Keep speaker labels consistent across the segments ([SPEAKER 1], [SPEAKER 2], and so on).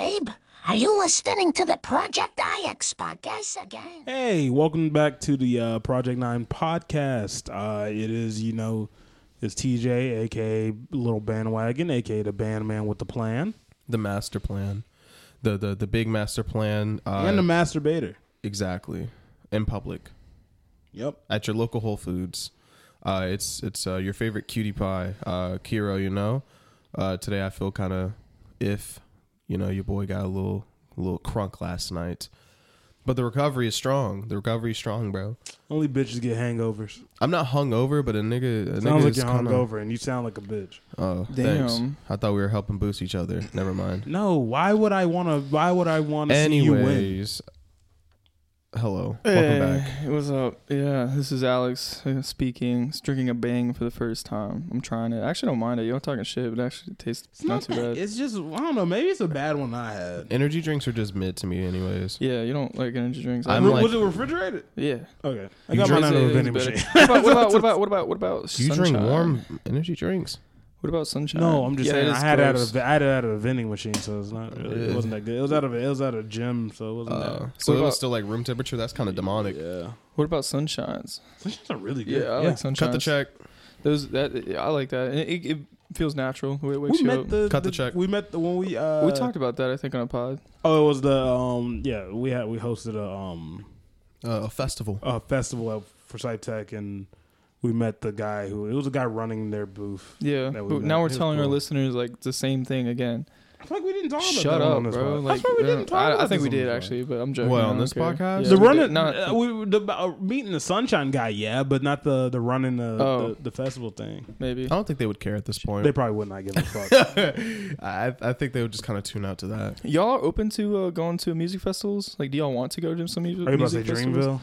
[SPEAKER 1] Abe, are you listening to the Project IX podcast again?
[SPEAKER 2] Hey, welcome back to the uh, Project Nine podcast. Uh, it is, you know, it's TJ, aka Little Bandwagon, aka the Bandman with the plan,
[SPEAKER 3] the master plan, the the the big master plan, uh,
[SPEAKER 2] and the masturbator.
[SPEAKER 3] exactly in public
[SPEAKER 2] Yep.
[SPEAKER 3] at your local Whole Foods. Uh, it's it's uh, your favorite cutie pie, uh, Kiro. You know, uh, today I feel kind of if you know your boy got a little little crunk last night, but the recovery is strong. The recovery is strong, bro.
[SPEAKER 2] Only bitches get hangovers.
[SPEAKER 3] I'm not hungover, but a nigga a nigga
[SPEAKER 2] Sounds like
[SPEAKER 3] is
[SPEAKER 2] you're
[SPEAKER 3] kinda-
[SPEAKER 2] hungover, and you sound like a bitch.
[SPEAKER 3] Oh,
[SPEAKER 4] Damn.
[SPEAKER 3] thanks. I thought we were helping boost each other. Never mind.
[SPEAKER 2] No, why would I want to? Why would I want to see you win?
[SPEAKER 3] Anyways, hello, welcome back.
[SPEAKER 4] Hey, what's up? Yeah, this is Alex uh, speaking. Just Drinking a bang for the first time. I'm trying it. I actually don't mind it. Y'all talking shit, but it actually tastes
[SPEAKER 2] It's
[SPEAKER 4] not, too
[SPEAKER 2] that-
[SPEAKER 4] bad.
[SPEAKER 2] It's just I don't know. Maybe it's a bad one I had.
[SPEAKER 3] Energy drinks are just mid to me, anyways.
[SPEAKER 4] Yeah, you don't like energy drinks.
[SPEAKER 3] I'm
[SPEAKER 4] I-
[SPEAKER 2] Re-
[SPEAKER 3] like-
[SPEAKER 2] was it refrigerated?
[SPEAKER 4] yeah.
[SPEAKER 2] Okay, I
[SPEAKER 3] You
[SPEAKER 2] got mine out
[SPEAKER 3] drink
[SPEAKER 2] of
[SPEAKER 3] it,
[SPEAKER 2] the
[SPEAKER 4] It's
[SPEAKER 2] vending
[SPEAKER 4] better.
[SPEAKER 2] machine.
[SPEAKER 4] what, about, what about what about what about what about
[SPEAKER 3] You drink
[SPEAKER 4] sunshine?
[SPEAKER 3] warm energy drinks.
[SPEAKER 4] What about sunshine?
[SPEAKER 2] No, I'm just
[SPEAKER 4] Uh, Yeah, it
[SPEAKER 2] saying
[SPEAKER 4] is
[SPEAKER 2] I had it out
[SPEAKER 4] gross.
[SPEAKER 2] of the- I had it out of a vending machine, so it's not really, it
[SPEAKER 3] Yeah.
[SPEAKER 2] wasn't that good. It was out of a, it was out of a gym, so it wasn't
[SPEAKER 3] Uh,
[SPEAKER 2] that.
[SPEAKER 3] so
[SPEAKER 4] What
[SPEAKER 3] it
[SPEAKER 4] about-
[SPEAKER 3] was still like room temperature. That's kind of demonic.
[SPEAKER 2] Yeah,
[SPEAKER 4] What about sunshines?
[SPEAKER 2] it's not really
[SPEAKER 4] Yeah,
[SPEAKER 2] good.
[SPEAKER 4] I like sunshines.
[SPEAKER 3] Cut the check.
[SPEAKER 4] Those that yeah, I like that. And It, it feels natural the way it wakes
[SPEAKER 2] We
[SPEAKER 4] you
[SPEAKER 2] met
[SPEAKER 4] up.
[SPEAKER 2] the,
[SPEAKER 3] Cut the check.
[SPEAKER 2] We met the when we uh,
[SPEAKER 4] we talked about that I think on a pod.
[SPEAKER 2] Oh, it was the um yeah we had we hosted a um
[SPEAKER 3] Uh, a festival.
[SPEAKER 2] a festival at Forsyth Tech and we met the guy who it was a guy running their booth.
[SPEAKER 4] Yeah,
[SPEAKER 2] That we
[SPEAKER 4] but
[SPEAKER 2] met.
[SPEAKER 4] now
[SPEAKER 2] It
[SPEAKER 4] we're
[SPEAKER 2] was
[SPEAKER 4] telling our
[SPEAKER 2] cool.
[SPEAKER 4] listeners like the same thing again.
[SPEAKER 2] I feel like we didn't talk about
[SPEAKER 4] Shut
[SPEAKER 2] that
[SPEAKER 4] up,
[SPEAKER 2] on this
[SPEAKER 4] bro!
[SPEAKER 2] one.
[SPEAKER 4] Like,
[SPEAKER 2] That's why we
[SPEAKER 4] uh,
[SPEAKER 2] didn't talk
[SPEAKER 4] I,
[SPEAKER 2] about
[SPEAKER 4] I think
[SPEAKER 2] this
[SPEAKER 4] we
[SPEAKER 2] on
[SPEAKER 4] did
[SPEAKER 2] this one.
[SPEAKER 4] actually, but I'm joking.
[SPEAKER 3] Well,
[SPEAKER 4] I
[SPEAKER 3] on
[SPEAKER 4] don't
[SPEAKER 3] this
[SPEAKER 4] care.
[SPEAKER 3] podcast?
[SPEAKER 4] Yeah,
[SPEAKER 2] the
[SPEAKER 4] we did.
[SPEAKER 2] running,
[SPEAKER 4] Not-
[SPEAKER 2] uh, we the uh, meeting the sunshine guy, yeah, but not the the running the
[SPEAKER 4] Oh.
[SPEAKER 2] the, the festival thing.
[SPEAKER 4] maybe.
[SPEAKER 3] I don't think they would care at this point.
[SPEAKER 2] They probably would not give a fuck.
[SPEAKER 3] I, I think they would just kind of tune out to that.
[SPEAKER 4] Y'all are open to uh, going to music festivals? Like, do y'all want to go to some music,
[SPEAKER 2] Are you about to say
[SPEAKER 4] music festivals?
[SPEAKER 2] Dreamville?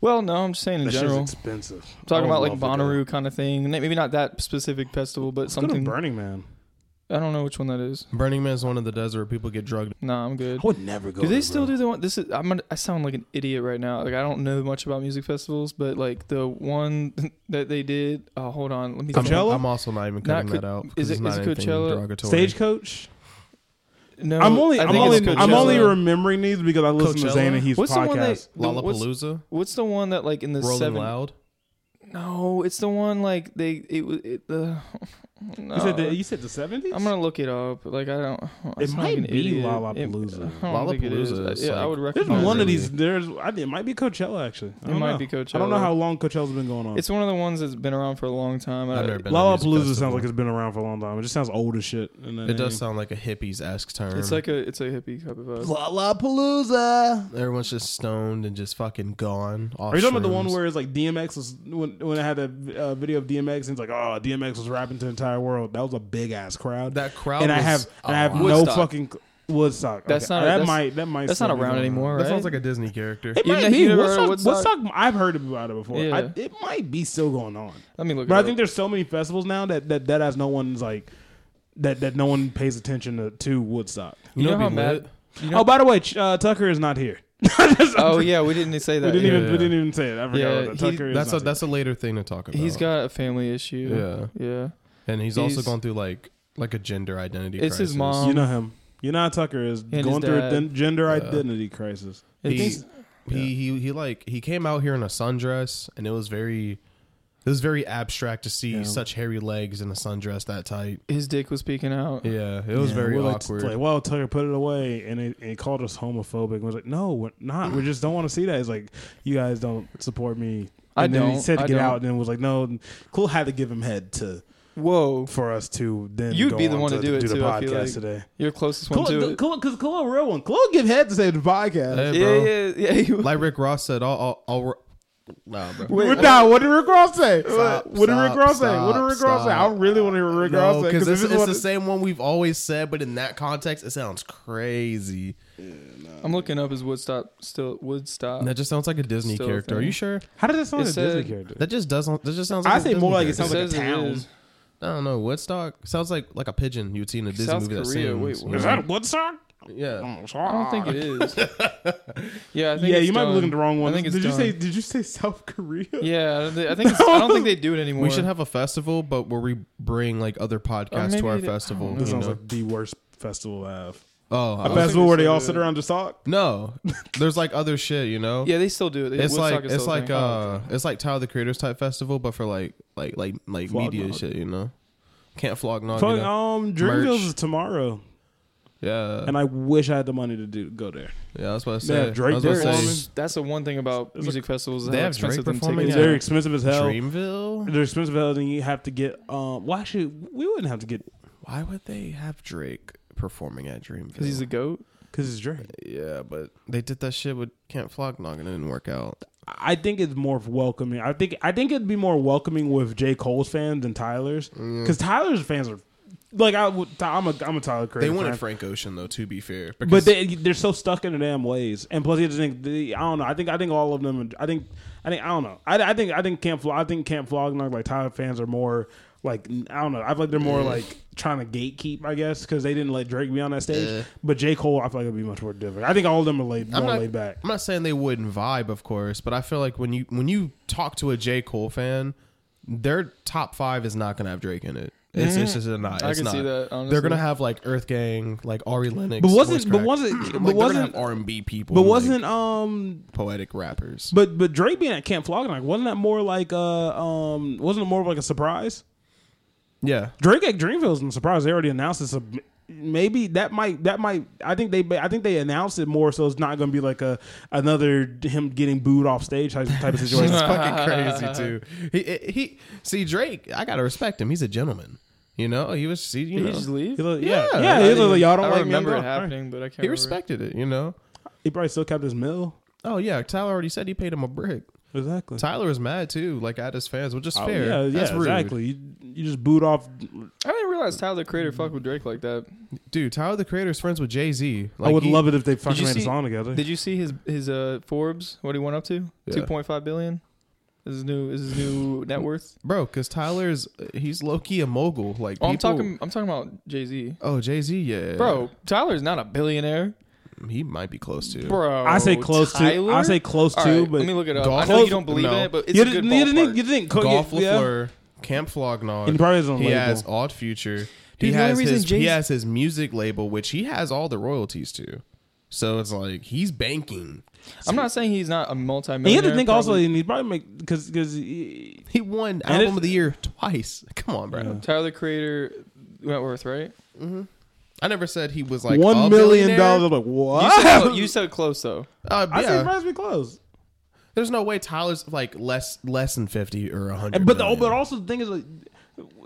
[SPEAKER 4] Well, no, I'm just saying in
[SPEAKER 2] That shit's
[SPEAKER 4] general.
[SPEAKER 2] expensive.
[SPEAKER 4] talking
[SPEAKER 2] I would
[SPEAKER 4] about like
[SPEAKER 2] love to go.
[SPEAKER 4] Bonnaroo kind of thing. Maybe not that specific festival, but
[SPEAKER 2] Let's go to
[SPEAKER 4] something.
[SPEAKER 2] Burning Man.
[SPEAKER 4] I don't know which one that is.
[SPEAKER 3] Burning Man is one of the desert where people get drugged.
[SPEAKER 4] Nah, I'm good.
[SPEAKER 2] I would never go.
[SPEAKER 4] Do they
[SPEAKER 2] to
[SPEAKER 4] still
[SPEAKER 2] Burning
[SPEAKER 4] do the one? This is I'm gonna, I sound like an idiot right now. Like I don't know much about music festivals, but like the one that they did. Oh, hold on, let me.
[SPEAKER 3] I'm-
[SPEAKER 4] think.
[SPEAKER 2] Coachella?
[SPEAKER 3] I'm also not even
[SPEAKER 4] Not
[SPEAKER 3] cutting
[SPEAKER 4] Co-
[SPEAKER 3] that out. because it's
[SPEAKER 4] is it- is
[SPEAKER 3] not
[SPEAKER 4] it
[SPEAKER 3] anything
[SPEAKER 4] Coachella?
[SPEAKER 3] derogatory.
[SPEAKER 2] Stagecoach.
[SPEAKER 4] No,
[SPEAKER 2] I'm only
[SPEAKER 4] I
[SPEAKER 2] I'm
[SPEAKER 4] think
[SPEAKER 2] only
[SPEAKER 4] it's
[SPEAKER 2] I'm
[SPEAKER 4] Coachella.
[SPEAKER 2] only remembering these because I listen to
[SPEAKER 3] Coachella?
[SPEAKER 2] Zane and Heath's
[SPEAKER 4] What's the one they-
[SPEAKER 2] podcast.
[SPEAKER 4] the- what's-
[SPEAKER 3] Lollapalooza,
[SPEAKER 4] What's the one that like in the
[SPEAKER 3] Rolling
[SPEAKER 4] seven?
[SPEAKER 3] Loud.
[SPEAKER 4] No, it's the one like they it was it the. No.
[SPEAKER 2] you said the, you said the seventies.
[SPEAKER 4] I'm gonna look it up. Like I don't. I
[SPEAKER 2] It
[SPEAKER 4] sound
[SPEAKER 2] might
[SPEAKER 4] like an
[SPEAKER 2] be
[SPEAKER 4] idiot.
[SPEAKER 2] Lollapalooza.
[SPEAKER 4] It, I don't think it is.
[SPEAKER 3] Lollapalooza is,
[SPEAKER 4] yeah, I
[SPEAKER 3] like-
[SPEAKER 4] would
[SPEAKER 2] There's
[SPEAKER 4] recommend.
[SPEAKER 2] one
[SPEAKER 4] it.
[SPEAKER 2] of these. There's I, it might be Coachella actually. I
[SPEAKER 4] It
[SPEAKER 2] don't
[SPEAKER 4] might
[SPEAKER 2] know.
[SPEAKER 4] be Coachella.
[SPEAKER 2] I don't know how long Coachella's been going on.
[SPEAKER 4] It's one of the ones that's been around for a long time.
[SPEAKER 3] I've
[SPEAKER 4] I-
[SPEAKER 3] never been to a music
[SPEAKER 2] Lollapalooza
[SPEAKER 3] festival.
[SPEAKER 2] sounds like it's been around for a long time. It just sounds old as shit. And
[SPEAKER 3] It does sound like a hippies esque term.
[SPEAKER 4] It's like a it's a hippie type of vibe.
[SPEAKER 2] Lollapalooza.
[SPEAKER 3] everyone's just stoned and just fucking gone.
[SPEAKER 2] Are you talking about the one where it's like DMX was when when I had that uh, video of DMX and it's like oh DMX was rapping to the entire world. That was a big ass crowd.
[SPEAKER 3] that crowd?
[SPEAKER 2] and I
[SPEAKER 3] was
[SPEAKER 2] have and I have
[SPEAKER 3] odd.
[SPEAKER 2] no
[SPEAKER 4] Woodstock.
[SPEAKER 2] fucking Woodstock.
[SPEAKER 4] That's
[SPEAKER 2] Okay.
[SPEAKER 4] not-
[SPEAKER 2] that
[SPEAKER 4] that's-
[SPEAKER 2] might that might
[SPEAKER 4] That's
[SPEAKER 2] still
[SPEAKER 4] not
[SPEAKER 2] be
[SPEAKER 4] around
[SPEAKER 2] going on.
[SPEAKER 4] anymore,
[SPEAKER 3] Um, That
[SPEAKER 4] right?
[SPEAKER 3] sounds like a Disney character.
[SPEAKER 2] It
[SPEAKER 4] You
[SPEAKER 2] might
[SPEAKER 4] ne-
[SPEAKER 2] be.
[SPEAKER 4] you never heard
[SPEAKER 2] Woodstock,
[SPEAKER 4] of
[SPEAKER 2] Woodstock, I've heard about it before. I,
[SPEAKER 4] Yeah.
[SPEAKER 2] it might be still going on,
[SPEAKER 4] Let me look.
[SPEAKER 2] but
[SPEAKER 4] it
[SPEAKER 2] I
[SPEAKER 4] up.
[SPEAKER 2] think there's so many festivals now that that that has no one's like that that no one pays attention to, to Woodstock.
[SPEAKER 3] You, know,
[SPEAKER 4] You know
[SPEAKER 3] what'd be
[SPEAKER 4] how
[SPEAKER 3] lit?
[SPEAKER 4] mad-
[SPEAKER 2] oh, by the way, Ch- uh, Tucker is not here.
[SPEAKER 4] Oh yeah, we didn't say
[SPEAKER 2] we
[SPEAKER 4] that.
[SPEAKER 2] didn't
[SPEAKER 4] Yeah.
[SPEAKER 2] even we
[SPEAKER 3] yeah.
[SPEAKER 2] didn't even say it. I forgot
[SPEAKER 4] Yeah,
[SPEAKER 2] about that.
[SPEAKER 4] he-
[SPEAKER 2] Tucker is
[SPEAKER 3] That's
[SPEAKER 2] not
[SPEAKER 3] a that's a later thing to talk about.
[SPEAKER 4] He's got a family issue.
[SPEAKER 3] Oh. Yeah.
[SPEAKER 4] yeah.
[SPEAKER 3] and he's, also
[SPEAKER 4] he's-
[SPEAKER 3] gone through like like a gender identity.
[SPEAKER 4] It's his
[SPEAKER 3] crisis.
[SPEAKER 2] here.
[SPEAKER 4] mom.
[SPEAKER 2] you know him. You know how Tucker is
[SPEAKER 4] Um, his
[SPEAKER 2] going through a
[SPEAKER 4] dad.
[SPEAKER 2] den- gender
[SPEAKER 3] Yeah.
[SPEAKER 2] identity crisis.
[SPEAKER 3] He,
[SPEAKER 4] It's-
[SPEAKER 3] he he he like he came out here in a sundress, and it was very it was very abstract to see
[SPEAKER 2] Yeah.
[SPEAKER 3] such hairy legs in a sundress that tight.
[SPEAKER 4] His dick was peeking out.
[SPEAKER 3] Yeah, it was
[SPEAKER 2] Yeah,
[SPEAKER 3] very
[SPEAKER 2] we're like-
[SPEAKER 3] awkward.
[SPEAKER 2] Like, well, Tucker put it away, and it, it called us homophobic. And was like, no, we're not. We just don't want to see that. It's like you guys don't support me.
[SPEAKER 4] I
[SPEAKER 2] And then He
[SPEAKER 4] don't.
[SPEAKER 2] said to
[SPEAKER 4] I
[SPEAKER 2] get
[SPEAKER 4] don't.
[SPEAKER 2] out, and then was like, no. And Cool had to give him head to
[SPEAKER 4] Whoa,
[SPEAKER 2] for us to then.
[SPEAKER 4] You'd
[SPEAKER 2] go
[SPEAKER 4] be the
[SPEAKER 2] on
[SPEAKER 4] one to do it
[SPEAKER 2] do the
[SPEAKER 4] too, I
[SPEAKER 2] podcast
[SPEAKER 4] feel like.
[SPEAKER 2] today.
[SPEAKER 4] your closest one
[SPEAKER 2] Cool,
[SPEAKER 4] to it.
[SPEAKER 2] cool, because cool, a real one. Cool, give head to say the podcast.
[SPEAKER 3] Hey, bro.
[SPEAKER 4] Yeah, yeah, yeah.
[SPEAKER 3] Like Rick Ross said, all all, all nah, bro.
[SPEAKER 4] Wait,
[SPEAKER 2] What- nah, what did Rick Ross say?
[SPEAKER 3] uh, Stop,
[SPEAKER 2] what did Rick
[SPEAKER 3] stop,
[SPEAKER 2] Ross say? What did
[SPEAKER 3] stop,
[SPEAKER 2] Rick Ross say? I
[SPEAKER 3] stop.
[SPEAKER 2] really want to hear what Rick Ross
[SPEAKER 3] No,
[SPEAKER 2] say
[SPEAKER 3] because
[SPEAKER 2] this is
[SPEAKER 3] it's, it's
[SPEAKER 2] what
[SPEAKER 3] the same one we've always said, but in that context, it sounds crazy.
[SPEAKER 4] I'm looking up his Woodstock still Woodstock.
[SPEAKER 3] That just sounds like a Disney
[SPEAKER 4] Still a
[SPEAKER 3] character. Are
[SPEAKER 4] thing.
[SPEAKER 3] you sure?
[SPEAKER 2] How does that sound?
[SPEAKER 4] It
[SPEAKER 2] to Disney
[SPEAKER 4] said-
[SPEAKER 2] character.
[SPEAKER 3] That just doesn't. That just sounds. Like
[SPEAKER 2] I
[SPEAKER 3] a
[SPEAKER 2] say
[SPEAKER 3] Disney
[SPEAKER 2] more like it
[SPEAKER 3] character.
[SPEAKER 2] sounds like a
[SPEAKER 4] says it
[SPEAKER 2] town.
[SPEAKER 4] is.
[SPEAKER 3] I don't know. Woodstock sounds like like a pigeon you would see in a Disney
[SPEAKER 4] South
[SPEAKER 3] movie. that
[SPEAKER 4] Korea,
[SPEAKER 3] sings,
[SPEAKER 4] wait,
[SPEAKER 3] you
[SPEAKER 4] what
[SPEAKER 3] know?
[SPEAKER 4] is
[SPEAKER 2] Woodstock? Oh,
[SPEAKER 3] Yeah.
[SPEAKER 4] Mm-hmm. I don't think it is. yeah, I think
[SPEAKER 2] Ah. Yeah,
[SPEAKER 4] it's
[SPEAKER 2] you might be
[SPEAKER 4] done.
[SPEAKER 2] looking at the wrong one.
[SPEAKER 4] I think it's
[SPEAKER 2] did you
[SPEAKER 4] done.
[SPEAKER 2] say? Did you say South Korea?
[SPEAKER 4] Yeah, I don't thi- I think it's, I don't think they do it anymore.
[SPEAKER 3] We should have a festival, but where we bring like other podcasts
[SPEAKER 4] maybe
[SPEAKER 3] to our
[SPEAKER 4] they- I
[SPEAKER 3] festival.
[SPEAKER 4] don't
[SPEAKER 2] This
[SPEAKER 3] you
[SPEAKER 2] sounds
[SPEAKER 3] know?
[SPEAKER 2] like the worst festival I have.
[SPEAKER 3] Oh, I
[SPEAKER 2] A
[SPEAKER 3] was-
[SPEAKER 2] festival where they
[SPEAKER 4] so
[SPEAKER 2] all
[SPEAKER 4] good.
[SPEAKER 2] sit around to talk.
[SPEAKER 3] no. There's like other shit, you know.
[SPEAKER 4] Yeah, they still do it. They-
[SPEAKER 3] It's
[SPEAKER 4] Woodstock
[SPEAKER 3] like
[SPEAKER 4] is
[SPEAKER 3] it's
[SPEAKER 4] still a
[SPEAKER 3] like
[SPEAKER 4] thing. Oh,
[SPEAKER 3] uh it's like Tyler the Creators type festival, but for like like like like
[SPEAKER 2] Flog
[SPEAKER 3] media
[SPEAKER 2] Nog.
[SPEAKER 3] shit, you know. Can't flog nog. you
[SPEAKER 2] Fuck,
[SPEAKER 3] know?
[SPEAKER 2] um,
[SPEAKER 3] Merch.
[SPEAKER 2] Dreamville's is tomorrow,
[SPEAKER 3] Yeah,
[SPEAKER 2] and I wish I had the money to do go there.
[SPEAKER 3] yeah. That's what I
[SPEAKER 2] They
[SPEAKER 3] said.
[SPEAKER 2] have Drake
[SPEAKER 3] I was
[SPEAKER 4] They're-
[SPEAKER 3] about
[SPEAKER 2] there and-
[SPEAKER 3] to say
[SPEAKER 4] it's- that's the one thing about
[SPEAKER 2] It's
[SPEAKER 4] music festivals. is
[SPEAKER 3] They
[SPEAKER 4] how
[SPEAKER 3] have Drake
[SPEAKER 4] expensive them
[SPEAKER 3] performing
[SPEAKER 4] tickets
[SPEAKER 2] It's
[SPEAKER 3] Yeah.
[SPEAKER 4] are.
[SPEAKER 2] very expensive as hell.
[SPEAKER 3] Dreamville.
[SPEAKER 2] They're expensive as hell, and you have to get. Um, well, actually, we wouldn't have to get
[SPEAKER 3] Why would they have Drake performing at Dreamville?
[SPEAKER 4] Because he's a goat.
[SPEAKER 2] because it's Drake.
[SPEAKER 3] yeah, but they did that shit with Can't Flog Nog and it didn't work out.
[SPEAKER 2] I think it's more welcoming. I think I think it'd be more welcoming with J Cole's fans than Tyler's, because Tyler's fans are like I would. I'm a I'm a Tyler Creator.
[SPEAKER 3] They wanted
[SPEAKER 2] fan.
[SPEAKER 3] Frank Ocean though. To be fair,
[SPEAKER 2] But
[SPEAKER 3] because
[SPEAKER 2] they they're so stuck in their damn ways, and plus, you just think the, I don't know. I think I think all of them. I think I think I don't know. I, I think I think Camp Flo- I think Camp Flognog like Tyler fans are more like I don't know. I feel like they're more like trying to gatekeep, I guess, because they didn't let Drake be on that stage.
[SPEAKER 3] Yeah.
[SPEAKER 2] But J Cole, I feel like it'd be much more different. I think all of them are laid
[SPEAKER 3] I'm
[SPEAKER 2] more
[SPEAKER 3] not,
[SPEAKER 2] laid back.
[SPEAKER 3] I'm not saying they wouldn't vibe, of course, but I feel like when you when you talk to a J Cole fan, their top five is not gonna have Drake in it. It's, it's just not.
[SPEAKER 4] I
[SPEAKER 3] it's
[SPEAKER 4] can
[SPEAKER 3] not.
[SPEAKER 4] see that, honestly.
[SPEAKER 3] They're gonna have like Earth Gang, like Ari Lennox.
[SPEAKER 2] But wasn't but
[SPEAKER 3] Horsecrack.
[SPEAKER 2] wasn't
[SPEAKER 3] Like,
[SPEAKER 2] but
[SPEAKER 3] they're gonna
[SPEAKER 2] wasn't
[SPEAKER 3] have R and B people?
[SPEAKER 2] but
[SPEAKER 3] and, like,
[SPEAKER 2] wasn't um
[SPEAKER 3] poetic rappers?
[SPEAKER 2] but but Drake being at Camp Flognog wasn't that more like uh um wasn't it more of like a surprise?
[SPEAKER 3] Yeah,
[SPEAKER 2] Drake at Dreamville is a surprise. They already announced it. So maybe that might that might. I think they I think they announced it more so it's not going to be like a another him getting booed off stage type, type of
[SPEAKER 3] It's
[SPEAKER 2] situation.
[SPEAKER 3] fucking crazy too. He he. See Drake, I gotta respect him. He's a gentleman. You know, he was. He, you
[SPEAKER 4] Did he
[SPEAKER 3] know,
[SPEAKER 4] just leave?
[SPEAKER 2] He look- yeah,
[SPEAKER 3] Yeah,
[SPEAKER 2] yeah.
[SPEAKER 3] I
[SPEAKER 2] he
[SPEAKER 4] didn't-
[SPEAKER 2] look like, y'all don't
[SPEAKER 4] I
[SPEAKER 2] like me, I'm
[SPEAKER 4] remember it
[SPEAKER 2] going." All right.
[SPEAKER 4] happening, but I can't.
[SPEAKER 3] he
[SPEAKER 4] remember.
[SPEAKER 3] respected it. You know.
[SPEAKER 2] He probably still kept his mill.
[SPEAKER 3] Oh yeah, Tyler already said he paid him a brick.
[SPEAKER 2] Exactly.
[SPEAKER 3] Tyler was mad too, like at his fans, which is
[SPEAKER 2] Oh,
[SPEAKER 3] fair.
[SPEAKER 2] Yeah, yeah,
[SPEAKER 3] That's rude.
[SPEAKER 2] exactly. You, you just boot off.
[SPEAKER 4] I didn't realize Tyler the Creator
[SPEAKER 2] Mm-hmm.
[SPEAKER 4] fucked with Drake like that.
[SPEAKER 3] Dude, Tyler the Creator's friends with Jay Z.
[SPEAKER 2] I would love it if they
[SPEAKER 4] you
[SPEAKER 2] fucking made
[SPEAKER 4] see-
[SPEAKER 2] a song together.
[SPEAKER 4] Did you see his his uh Forbes? What he went up to?
[SPEAKER 3] Yeah.
[SPEAKER 4] Two point five billion. Is his new is his new net worth?
[SPEAKER 3] bro, because Tyler's he's low key a mogul. Like,
[SPEAKER 4] Oh, I'm
[SPEAKER 3] people-
[SPEAKER 4] talking. I'm talking about Jay Z.
[SPEAKER 3] Oh, Jay Z, yeah,
[SPEAKER 4] Bro, Tyler's not a billionaire.
[SPEAKER 3] he might be close to.
[SPEAKER 4] Bro,
[SPEAKER 2] I say close
[SPEAKER 4] Tyler?
[SPEAKER 2] to. I say close
[SPEAKER 4] All
[SPEAKER 2] to,
[SPEAKER 4] right,
[SPEAKER 2] but
[SPEAKER 4] let me look it up.
[SPEAKER 3] Golf-
[SPEAKER 4] I know you
[SPEAKER 2] Close-
[SPEAKER 4] don't believe
[SPEAKER 3] no.
[SPEAKER 4] in it, but it's
[SPEAKER 2] you
[SPEAKER 4] a good
[SPEAKER 2] didn't. You didn't. You
[SPEAKER 4] ballpark.
[SPEAKER 2] didn't.
[SPEAKER 3] Golf
[SPEAKER 2] yeah.
[SPEAKER 3] Lafleur, Camp Flognog.
[SPEAKER 2] And probably isn't
[SPEAKER 3] he
[SPEAKER 2] label.
[SPEAKER 3] has Odd Future.
[SPEAKER 4] Dude,
[SPEAKER 3] he
[SPEAKER 4] the only
[SPEAKER 3] has
[SPEAKER 4] reason
[SPEAKER 3] his he
[SPEAKER 4] Jay-Z
[SPEAKER 3] has his music label, which he has all the royalties to. So it's like he's banking.
[SPEAKER 4] I'm not saying he's not a
[SPEAKER 2] And you
[SPEAKER 4] multi-millionaire.
[SPEAKER 2] have to think also,
[SPEAKER 4] probably.
[SPEAKER 2] and he probably make because because
[SPEAKER 3] He won
[SPEAKER 2] And
[SPEAKER 3] album
[SPEAKER 2] if-
[SPEAKER 3] of the year twice. Come on, bro.
[SPEAKER 4] Tyler the Creator net worth, right?
[SPEAKER 3] I never said he was like
[SPEAKER 2] one
[SPEAKER 3] a
[SPEAKER 2] million
[SPEAKER 3] billionaire.
[SPEAKER 2] dollars. I'm like,
[SPEAKER 4] You
[SPEAKER 2] what?
[SPEAKER 4] said, clo- you said close though.
[SPEAKER 3] Uh,
[SPEAKER 2] I
[SPEAKER 3] yeah.
[SPEAKER 2] see Raspberry close.
[SPEAKER 3] There's no way Tyler's like less less than fifty or a hundred.
[SPEAKER 2] But the,
[SPEAKER 3] million.
[SPEAKER 2] but also the thing is, like,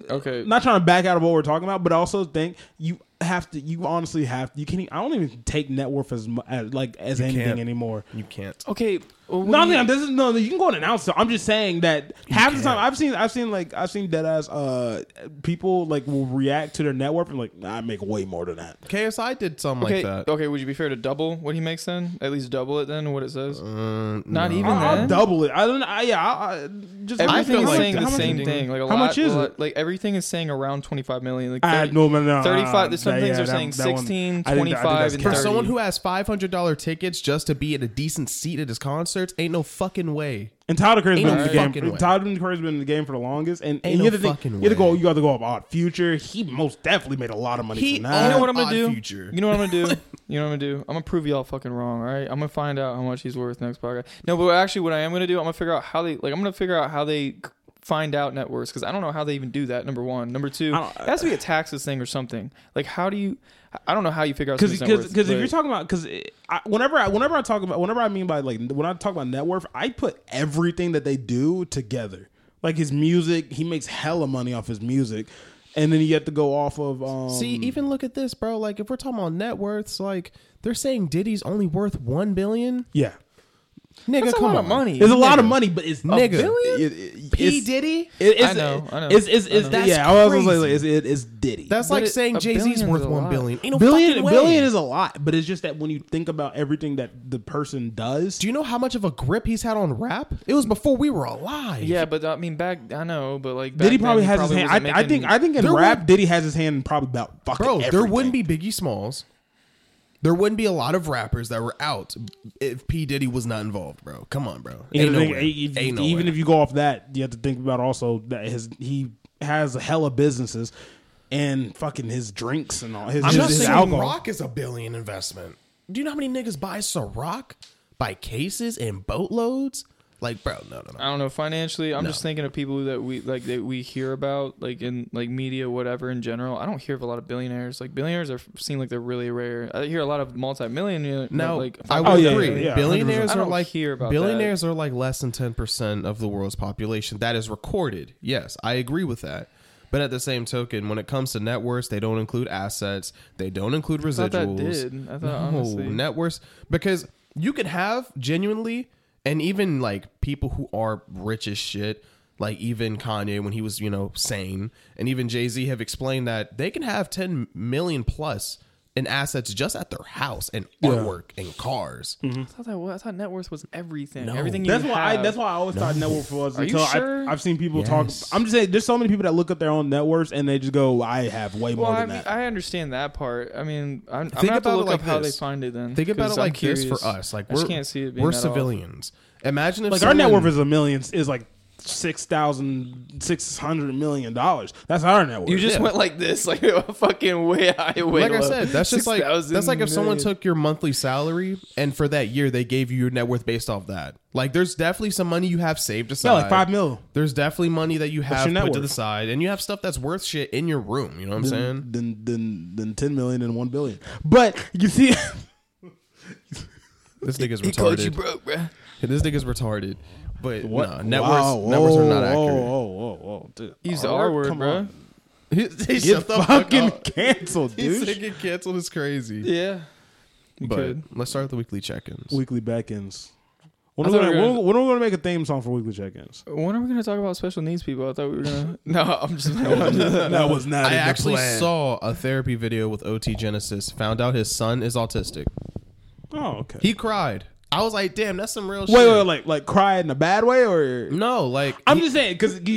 [SPEAKER 4] Okay,
[SPEAKER 2] not trying to back out of what we're talking about, but I also think you have to. You honestly have. You can't. I don't even take net worth as, mu- as like as anything
[SPEAKER 3] can't.
[SPEAKER 2] anymore.
[SPEAKER 3] you can't.
[SPEAKER 4] okay. well, what
[SPEAKER 2] No,
[SPEAKER 4] do
[SPEAKER 2] I'm
[SPEAKER 4] you-
[SPEAKER 2] saying- this is no. You can go and announce it. I'm just saying that half the
[SPEAKER 3] can't.
[SPEAKER 2] time I've seen, I've seen like I've seen dead ass uh, people like will react to their net worth and like nah, I make way more than that.
[SPEAKER 3] KSI did something
[SPEAKER 4] Okay,
[SPEAKER 3] like that.
[SPEAKER 4] okay. Would you be fair to double what he makes then? At least double it then. What it says?
[SPEAKER 3] Mm,
[SPEAKER 4] Not
[SPEAKER 3] no.
[SPEAKER 4] even
[SPEAKER 2] Uh, I'll, I'll
[SPEAKER 4] then?
[SPEAKER 2] double it. I don't. I, yeah. I, I just
[SPEAKER 3] I
[SPEAKER 4] Everything
[SPEAKER 3] feel
[SPEAKER 4] is
[SPEAKER 3] like
[SPEAKER 4] saying
[SPEAKER 3] that-
[SPEAKER 4] the
[SPEAKER 2] how much-
[SPEAKER 4] same thing. Like a
[SPEAKER 2] how
[SPEAKER 4] lot,
[SPEAKER 2] much is
[SPEAKER 4] a
[SPEAKER 2] it?
[SPEAKER 4] lot- Like everything is saying around 25 million. Like
[SPEAKER 2] I
[SPEAKER 4] 30
[SPEAKER 2] Ah, no, no, no,
[SPEAKER 4] 35
[SPEAKER 2] no,
[SPEAKER 4] some
[SPEAKER 2] no,
[SPEAKER 4] things
[SPEAKER 2] yeah,
[SPEAKER 4] are saying
[SPEAKER 2] that- that one-
[SPEAKER 4] 16,
[SPEAKER 2] I think that- I think
[SPEAKER 4] 25, and
[SPEAKER 2] that's
[SPEAKER 3] For
[SPEAKER 2] cap.
[SPEAKER 4] 30.
[SPEAKER 3] someone who has five hundred dollar tickets just to be at a decent seat at his concerts, ain't no fucking way.
[SPEAKER 2] And Tyler Curry's
[SPEAKER 3] Ain't
[SPEAKER 2] been
[SPEAKER 3] no
[SPEAKER 2] in the game.
[SPEAKER 3] fucking way.
[SPEAKER 2] Tyler Curry's been in the game for the longest, and, and
[SPEAKER 3] Ain't
[SPEAKER 2] you
[SPEAKER 3] no
[SPEAKER 2] have to think,
[SPEAKER 3] fucking
[SPEAKER 2] you have to go.
[SPEAKER 3] way.
[SPEAKER 2] You got to go up Odd Future. He most definitely made a lot of money
[SPEAKER 3] He
[SPEAKER 2] from that.
[SPEAKER 4] You know
[SPEAKER 3] owned-
[SPEAKER 4] what I'm gonna
[SPEAKER 3] Odd
[SPEAKER 4] do?
[SPEAKER 3] future.
[SPEAKER 4] You know what I'm gonna do? you know what I'm gonna do? I'm gonna prove y'all fucking wrong. All right, I'm gonna find out how much he's worth next podcast. No, but actually, what I am gonna do, I'm gonna figure out how they like. I'm gonna figure out how they c- find out net worths because I don't know how they even do that. Number one, number two,
[SPEAKER 2] I don't- uh,
[SPEAKER 4] it has to be a taxes thing or something. Like, how do you? I don't know how you figure out
[SPEAKER 2] because
[SPEAKER 4] somebody's net
[SPEAKER 2] because
[SPEAKER 4] worth,
[SPEAKER 2] because if
[SPEAKER 4] but-
[SPEAKER 2] you're talking about because I, whenever I whenever I talk about whenever I mean by like when I talk about net worth, I put everything that they do together. Like his music, he makes hella money off his music, and then you have to go off of um,
[SPEAKER 3] See, even look at this, bro. Like if we're talking about net worths, like they're saying Diddy's only worth one billion.
[SPEAKER 2] yeah.
[SPEAKER 3] Nigga,
[SPEAKER 4] that's a
[SPEAKER 3] come
[SPEAKER 4] lot
[SPEAKER 3] on.
[SPEAKER 4] of money.
[SPEAKER 2] It's a lot of
[SPEAKER 3] Nigga.
[SPEAKER 2] money, but it's
[SPEAKER 3] Nigga.
[SPEAKER 2] It, it,
[SPEAKER 3] P
[SPEAKER 2] it's,
[SPEAKER 3] Diddy.
[SPEAKER 2] it- it's-
[SPEAKER 4] I know, I know.
[SPEAKER 2] It's, it's, it's,
[SPEAKER 3] I know.
[SPEAKER 2] yeah, I was gonna say, like, it's, it, it's Diddy.
[SPEAKER 3] That's
[SPEAKER 4] But
[SPEAKER 3] like
[SPEAKER 4] it-
[SPEAKER 3] saying
[SPEAKER 4] a
[SPEAKER 3] Jay Z's
[SPEAKER 4] billion's
[SPEAKER 3] worth
[SPEAKER 4] a
[SPEAKER 3] one
[SPEAKER 4] lot.
[SPEAKER 3] billion. Ain't no
[SPEAKER 2] billion
[SPEAKER 3] fucking way.
[SPEAKER 2] billion is a lot, but it's just that when you think about everything that the person does,
[SPEAKER 3] Do you know how much of a grip he's had on rap? It was before we were alive.
[SPEAKER 4] yeah, but I mean, back I know, but like, back
[SPEAKER 2] Diddy
[SPEAKER 4] then,
[SPEAKER 2] probably
[SPEAKER 4] he
[SPEAKER 2] has his hand.
[SPEAKER 4] wasn't
[SPEAKER 2] I, I think
[SPEAKER 4] making-
[SPEAKER 2] I think in
[SPEAKER 3] There
[SPEAKER 2] rap,
[SPEAKER 3] would-
[SPEAKER 2] Diddy has his hand in probably about fucking.
[SPEAKER 3] Bro, there
[SPEAKER 2] everything.
[SPEAKER 3] wouldn't be Biggie Smalls. There wouldn't be a lot of rappers that were out if P Diddy was not involved, bro. Come on, bro.
[SPEAKER 2] And
[SPEAKER 3] Ain't
[SPEAKER 2] the
[SPEAKER 3] no
[SPEAKER 2] thing-
[SPEAKER 3] way.
[SPEAKER 2] if-
[SPEAKER 3] Ain't no
[SPEAKER 2] even
[SPEAKER 3] way.
[SPEAKER 2] if you go off that, you have to think about also that his he has hella businesses. and fucking his drinks and all his,
[SPEAKER 3] I'm
[SPEAKER 2] his,
[SPEAKER 3] not
[SPEAKER 2] his
[SPEAKER 3] saying
[SPEAKER 2] alcohol.
[SPEAKER 3] Ciroc is a billion investment. Do you know how many niggas buy Ciroc by cases and boatloads? Like, bro, no, no, no.
[SPEAKER 4] I don't know financially. I'm just thinking of people that we like that we hear about, like in like media, whatever in general. I don't hear of a lot of billionaires. Like billionaires are seem like they're really rare. I hear a lot of multimillionaire.
[SPEAKER 3] No,
[SPEAKER 4] like
[SPEAKER 3] I
[SPEAKER 2] Oh,
[SPEAKER 3] would
[SPEAKER 2] yeah,
[SPEAKER 3] agree.
[SPEAKER 2] yeah, yeah,
[SPEAKER 3] Billionaires
[SPEAKER 4] I
[SPEAKER 3] are
[SPEAKER 4] don't
[SPEAKER 3] like
[SPEAKER 4] hear about
[SPEAKER 3] billionaires are like less than ten percent of the world's population. That is recorded. Yes, I agree with that. But at the same token, when it comes to net worths, they don't include assets. They don't include residuals.
[SPEAKER 4] thought that did. I thought, honestly.
[SPEAKER 3] Oh, net worths because you could have genuinely, and even like people who are rich as shit. Like even Kanye when he was you know sane, and even Jay Z have explained that they can have ten million plus in assets just at their house and artwork and cars.
[SPEAKER 4] I thought that was, I thought net worth was everything. Everything you
[SPEAKER 2] That's why I,
[SPEAKER 4] have.
[SPEAKER 2] that's why I always thought net worth was
[SPEAKER 4] Are you
[SPEAKER 2] until
[SPEAKER 4] sure?
[SPEAKER 2] I, I've seen people
[SPEAKER 3] Yes.
[SPEAKER 2] talk. I'm just saying, there's so many people that look up their own net worths and they just go, "I have way
[SPEAKER 4] Well,
[SPEAKER 2] more
[SPEAKER 4] I
[SPEAKER 2] than
[SPEAKER 4] mean,
[SPEAKER 2] that."
[SPEAKER 4] I understand that part. I'm, I'm gonna
[SPEAKER 3] Think
[SPEAKER 4] have to
[SPEAKER 3] about it
[SPEAKER 4] look
[SPEAKER 3] like
[SPEAKER 4] up how they
[SPEAKER 3] this.
[SPEAKER 4] find it then.
[SPEAKER 3] Think about it
[SPEAKER 4] 'cause I'm
[SPEAKER 3] like this
[SPEAKER 4] curious.
[SPEAKER 3] for us. Like
[SPEAKER 4] I
[SPEAKER 3] we're
[SPEAKER 4] just can't see it being
[SPEAKER 3] we're
[SPEAKER 4] that awful.
[SPEAKER 3] civilians. Imagine if
[SPEAKER 2] like our net
[SPEAKER 3] someone-
[SPEAKER 2] worth is a million is like six thousand six hundred million dollars. That's our net worth.
[SPEAKER 4] You just
[SPEAKER 3] Yeah.
[SPEAKER 4] went like this, like a fucking way high, way
[SPEAKER 3] like I
[SPEAKER 4] low.
[SPEAKER 3] said. That's just like
[SPEAKER 4] 6,000
[SPEAKER 3] that's like if someone
[SPEAKER 4] million.
[SPEAKER 3] took your monthly salary and for that year they gave you your net worth based off that. Like there's definitely some money you have saved aside.
[SPEAKER 2] yeah, like five mil.
[SPEAKER 3] There's definitely money that you have
[SPEAKER 2] your net
[SPEAKER 3] put to
[SPEAKER 2] worth?
[SPEAKER 3] the side, and you have stuff that's worth shit in your room. You know what I'm saying?
[SPEAKER 2] Then then then ten million and one billion. But you see,
[SPEAKER 3] This nigga's
[SPEAKER 4] He called you
[SPEAKER 3] retarded.
[SPEAKER 4] broke, bruh.
[SPEAKER 3] This nigga's retarded. But
[SPEAKER 2] what?
[SPEAKER 3] nah, net
[SPEAKER 2] Wow,
[SPEAKER 3] worths, net worths are not
[SPEAKER 2] whoa,
[SPEAKER 3] accurate.
[SPEAKER 2] Whoa, whoa, whoa, dude.
[SPEAKER 4] Use the
[SPEAKER 2] Our
[SPEAKER 4] R word,
[SPEAKER 2] come
[SPEAKER 4] bro.
[SPEAKER 2] on.
[SPEAKER 3] He
[SPEAKER 2] Get
[SPEAKER 3] shut the fuck
[SPEAKER 2] fucking
[SPEAKER 3] up.
[SPEAKER 2] canceled,
[SPEAKER 3] This
[SPEAKER 2] dude.
[SPEAKER 3] nigga canceled is crazy.
[SPEAKER 4] Yeah. You
[SPEAKER 3] but
[SPEAKER 4] could.
[SPEAKER 3] let's start with the weekly check-ins.
[SPEAKER 2] Weekly back-ins. When are,
[SPEAKER 4] I
[SPEAKER 2] we
[SPEAKER 4] thought
[SPEAKER 2] gonna,
[SPEAKER 4] we were
[SPEAKER 2] when, when are we gonna make a theme song for weekly check-ins?
[SPEAKER 4] When are we gonna talk about special needs people? I thought we were gonna. no, I'm just. Playing.
[SPEAKER 2] that was not.
[SPEAKER 3] I actually saw a therapy video with OT Genesis. Found out his son is autistic.
[SPEAKER 2] Oh, okay.
[SPEAKER 3] He cried. I was like, "Damn, that's some real
[SPEAKER 2] wait,
[SPEAKER 3] shit."
[SPEAKER 2] wait, like like cry in a bad way or?
[SPEAKER 3] No, like,
[SPEAKER 2] I'm just saying because I'm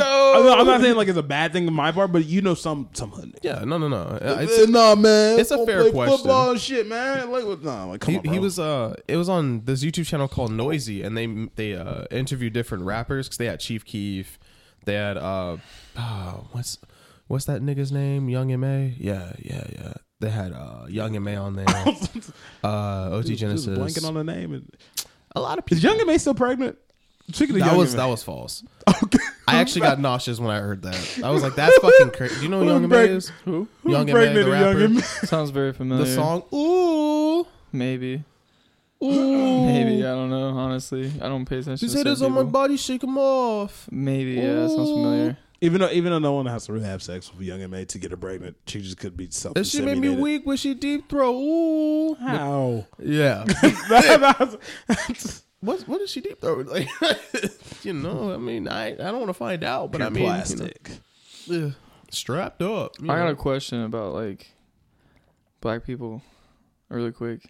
[SPEAKER 2] not saying like it's a bad thing on my part, but you know some some hood niggas.
[SPEAKER 3] yeah, no, no, no. Uh,
[SPEAKER 2] Eh,
[SPEAKER 3] It's,
[SPEAKER 2] nah, man.
[SPEAKER 3] it's a
[SPEAKER 2] Don't
[SPEAKER 3] fair
[SPEAKER 2] play
[SPEAKER 3] question.
[SPEAKER 2] Football and shit, man. Like, what- nah, like, come
[SPEAKER 3] he,
[SPEAKER 2] on,
[SPEAKER 3] he
[SPEAKER 2] bro.
[SPEAKER 3] was uh, it was on this YouTube channel called Noisy, and they they uh interviewed different rappers because they had Chief Keef, they had uh, oh, what's what's that nigga's name? Young Ma. Yeah, yeah, yeah. They had uh Young Ma on there. uh, OT
[SPEAKER 2] just
[SPEAKER 3] Genesis.
[SPEAKER 2] blanking on the name. And,
[SPEAKER 3] a lot of people.
[SPEAKER 2] is Young May still pregnant? Chicken
[SPEAKER 3] That
[SPEAKER 2] Young
[SPEAKER 3] was
[SPEAKER 2] and
[SPEAKER 3] that
[SPEAKER 2] May.
[SPEAKER 3] was false. I actually got nauseous when I heard that. I was like, "That's fucking crazy." Do you know who
[SPEAKER 2] Who's
[SPEAKER 3] Young
[SPEAKER 2] preg-
[SPEAKER 3] M.A. is?
[SPEAKER 4] Who?
[SPEAKER 3] Young
[SPEAKER 2] Who's
[SPEAKER 3] M.A. the
[SPEAKER 2] pregnant and
[SPEAKER 3] rapper.
[SPEAKER 2] Young and May?
[SPEAKER 4] Sounds very familiar.
[SPEAKER 3] the song "Ooh,
[SPEAKER 4] Maybe.
[SPEAKER 3] Ooh."
[SPEAKER 4] Maybe. I don't know. Honestly, I don't pay attention.
[SPEAKER 3] These
[SPEAKER 4] to
[SPEAKER 3] hitters
[SPEAKER 4] certain
[SPEAKER 3] on my
[SPEAKER 4] people.
[SPEAKER 3] body, shake 'em off.
[SPEAKER 4] Maybe. Yeah. That sounds
[SPEAKER 3] Ooh.
[SPEAKER 4] familiar.
[SPEAKER 2] Even though even though no one has to have sex with Young May to get her pregnant, she just could be self.
[SPEAKER 3] That shit made me weak when she deep throat. Ooh,
[SPEAKER 2] How?
[SPEAKER 3] yeah.
[SPEAKER 2] That- that's-
[SPEAKER 3] what what is she deep throat? Like, you know, I mean, I I don't want to find out, but I mean, you know,
[SPEAKER 2] plastic.
[SPEAKER 3] ugh, strapped up. you
[SPEAKER 4] I got
[SPEAKER 3] know.
[SPEAKER 4] a question about like black people, really quick.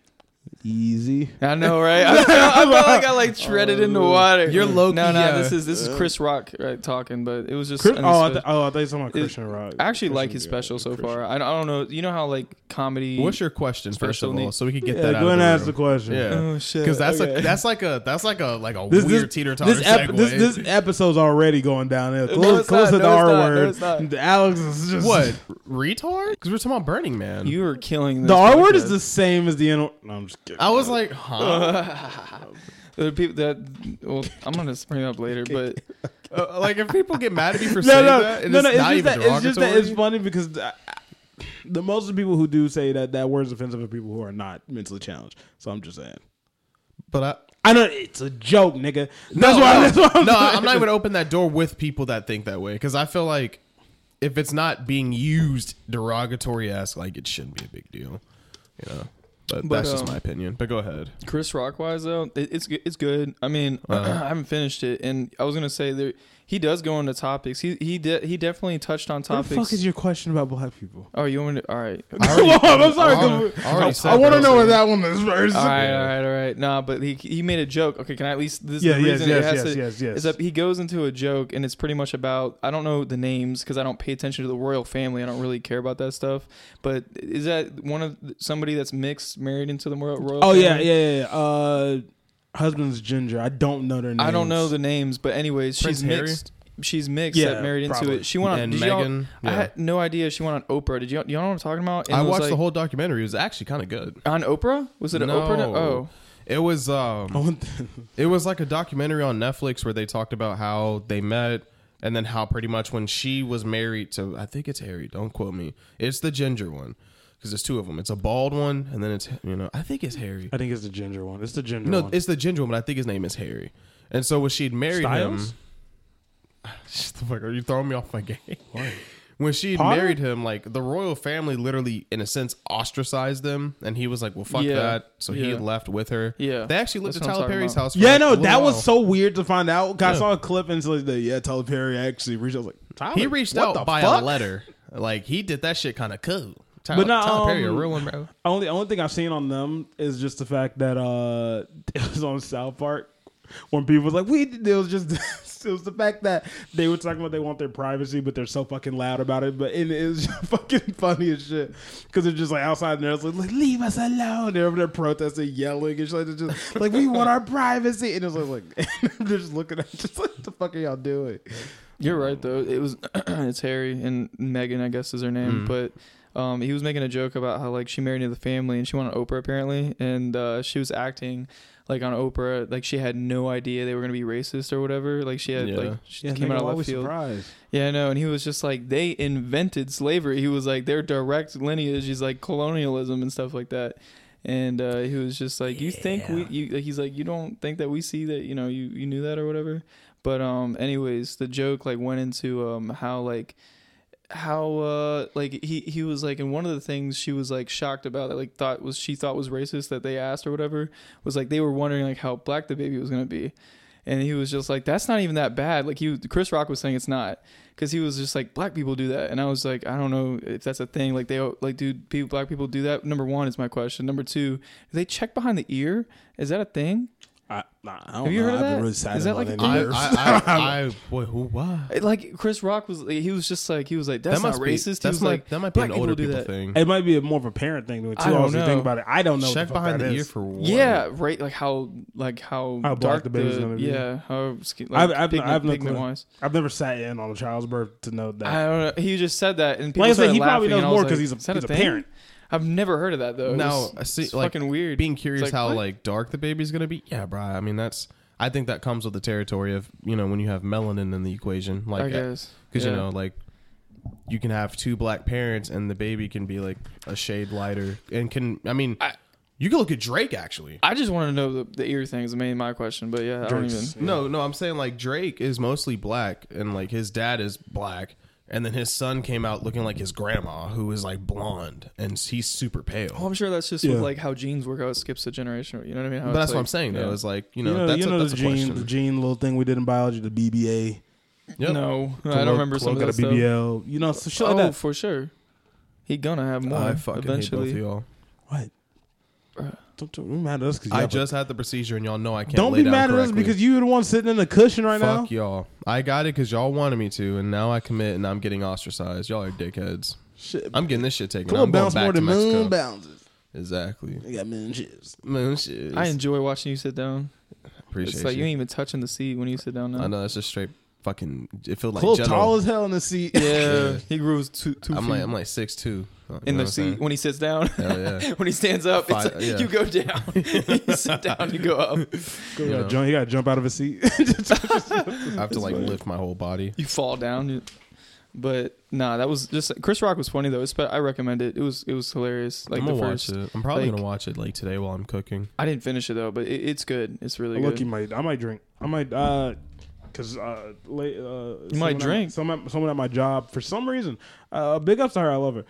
[SPEAKER 2] Easy.
[SPEAKER 4] I know, right? I, feel, I feel like I like treaded in the
[SPEAKER 2] Oh,
[SPEAKER 4] water.
[SPEAKER 3] You're low-key,
[SPEAKER 4] No, no,
[SPEAKER 3] uh,
[SPEAKER 4] this is this is Chris Rock right talking, but it was just.
[SPEAKER 2] Chris,
[SPEAKER 4] in this
[SPEAKER 2] oh, I
[SPEAKER 4] spe-
[SPEAKER 2] th- oh, I thought you were talking about
[SPEAKER 4] It-
[SPEAKER 2] Christian Rock.
[SPEAKER 4] I actually like
[SPEAKER 2] Christian-
[SPEAKER 4] his
[SPEAKER 2] yeah,
[SPEAKER 4] special so
[SPEAKER 2] Christian.
[SPEAKER 4] far. I, I don't know. You know how like comedy.
[SPEAKER 3] What's your question first
[SPEAKER 4] Special
[SPEAKER 3] of all,
[SPEAKER 4] need-
[SPEAKER 3] so we can get
[SPEAKER 2] Yeah,
[SPEAKER 3] that out.
[SPEAKER 2] go
[SPEAKER 3] of
[SPEAKER 2] and
[SPEAKER 3] the
[SPEAKER 2] ask the
[SPEAKER 3] room.
[SPEAKER 2] question.
[SPEAKER 3] Yeah.
[SPEAKER 4] Oh shit!
[SPEAKER 3] Because that's
[SPEAKER 4] okay.
[SPEAKER 3] a that's like a that's like a like a
[SPEAKER 2] This,
[SPEAKER 3] weird
[SPEAKER 2] this,
[SPEAKER 3] teeter totter
[SPEAKER 2] this, ep-
[SPEAKER 3] segue.
[SPEAKER 2] this, this episode's already going downhill.
[SPEAKER 4] No,
[SPEAKER 2] Close,
[SPEAKER 4] it's
[SPEAKER 2] close to
[SPEAKER 4] not.
[SPEAKER 2] the
[SPEAKER 4] No, it's
[SPEAKER 2] R
[SPEAKER 4] not. No,
[SPEAKER 2] word.
[SPEAKER 4] it's not.
[SPEAKER 2] Alex is just
[SPEAKER 3] what retard? Because we're talking about Burning Man.
[SPEAKER 4] you are killing. This
[SPEAKER 2] The R word is
[SPEAKER 4] podcast.
[SPEAKER 2] the same as the N. word. No, I'm just kidding.
[SPEAKER 3] I was like,
[SPEAKER 2] Oh,
[SPEAKER 3] huh?
[SPEAKER 4] There are people that. Well, I'm gonna bring it up later, but
[SPEAKER 3] Uh, like if people get mad at me
[SPEAKER 2] no,
[SPEAKER 3] for saying
[SPEAKER 2] no,
[SPEAKER 3] that, and
[SPEAKER 2] no,
[SPEAKER 3] it's
[SPEAKER 2] no. It's
[SPEAKER 3] not
[SPEAKER 2] just, that,
[SPEAKER 3] even
[SPEAKER 2] it's just that
[SPEAKER 3] derogatory,
[SPEAKER 2] it's funny because I, I- the most of the people who do say that that word is offensive are people who are not mentally challenged. So I'm just saying.
[SPEAKER 3] but I.
[SPEAKER 2] I know it's a joke, nigga. That's
[SPEAKER 3] No,
[SPEAKER 2] why.
[SPEAKER 3] no,
[SPEAKER 2] that's why I'm
[SPEAKER 3] no,
[SPEAKER 2] saying.
[SPEAKER 3] I'm not even gonna open that door with people that think that way because I feel like if it's not being used derogatory as like it shouldn't be a big deal, you know. But,
[SPEAKER 4] But,
[SPEAKER 3] that's just
[SPEAKER 4] um,
[SPEAKER 3] my opinion. But go ahead.
[SPEAKER 4] Chris Rock wise though, it, it's good- it's good. I mean,
[SPEAKER 2] Uh-huh.
[SPEAKER 4] I haven't finished it, and I was gonna say there he does go into topics. He he de- he definitely touched on
[SPEAKER 2] What
[SPEAKER 4] topics.
[SPEAKER 2] the fuck is your question about black people?
[SPEAKER 4] oh, you want me to? All right.
[SPEAKER 2] Well, I'm sorry.
[SPEAKER 3] I already-
[SPEAKER 2] dude.
[SPEAKER 3] I already
[SPEAKER 2] I-
[SPEAKER 3] said
[SPEAKER 2] I want to
[SPEAKER 3] that.
[SPEAKER 2] know where that one is first.
[SPEAKER 4] All right, all right, all right. Nah, but he he made a joke. Okay, can I at least this
[SPEAKER 2] Yeah,
[SPEAKER 4] is the
[SPEAKER 2] yes,
[SPEAKER 4] reason it
[SPEAKER 2] yes,
[SPEAKER 4] has
[SPEAKER 2] yes,
[SPEAKER 4] to,
[SPEAKER 2] yes, yes.
[SPEAKER 4] is that he goes into a joke and it's pretty much about I don't know the names because I don't pay attention to the royal family. I don't really care about that stuff. But is that one of somebody that's mixed married into the royal? royal
[SPEAKER 2] Oh yeah,
[SPEAKER 4] family?
[SPEAKER 2] yeah, yeah. yeah. Uh, husband's ginger. I don't know their name.
[SPEAKER 4] I don't know the names, but anyways,
[SPEAKER 3] Prince
[SPEAKER 4] she's
[SPEAKER 3] Harry?
[SPEAKER 4] mixed. she's mixed
[SPEAKER 2] Yeah,
[SPEAKER 4] that married into
[SPEAKER 2] probably.
[SPEAKER 4] it. She went on
[SPEAKER 3] And
[SPEAKER 4] did y'all-
[SPEAKER 3] Megan,
[SPEAKER 4] I
[SPEAKER 3] yeah.
[SPEAKER 4] had no idea she went on Oprah. Did you, you know what I'm talking about? And
[SPEAKER 3] I
[SPEAKER 4] it was
[SPEAKER 3] watched the
[SPEAKER 4] like-
[SPEAKER 3] whole documentary. It was actually kind of good.
[SPEAKER 4] on Oprah. Was it an Oprah?
[SPEAKER 3] No.
[SPEAKER 4] Oh,
[SPEAKER 3] It was um, it was like a documentary on Netflix where they talked about how they met and then how pretty much when she was married to I think it's Harry. Don't quote me. It's the ginger one because there's two of them. It's a bald one and then it's you know I think it's Harry.
[SPEAKER 2] I think it's the ginger one. It's the ginger
[SPEAKER 3] No,
[SPEAKER 2] one.
[SPEAKER 3] it's the ginger one, but I think his name is Harry. And so when she'd married
[SPEAKER 2] Styles?
[SPEAKER 3] him, Shut the fuck! Are you throwing me off my game? When she
[SPEAKER 2] Potter?
[SPEAKER 3] married him, like the royal family literally, in a sense, ostracized them, and he was like, "Well, fuck
[SPEAKER 4] Yeah.
[SPEAKER 3] that." So he
[SPEAKER 4] Yeah.
[SPEAKER 3] left with her.
[SPEAKER 4] Yeah.
[SPEAKER 3] they actually lived at
[SPEAKER 4] That's what I'm
[SPEAKER 3] Tyler
[SPEAKER 4] talking
[SPEAKER 3] Perry's
[SPEAKER 4] about.
[SPEAKER 3] house. for,
[SPEAKER 2] yeah,
[SPEAKER 3] like, a
[SPEAKER 2] no,
[SPEAKER 3] little
[SPEAKER 2] that
[SPEAKER 3] while.
[SPEAKER 2] was so weird to find out. I
[SPEAKER 3] Yeah.
[SPEAKER 2] saw a clip and it's like, yeah, Tyler Perry actually reached. I was like, Tyler,
[SPEAKER 3] He reached
[SPEAKER 2] what the
[SPEAKER 3] out by
[SPEAKER 2] fuck?
[SPEAKER 3] a letter. Like he did that shit kind of cool. Tyler,
[SPEAKER 2] But not,
[SPEAKER 3] Tyler Perry, a
[SPEAKER 2] um,
[SPEAKER 3] real one, bro.
[SPEAKER 2] Only only thing I've seen on them is just the fact that uh it was on South Park when people was like we it was just it was the fact that they were talking about they want their privacy but they're so fucking loud about it but and it was just fucking funny as shit because they're just like outside and they're just like leave us alone they're over there protesting yelling and shit like, they're just like we want our privacy and it was like, like I'm just looking at just like what the fuck are y'all doing
[SPEAKER 4] you're right though. It was it's Harry and Megan, I guess is her name. But um, he was making a joke about how like she married into the family and she went on Oprah apparently, and uh, she was acting like on Oprah, like she had no idea they were gonna be racist or whatever. Like she had
[SPEAKER 3] Yeah.
[SPEAKER 4] like she came out of left field.
[SPEAKER 2] surprised
[SPEAKER 4] Yeah, I know. And he was just like, they invented slavery. He was like, their direct lineage is like colonialism and stuff like that. And uh, he was just like, you think we? You, he's like, you don't think that we see that? You know, you you knew that or whatever. But um, anyways, the joke like went into um how like how uh like he he was like and one of the things she was like shocked about that like thought was she thought was racist that they asked or whatever was like they were wondering like how black the baby was gonna be and he was just like that's not even that bad like he chris rock was saying it's not because he was just like black people do that and i was like i don't know if that's a thing like they like dude people, black people do that number one is my question number two do they check behind the ear is that a thing
[SPEAKER 2] I, I don't
[SPEAKER 4] Have you
[SPEAKER 2] know.
[SPEAKER 4] heard of
[SPEAKER 2] I've been
[SPEAKER 4] that?
[SPEAKER 2] really
[SPEAKER 4] Is
[SPEAKER 2] silent
[SPEAKER 4] that
[SPEAKER 2] about
[SPEAKER 4] like a
[SPEAKER 2] it.
[SPEAKER 4] thing?
[SPEAKER 3] I,
[SPEAKER 4] I-
[SPEAKER 3] I,
[SPEAKER 4] Nerves.
[SPEAKER 3] I, boy, who, why?
[SPEAKER 4] like chris rock was he was just like he was like that's
[SPEAKER 3] That must
[SPEAKER 4] not
[SPEAKER 3] be-
[SPEAKER 4] racist he
[SPEAKER 3] That's
[SPEAKER 4] was
[SPEAKER 3] like that might be
[SPEAKER 4] black
[SPEAKER 3] an older
[SPEAKER 4] do
[SPEAKER 3] people
[SPEAKER 4] that.
[SPEAKER 3] thing.
[SPEAKER 2] It might be a more of a parent thing though. Too,
[SPEAKER 4] I don't
[SPEAKER 2] honestly, think
[SPEAKER 4] know.
[SPEAKER 2] about it. I don't know. what
[SPEAKER 3] Check
[SPEAKER 2] the fuck
[SPEAKER 3] behind
[SPEAKER 2] that
[SPEAKER 3] the ear
[SPEAKER 2] is.
[SPEAKER 3] for one.
[SPEAKER 4] yeah right like how like how,
[SPEAKER 2] How black
[SPEAKER 4] dark
[SPEAKER 2] the baby's gonna be.
[SPEAKER 4] yeah how skin, like,
[SPEAKER 2] I've, I've,
[SPEAKER 4] pigment,
[SPEAKER 2] I've, no
[SPEAKER 4] pigment
[SPEAKER 2] clue.
[SPEAKER 4] wise
[SPEAKER 2] I've never sat in on a child's birth to know that.
[SPEAKER 4] I don't know. He just said that, and people
[SPEAKER 2] Like I said,
[SPEAKER 4] started
[SPEAKER 2] he probably
[SPEAKER 4] laughing, and
[SPEAKER 2] knows
[SPEAKER 4] I was
[SPEAKER 2] more 'cause
[SPEAKER 4] like,
[SPEAKER 2] he's a-
[SPEAKER 4] "Is that
[SPEAKER 2] he's a
[SPEAKER 4] thing?"
[SPEAKER 2] parent.
[SPEAKER 4] I've never heard of that though. It
[SPEAKER 3] No,
[SPEAKER 4] was-
[SPEAKER 3] I see.
[SPEAKER 4] it's
[SPEAKER 3] Like
[SPEAKER 4] fucking weird.
[SPEAKER 3] Being curious
[SPEAKER 4] It's like,
[SPEAKER 3] how
[SPEAKER 4] what?
[SPEAKER 3] like dark the baby's gonna be. Yeah, bro. I mean, that's. I think that comes with the territory of you know when you have melanin in the equation, like
[SPEAKER 4] I guess
[SPEAKER 3] because
[SPEAKER 4] Yeah.
[SPEAKER 3] you know like you can have two black parents and the baby can be like a shade lighter and can. I mean,
[SPEAKER 4] I-
[SPEAKER 3] you can look at Drake actually.
[SPEAKER 4] I just want to know the, the ear thing is the main my question, but yeah, I don't even.
[SPEAKER 2] Drinks.
[SPEAKER 3] No, no, I'm saying like Drake is mostly black and like his dad is black. And then his son came out looking like his grandma, who is like blonde, and he's super pale.
[SPEAKER 2] Oh,
[SPEAKER 4] Well, I'm sure that's just
[SPEAKER 2] Yeah.
[SPEAKER 4] with like how genes work out. It skips a generation. You know what I mean? How
[SPEAKER 3] but
[SPEAKER 4] it's
[SPEAKER 3] that's what
[SPEAKER 4] like-
[SPEAKER 3] I'm saying though.
[SPEAKER 4] yeah.
[SPEAKER 3] Is like you
[SPEAKER 2] you
[SPEAKER 3] know,
[SPEAKER 2] know,
[SPEAKER 3] that's
[SPEAKER 2] you
[SPEAKER 3] a,
[SPEAKER 2] know
[SPEAKER 3] that's
[SPEAKER 2] the
[SPEAKER 3] a
[SPEAKER 2] gene,
[SPEAKER 3] question.
[SPEAKER 2] the gene little thing we did in biology, the BBA.
[SPEAKER 3] Yep.
[SPEAKER 4] no,
[SPEAKER 3] oh,
[SPEAKER 4] no, I don't remember some of
[SPEAKER 2] got
[SPEAKER 4] that
[SPEAKER 2] a
[SPEAKER 4] stuff.
[SPEAKER 2] BBL. You know, so shit
[SPEAKER 4] oh,
[SPEAKER 2] like that.
[SPEAKER 4] for sure. He gonna have more
[SPEAKER 3] I fucking
[SPEAKER 4] eventually.
[SPEAKER 3] hate both of y'all.
[SPEAKER 2] What? Don't, don't be mad at us because
[SPEAKER 3] I just had the procedure, and y'all know I can't.
[SPEAKER 2] don't
[SPEAKER 3] lay
[SPEAKER 2] be
[SPEAKER 3] down
[SPEAKER 2] mad at us
[SPEAKER 3] correctly.
[SPEAKER 2] because you're the one sitting in the cushion right
[SPEAKER 3] fuck
[SPEAKER 2] now.
[SPEAKER 3] y'all. I got it because y'all wanted me to, and now I commit, and I'm getting ostracized. Y'all are dickheads.
[SPEAKER 2] Shit,
[SPEAKER 3] I'm getting this shit taken.
[SPEAKER 2] come
[SPEAKER 3] I'm
[SPEAKER 2] on,
[SPEAKER 3] going
[SPEAKER 2] bounce
[SPEAKER 3] back
[SPEAKER 2] more
[SPEAKER 3] to
[SPEAKER 2] than
[SPEAKER 3] Mexico.
[SPEAKER 2] moon bounces.
[SPEAKER 3] Exactly.
[SPEAKER 2] You got moon chips.
[SPEAKER 3] Moon shit.
[SPEAKER 4] I enjoy watching you sit down.
[SPEAKER 3] appreciate
[SPEAKER 4] it's like you.
[SPEAKER 3] you.
[SPEAKER 4] ain't even touching the seat when you sit down now.
[SPEAKER 3] I know that's just straight fucking. It feels like
[SPEAKER 2] Cole
[SPEAKER 3] jello.
[SPEAKER 2] tall as hell in the seat.
[SPEAKER 4] Yeah, he grows two two
[SPEAKER 3] I'm
[SPEAKER 4] feet
[SPEAKER 3] like I'm like six two.
[SPEAKER 4] in the seat when he sits down.
[SPEAKER 3] Hell yeah.
[SPEAKER 4] when he stands up, it's
[SPEAKER 3] Five-
[SPEAKER 4] like,
[SPEAKER 3] yeah.
[SPEAKER 4] you go down. you sit down, you go up.
[SPEAKER 2] He
[SPEAKER 3] Yeah.
[SPEAKER 2] gotta jump- he got to jump out of his seat.
[SPEAKER 3] I have to like lift my whole body.
[SPEAKER 4] you fall down. You- But nah, that was just Chris Rock was funny though. It's, but I recommend it. It was it was hilarious. Like
[SPEAKER 3] I'm
[SPEAKER 4] the
[SPEAKER 3] gonna
[SPEAKER 4] first,
[SPEAKER 3] watch it. I'm probably
[SPEAKER 4] like-
[SPEAKER 3] gonna watch it like today while I'm cooking.
[SPEAKER 4] I didn't finish it though, but it, it's good. It's really
[SPEAKER 2] Look, you
[SPEAKER 4] good.
[SPEAKER 2] might. I might drink. I might. Uh, Cause uh, late, uh, you
[SPEAKER 4] might drink.
[SPEAKER 2] Someone, someone at my job, for some reason, uh, big ups to her. I love her.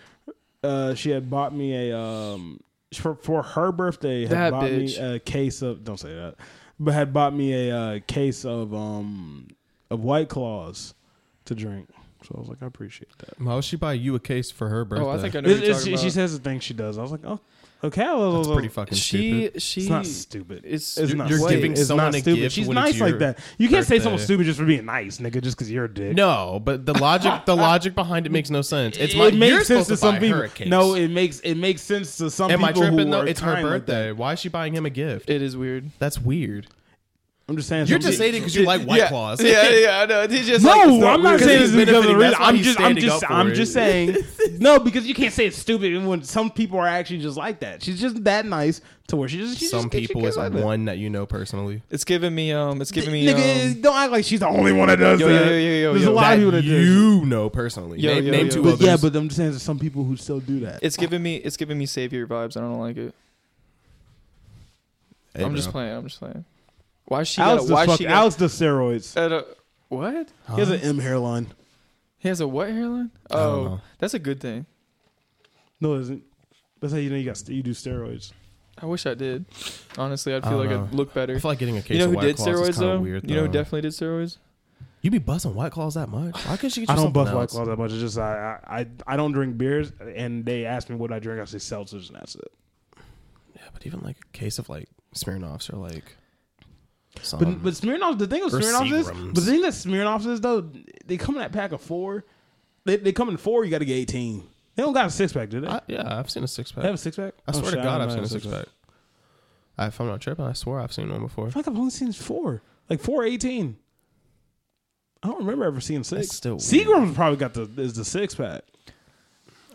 [SPEAKER 2] Uh, she had bought me a um for, for her birthday. Had
[SPEAKER 4] That
[SPEAKER 2] bought me
[SPEAKER 4] bitch.
[SPEAKER 2] a case of don't say that, but had bought me a uh, case of um of White Claws to drink. So I was like, I appreciate that.
[SPEAKER 3] How would she buy you a case for her birthday?
[SPEAKER 4] Oh, I think I know.
[SPEAKER 2] It's,
[SPEAKER 4] what you're
[SPEAKER 2] it's- she,
[SPEAKER 4] talking
[SPEAKER 2] she
[SPEAKER 4] about.
[SPEAKER 2] says the thing she does. I was like, oh, okay. I was- I was
[SPEAKER 3] that's pretty
[SPEAKER 2] like,
[SPEAKER 3] fucking
[SPEAKER 4] she
[SPEAKER 3] stupid.
[SPEAKER 4] she.
[SPEAKER 2] It's not stupid. it's
[SPEAKER 4] it's- You're-
[SPEAKER 2] not
[SPEAKER 3] you're
[SPEAKER 2] stupid.
[SPEAKER 3] giving
[SPEAKER 2] It's
[SPEAKER 3] someone
[SPEAKER 2] not
[SPEAKER 3] a
[SPEAKER 2] stupid.
[SPEAKER 3] gift
[SPEAKER 2] She's
[SPEAKER 3] when it's
[SPEAKER 2] nice like
[SPEAKER 3] your
[SPEAKER 2] that. You can't say someone
[SPEAKER 3] birthday.
[SPEAKER 2] stupid just for being nice, nigga, just because you're a dick.
[SPEAKER 3] No, but the logic the logic behind it makes no sense. It's
[SPEAKER 2] it
[SPEAKER 3] my, you're
[SPEAKER 2] makes sense
[SPEAKER 3] supposed
[SPEAKER 2] to
[SPEAKER 3] to
[SPEAKER 2] some
[SPEAKER 3] buy
[SPEAKER 2] people.
[SPEAKER 3] her a case.
[SPEAKER 2] No, it makes it makes sense to some
[SPEAKER 3] am I
[SPEAKER 2] people who
[SPEAKER 3] tripping? though?
[SPEAKER 2] are
[SPEAKER 3] it's her
[SPEAKER 2] kind like that.
[SPEAKER 3] birthday. Why is she buying him a gift?
[SPEAKER 4] It is weird.
[SPEAKER 3] That's weird.
[SPEAKER 2] I'm just saying.
[SPEAKER 3] You're
[SPEAKER 2] some-
[SPEAKER 3] just saying it because you like White
[SPEAKER 4] yeah.
[SPEAKER 3] Claws.
[SPEAKER 4] Yeah, yeah, I know. He's just like,
[SPEAKER 2] No, I'm not
[SPEAKER 3] because
[SPEAKER 2] saying
[SPEAKER 3] he's
[SPEAKER 2] this is because of the
[SPEAKER 3] benefiting.
[SPEAKER 2] reason.
[SPEAKER 3] That's why
[SPEAKER 2] I'm
[SPEAKER 3] he's
[SPEAKER 2] just, I'm
[SPEAKER 3] standing
[SPEAKER 2] just,
[SPEAKER 3] up for
[SPEAKER 2] I'm
[SPEAKER 3] it.
[SPEAKER 2] just saying. no, because you can't say it's stupid when some people are actually just like that. She's just that nice to where she just. She
[SPEAKER 3] Some
[SPEAKER 2] just gets- she
[SPEAKER 3] people
[SPEAKER 2] gets
[SPEAKER 3] is
[SPEAKER 2] like that.
[SPEAKER 3] one that you know personally.
[SPEAKER 4] it's giving me um, it's giving me
[SPEAKER 2] Nigga,
[SPEAKER 4] um,
[SPEAKER 2] don't act like she's the only one that does
[SPEAKER 4] Yo, yo,
[SPEAKER 2] that.
[SPEAKER 4] yo, yo, yo,
[SPEAKER 2] There's
[SPEAKER 4] yo.
[SPEAKER 2] a lot
[SPEAKER 3] that
[SPEAKER 2] of people that do.
[SPEAKER 3] you know personally.
[SPEAKER 4] Yo,
[SPEAKER 3] name
[SPEAKER 4] yo,
[SPEAKER 3] name
[SPEAKER 4] yo.
[SPEAKER 3] two
[SPEAKER 2] But
[SPEAKER 3] others.
[SPEAKER 2] yeah, but I'm just saying there's some people who still do that.
[SPEAKER 4] it's giving me, it's giving me savior vibes. I don't like it.
[SPEAKER 3] Hey,
[SPEAKER 4] I'm just
[SPEAKER 3] bro.
[SPEAKER 4] playing. I'm just playing. Why she?
[SPEAKER 2] Alex
[SPEAKER 4] Got,
[SPEAKER 2] does
[SPEAKER 4] why
[SPEAKER 2] fuck,
[SPEAKER 4] she? Got,
[SPEAKER 2] Alex does steroids.
[SPEAKER 4] at a, what?
[SPEAKER 2] He has an M hairline.
[SPEAKER 4] He has a what hairline?
[SPEAKER 3] don't
[SPEAKER 4] Oh,
[SPEAKER 3] know.
[SPEAKER 4] that's a good thing.
[SPEAKER 2] No, it isn't. That's how you know you got st- you do steroids.
[SPEAKER 4] I wish I did. Honestly, I'd
[SPEAKER 3] I
[SPEAKER 4] feel
[SPEAKER 3] don't
[SPEAKER 4] like
[SPEAKER 3] know.
[SPEAKER 4] I'd look better.
[SPEAKER 3] I feel like getting a case
[SPEAKER 4] You know
[SPEAKER 3] of
[SPEAKER 4] who
[SPEAKER 3] White
[SPEAKER 4] did
[SPEAKER 3] Claws is
[SPEAKER 4] steroids
[SPEAKER 3] kinda
[SPEAKER 4] though?
[SPEAKER 3] Weird,
[SPEAKER 4] you know who
[SPEAKER 3] though.
[SPEAKER 4] definitely did steroids?
[SPEAKER 3] You be busting White Claws that much? Why couldn't she get you
[SPEAKER 2] I don't
[SPEAKER 3] something
[SPEAKER 2] bust White
[SPEAKER 3] else?
[SPEAKER 2] Claws that much. It's just I, I I I don't drink beers, and they ask me what I drink. I say seltzers, and that's it.
[SPEAKER 3] Yeah, but even like a case of like Smirnoffs or like.
[SPEAKER 2] But
[SPEAKER 3] Some,
[SPEAKER 2] but Smirnoff, the thing with
[SPEAKER 3] Um, or
[SPEAKER 2] Smirnoff is,
[SPEAKER 3] Seagrams.
[SPEAKER 2] but the thing that Smirnoff is though, they come in that pack of four. They, they come in four. You got to get eighteen. They don't got a six pack, do they?
[SPEAKER 3] I, yeah, I've seen a six
[SPEAKER 2] they have a Oh,
[SPEAKER 3] pack.
[SPEAKER 2] six pack.
[SPEAKER 3] I swear to God, I've seen a six pack. I, if I'm not tripping, I swear I've seen one before.
[SPEAKER 2] I think I've only seen four, like four eighteen. I don't remember ever seeing six.
[SPEAKER 3] That's still weird.
[SPEAKER 2] Seagram's probably got the is the six pack.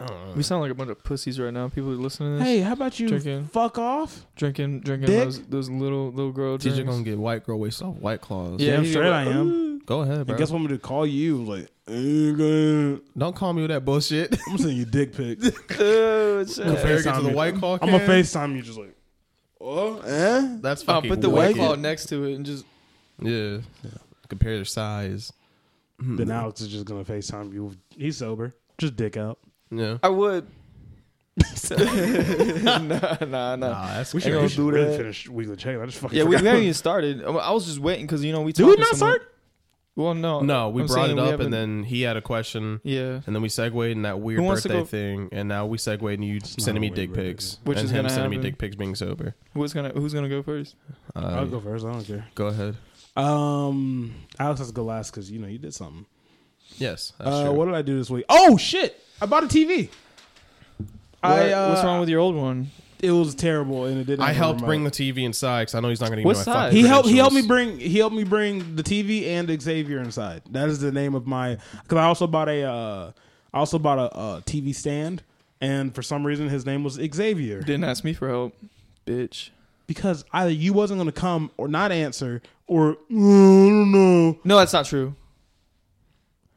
[SPEAKER 3] I don't know.
[SPEAKER 4] We sound like a bunch of pussies right now. People who listen to this,
[SPEAKER 2] Hey, how about you
[SPEAKER 4] Drinking.
[SPEAKER 2] fuck off?
[SPEAKER 4] drinking, drinking
[SPEAKER 2] Dick.
[SPEAKER 4] those those little little girl drinks.
[SPEAKER 3] TJ gonna get white girl waist off White Claws.
[SPEAKER 4] Yeah,
[SPEAKER 2] Damn
[SPEAKER 4] he-
[SPEAKER 2] straight I am.
[SPEAKER 3] Go ahead, bro.
[SPEAKER 2] And guess what I'm gonna do? Call you like "Nigga,
[SPEAKER 3] Don't call me with that bullshit.
[SPEAKER 2] I'm gonna send you dick pics.
[SPEAKER 4] Dude,
[SPEAKER 2] I'm
[SPEAKER 4] Oh, shit.
[SPEAKER 2] gonna
[SPEAKER 3] Compare it to
[SPEAKER 2] FaceTime
[SPEAKER 3] the
[SPEAKER 2] you.
[SPEAKER 3] White Claw.
[SPEAKER 2] I'm gonna
[SPEAKER 3] can.
[SPEAKER 2] FaceTime you just like, oh, eh?
[SPEAKER 3] That's
[SPEAKER 4] I'll
[SPEAKER 3] fucking.
[SPEAKER 4] put the white
[SPEAKER 3] wicked.
[SPEAKER 4] claw next to it and just.
[SPEAKER 3] Yeah. Compare their size.
[SPEAKER 2] Then Alex is just gonna FaceTime you. He's sober. Just dick out.
[SPEAKER 3] Yeah.
[SPEAKER 4] I would. nah, nah,
[SPEAKER 3] Nah,
[SPEAKER 4] nah.
[SPEAKER 3] that's
[SPEAKER 4] We should
[SPEAKER 3] crazy.
[SPEAKER 2] We
[SPEAKER 4] go- Don't
[SPEAKER 2] should
[SPEAKER 4] do
[SPEAKER 2] really
[SPEAKER 4] that.
[SPEAKER 2] finish weekly check. I just fucking
[SPEAKER 4] Yeah, we, we
[SPEAKER 2] forgot.
[SPEAKER 4] haven't even started. I- I was just waiting because you know we.
[SPEAKER 2] Did we
[SPEAKER 4] talked to
[SPEAKER 2] not
[SPEAKER 4] someone-
[SPEAKER 2] start?
[SPEAKER 4] Well, no.
[SPEAKER 3] No, we
[SPEAKER 4] I'm
[SPEAKER 3] brought
[SPEAKER 4] saying
[SPEAKER 3] it
[SPEAKER 4] we
[SPEAKER 3] up,
[SPEAKER 4] haven't-
[SPEAKER 3] and then he had a question,
[SPEAKER 4] yeah,
[SPEAKER 3] and then we segued in that weird
[SPEAKER 4] Who wants to
[SPEAKER 3] birthday
[SPEAKER 4] go-
[SPEAKER 3] thing, and now we segued into you
[SPEAKER 2] not
[SPEAKER 3] sending me
[SPEAKER 2] a
[SPEAKER 3] dick
[SPEAKER 2] weird birthday
[SPEAKER 3] pics,
[SPEAKER 4] Which
[SPEAKER 3] and
[SPEAKER 4] is
[SPEAKER 3] him
[SPEAKER 4] gonna
[SPEAKER 3] sending me
[SPEAKER 4] happen.
[SPEAKER 3] dick pics being sober.
[SPEAKER 4] who's gonna who's gonna go first?
[SPEAKER 3] Uh,
[SPEAKER 2] I'll
[SPEAKER 3] go.
[SPEAKER 2] go first. I don't care.
[SPEAKER 3] ahead.
[SPEAKER 2] Um, Alex has to go last because you know you did something.
[SPEAKER 3] Yes. That's
[SPEAKER 2] Uh,
[SPEAKER 3] true.
[SPEAKER 2] what did I do this week? Oh shit! I bought a TV. I
[SPEAKER 4] What-
[SPEAKER 2] uh,
[SPEAKER 4] what's wrong with your old one?
[SPEAKER 2] it? Was terrible and it didn't.
[SPEAKER 3] I
[SPEAKER 2] have a
[SPEAKER 3] helped
[SPEAKER 2] remote.
[SPEAKER 3] bring the TV inside because I know he's not going to give
[SPEAKER 4] What
[SPEAKER 3] me my
[SPEAKER 4] size?
[SPEAKER 3] fucking
[SPEAKER 2] He helped. He helped me
[SPEAKER 3] credentials.
[SPEAKER 2] bring. He helped me bring the TV and Xavier inside. That is the name of my. Because I also bought a. Uh, I also bought a uh, TV stand, and for some reason his name was Xavier.
[SPEAKER 4] Didn't ask me for help, bitch.
[SPEAKER 2] because either you wasn't gonna come or not answer or "Mm, I don't know.
[SPEAKER 4] No, that's not true.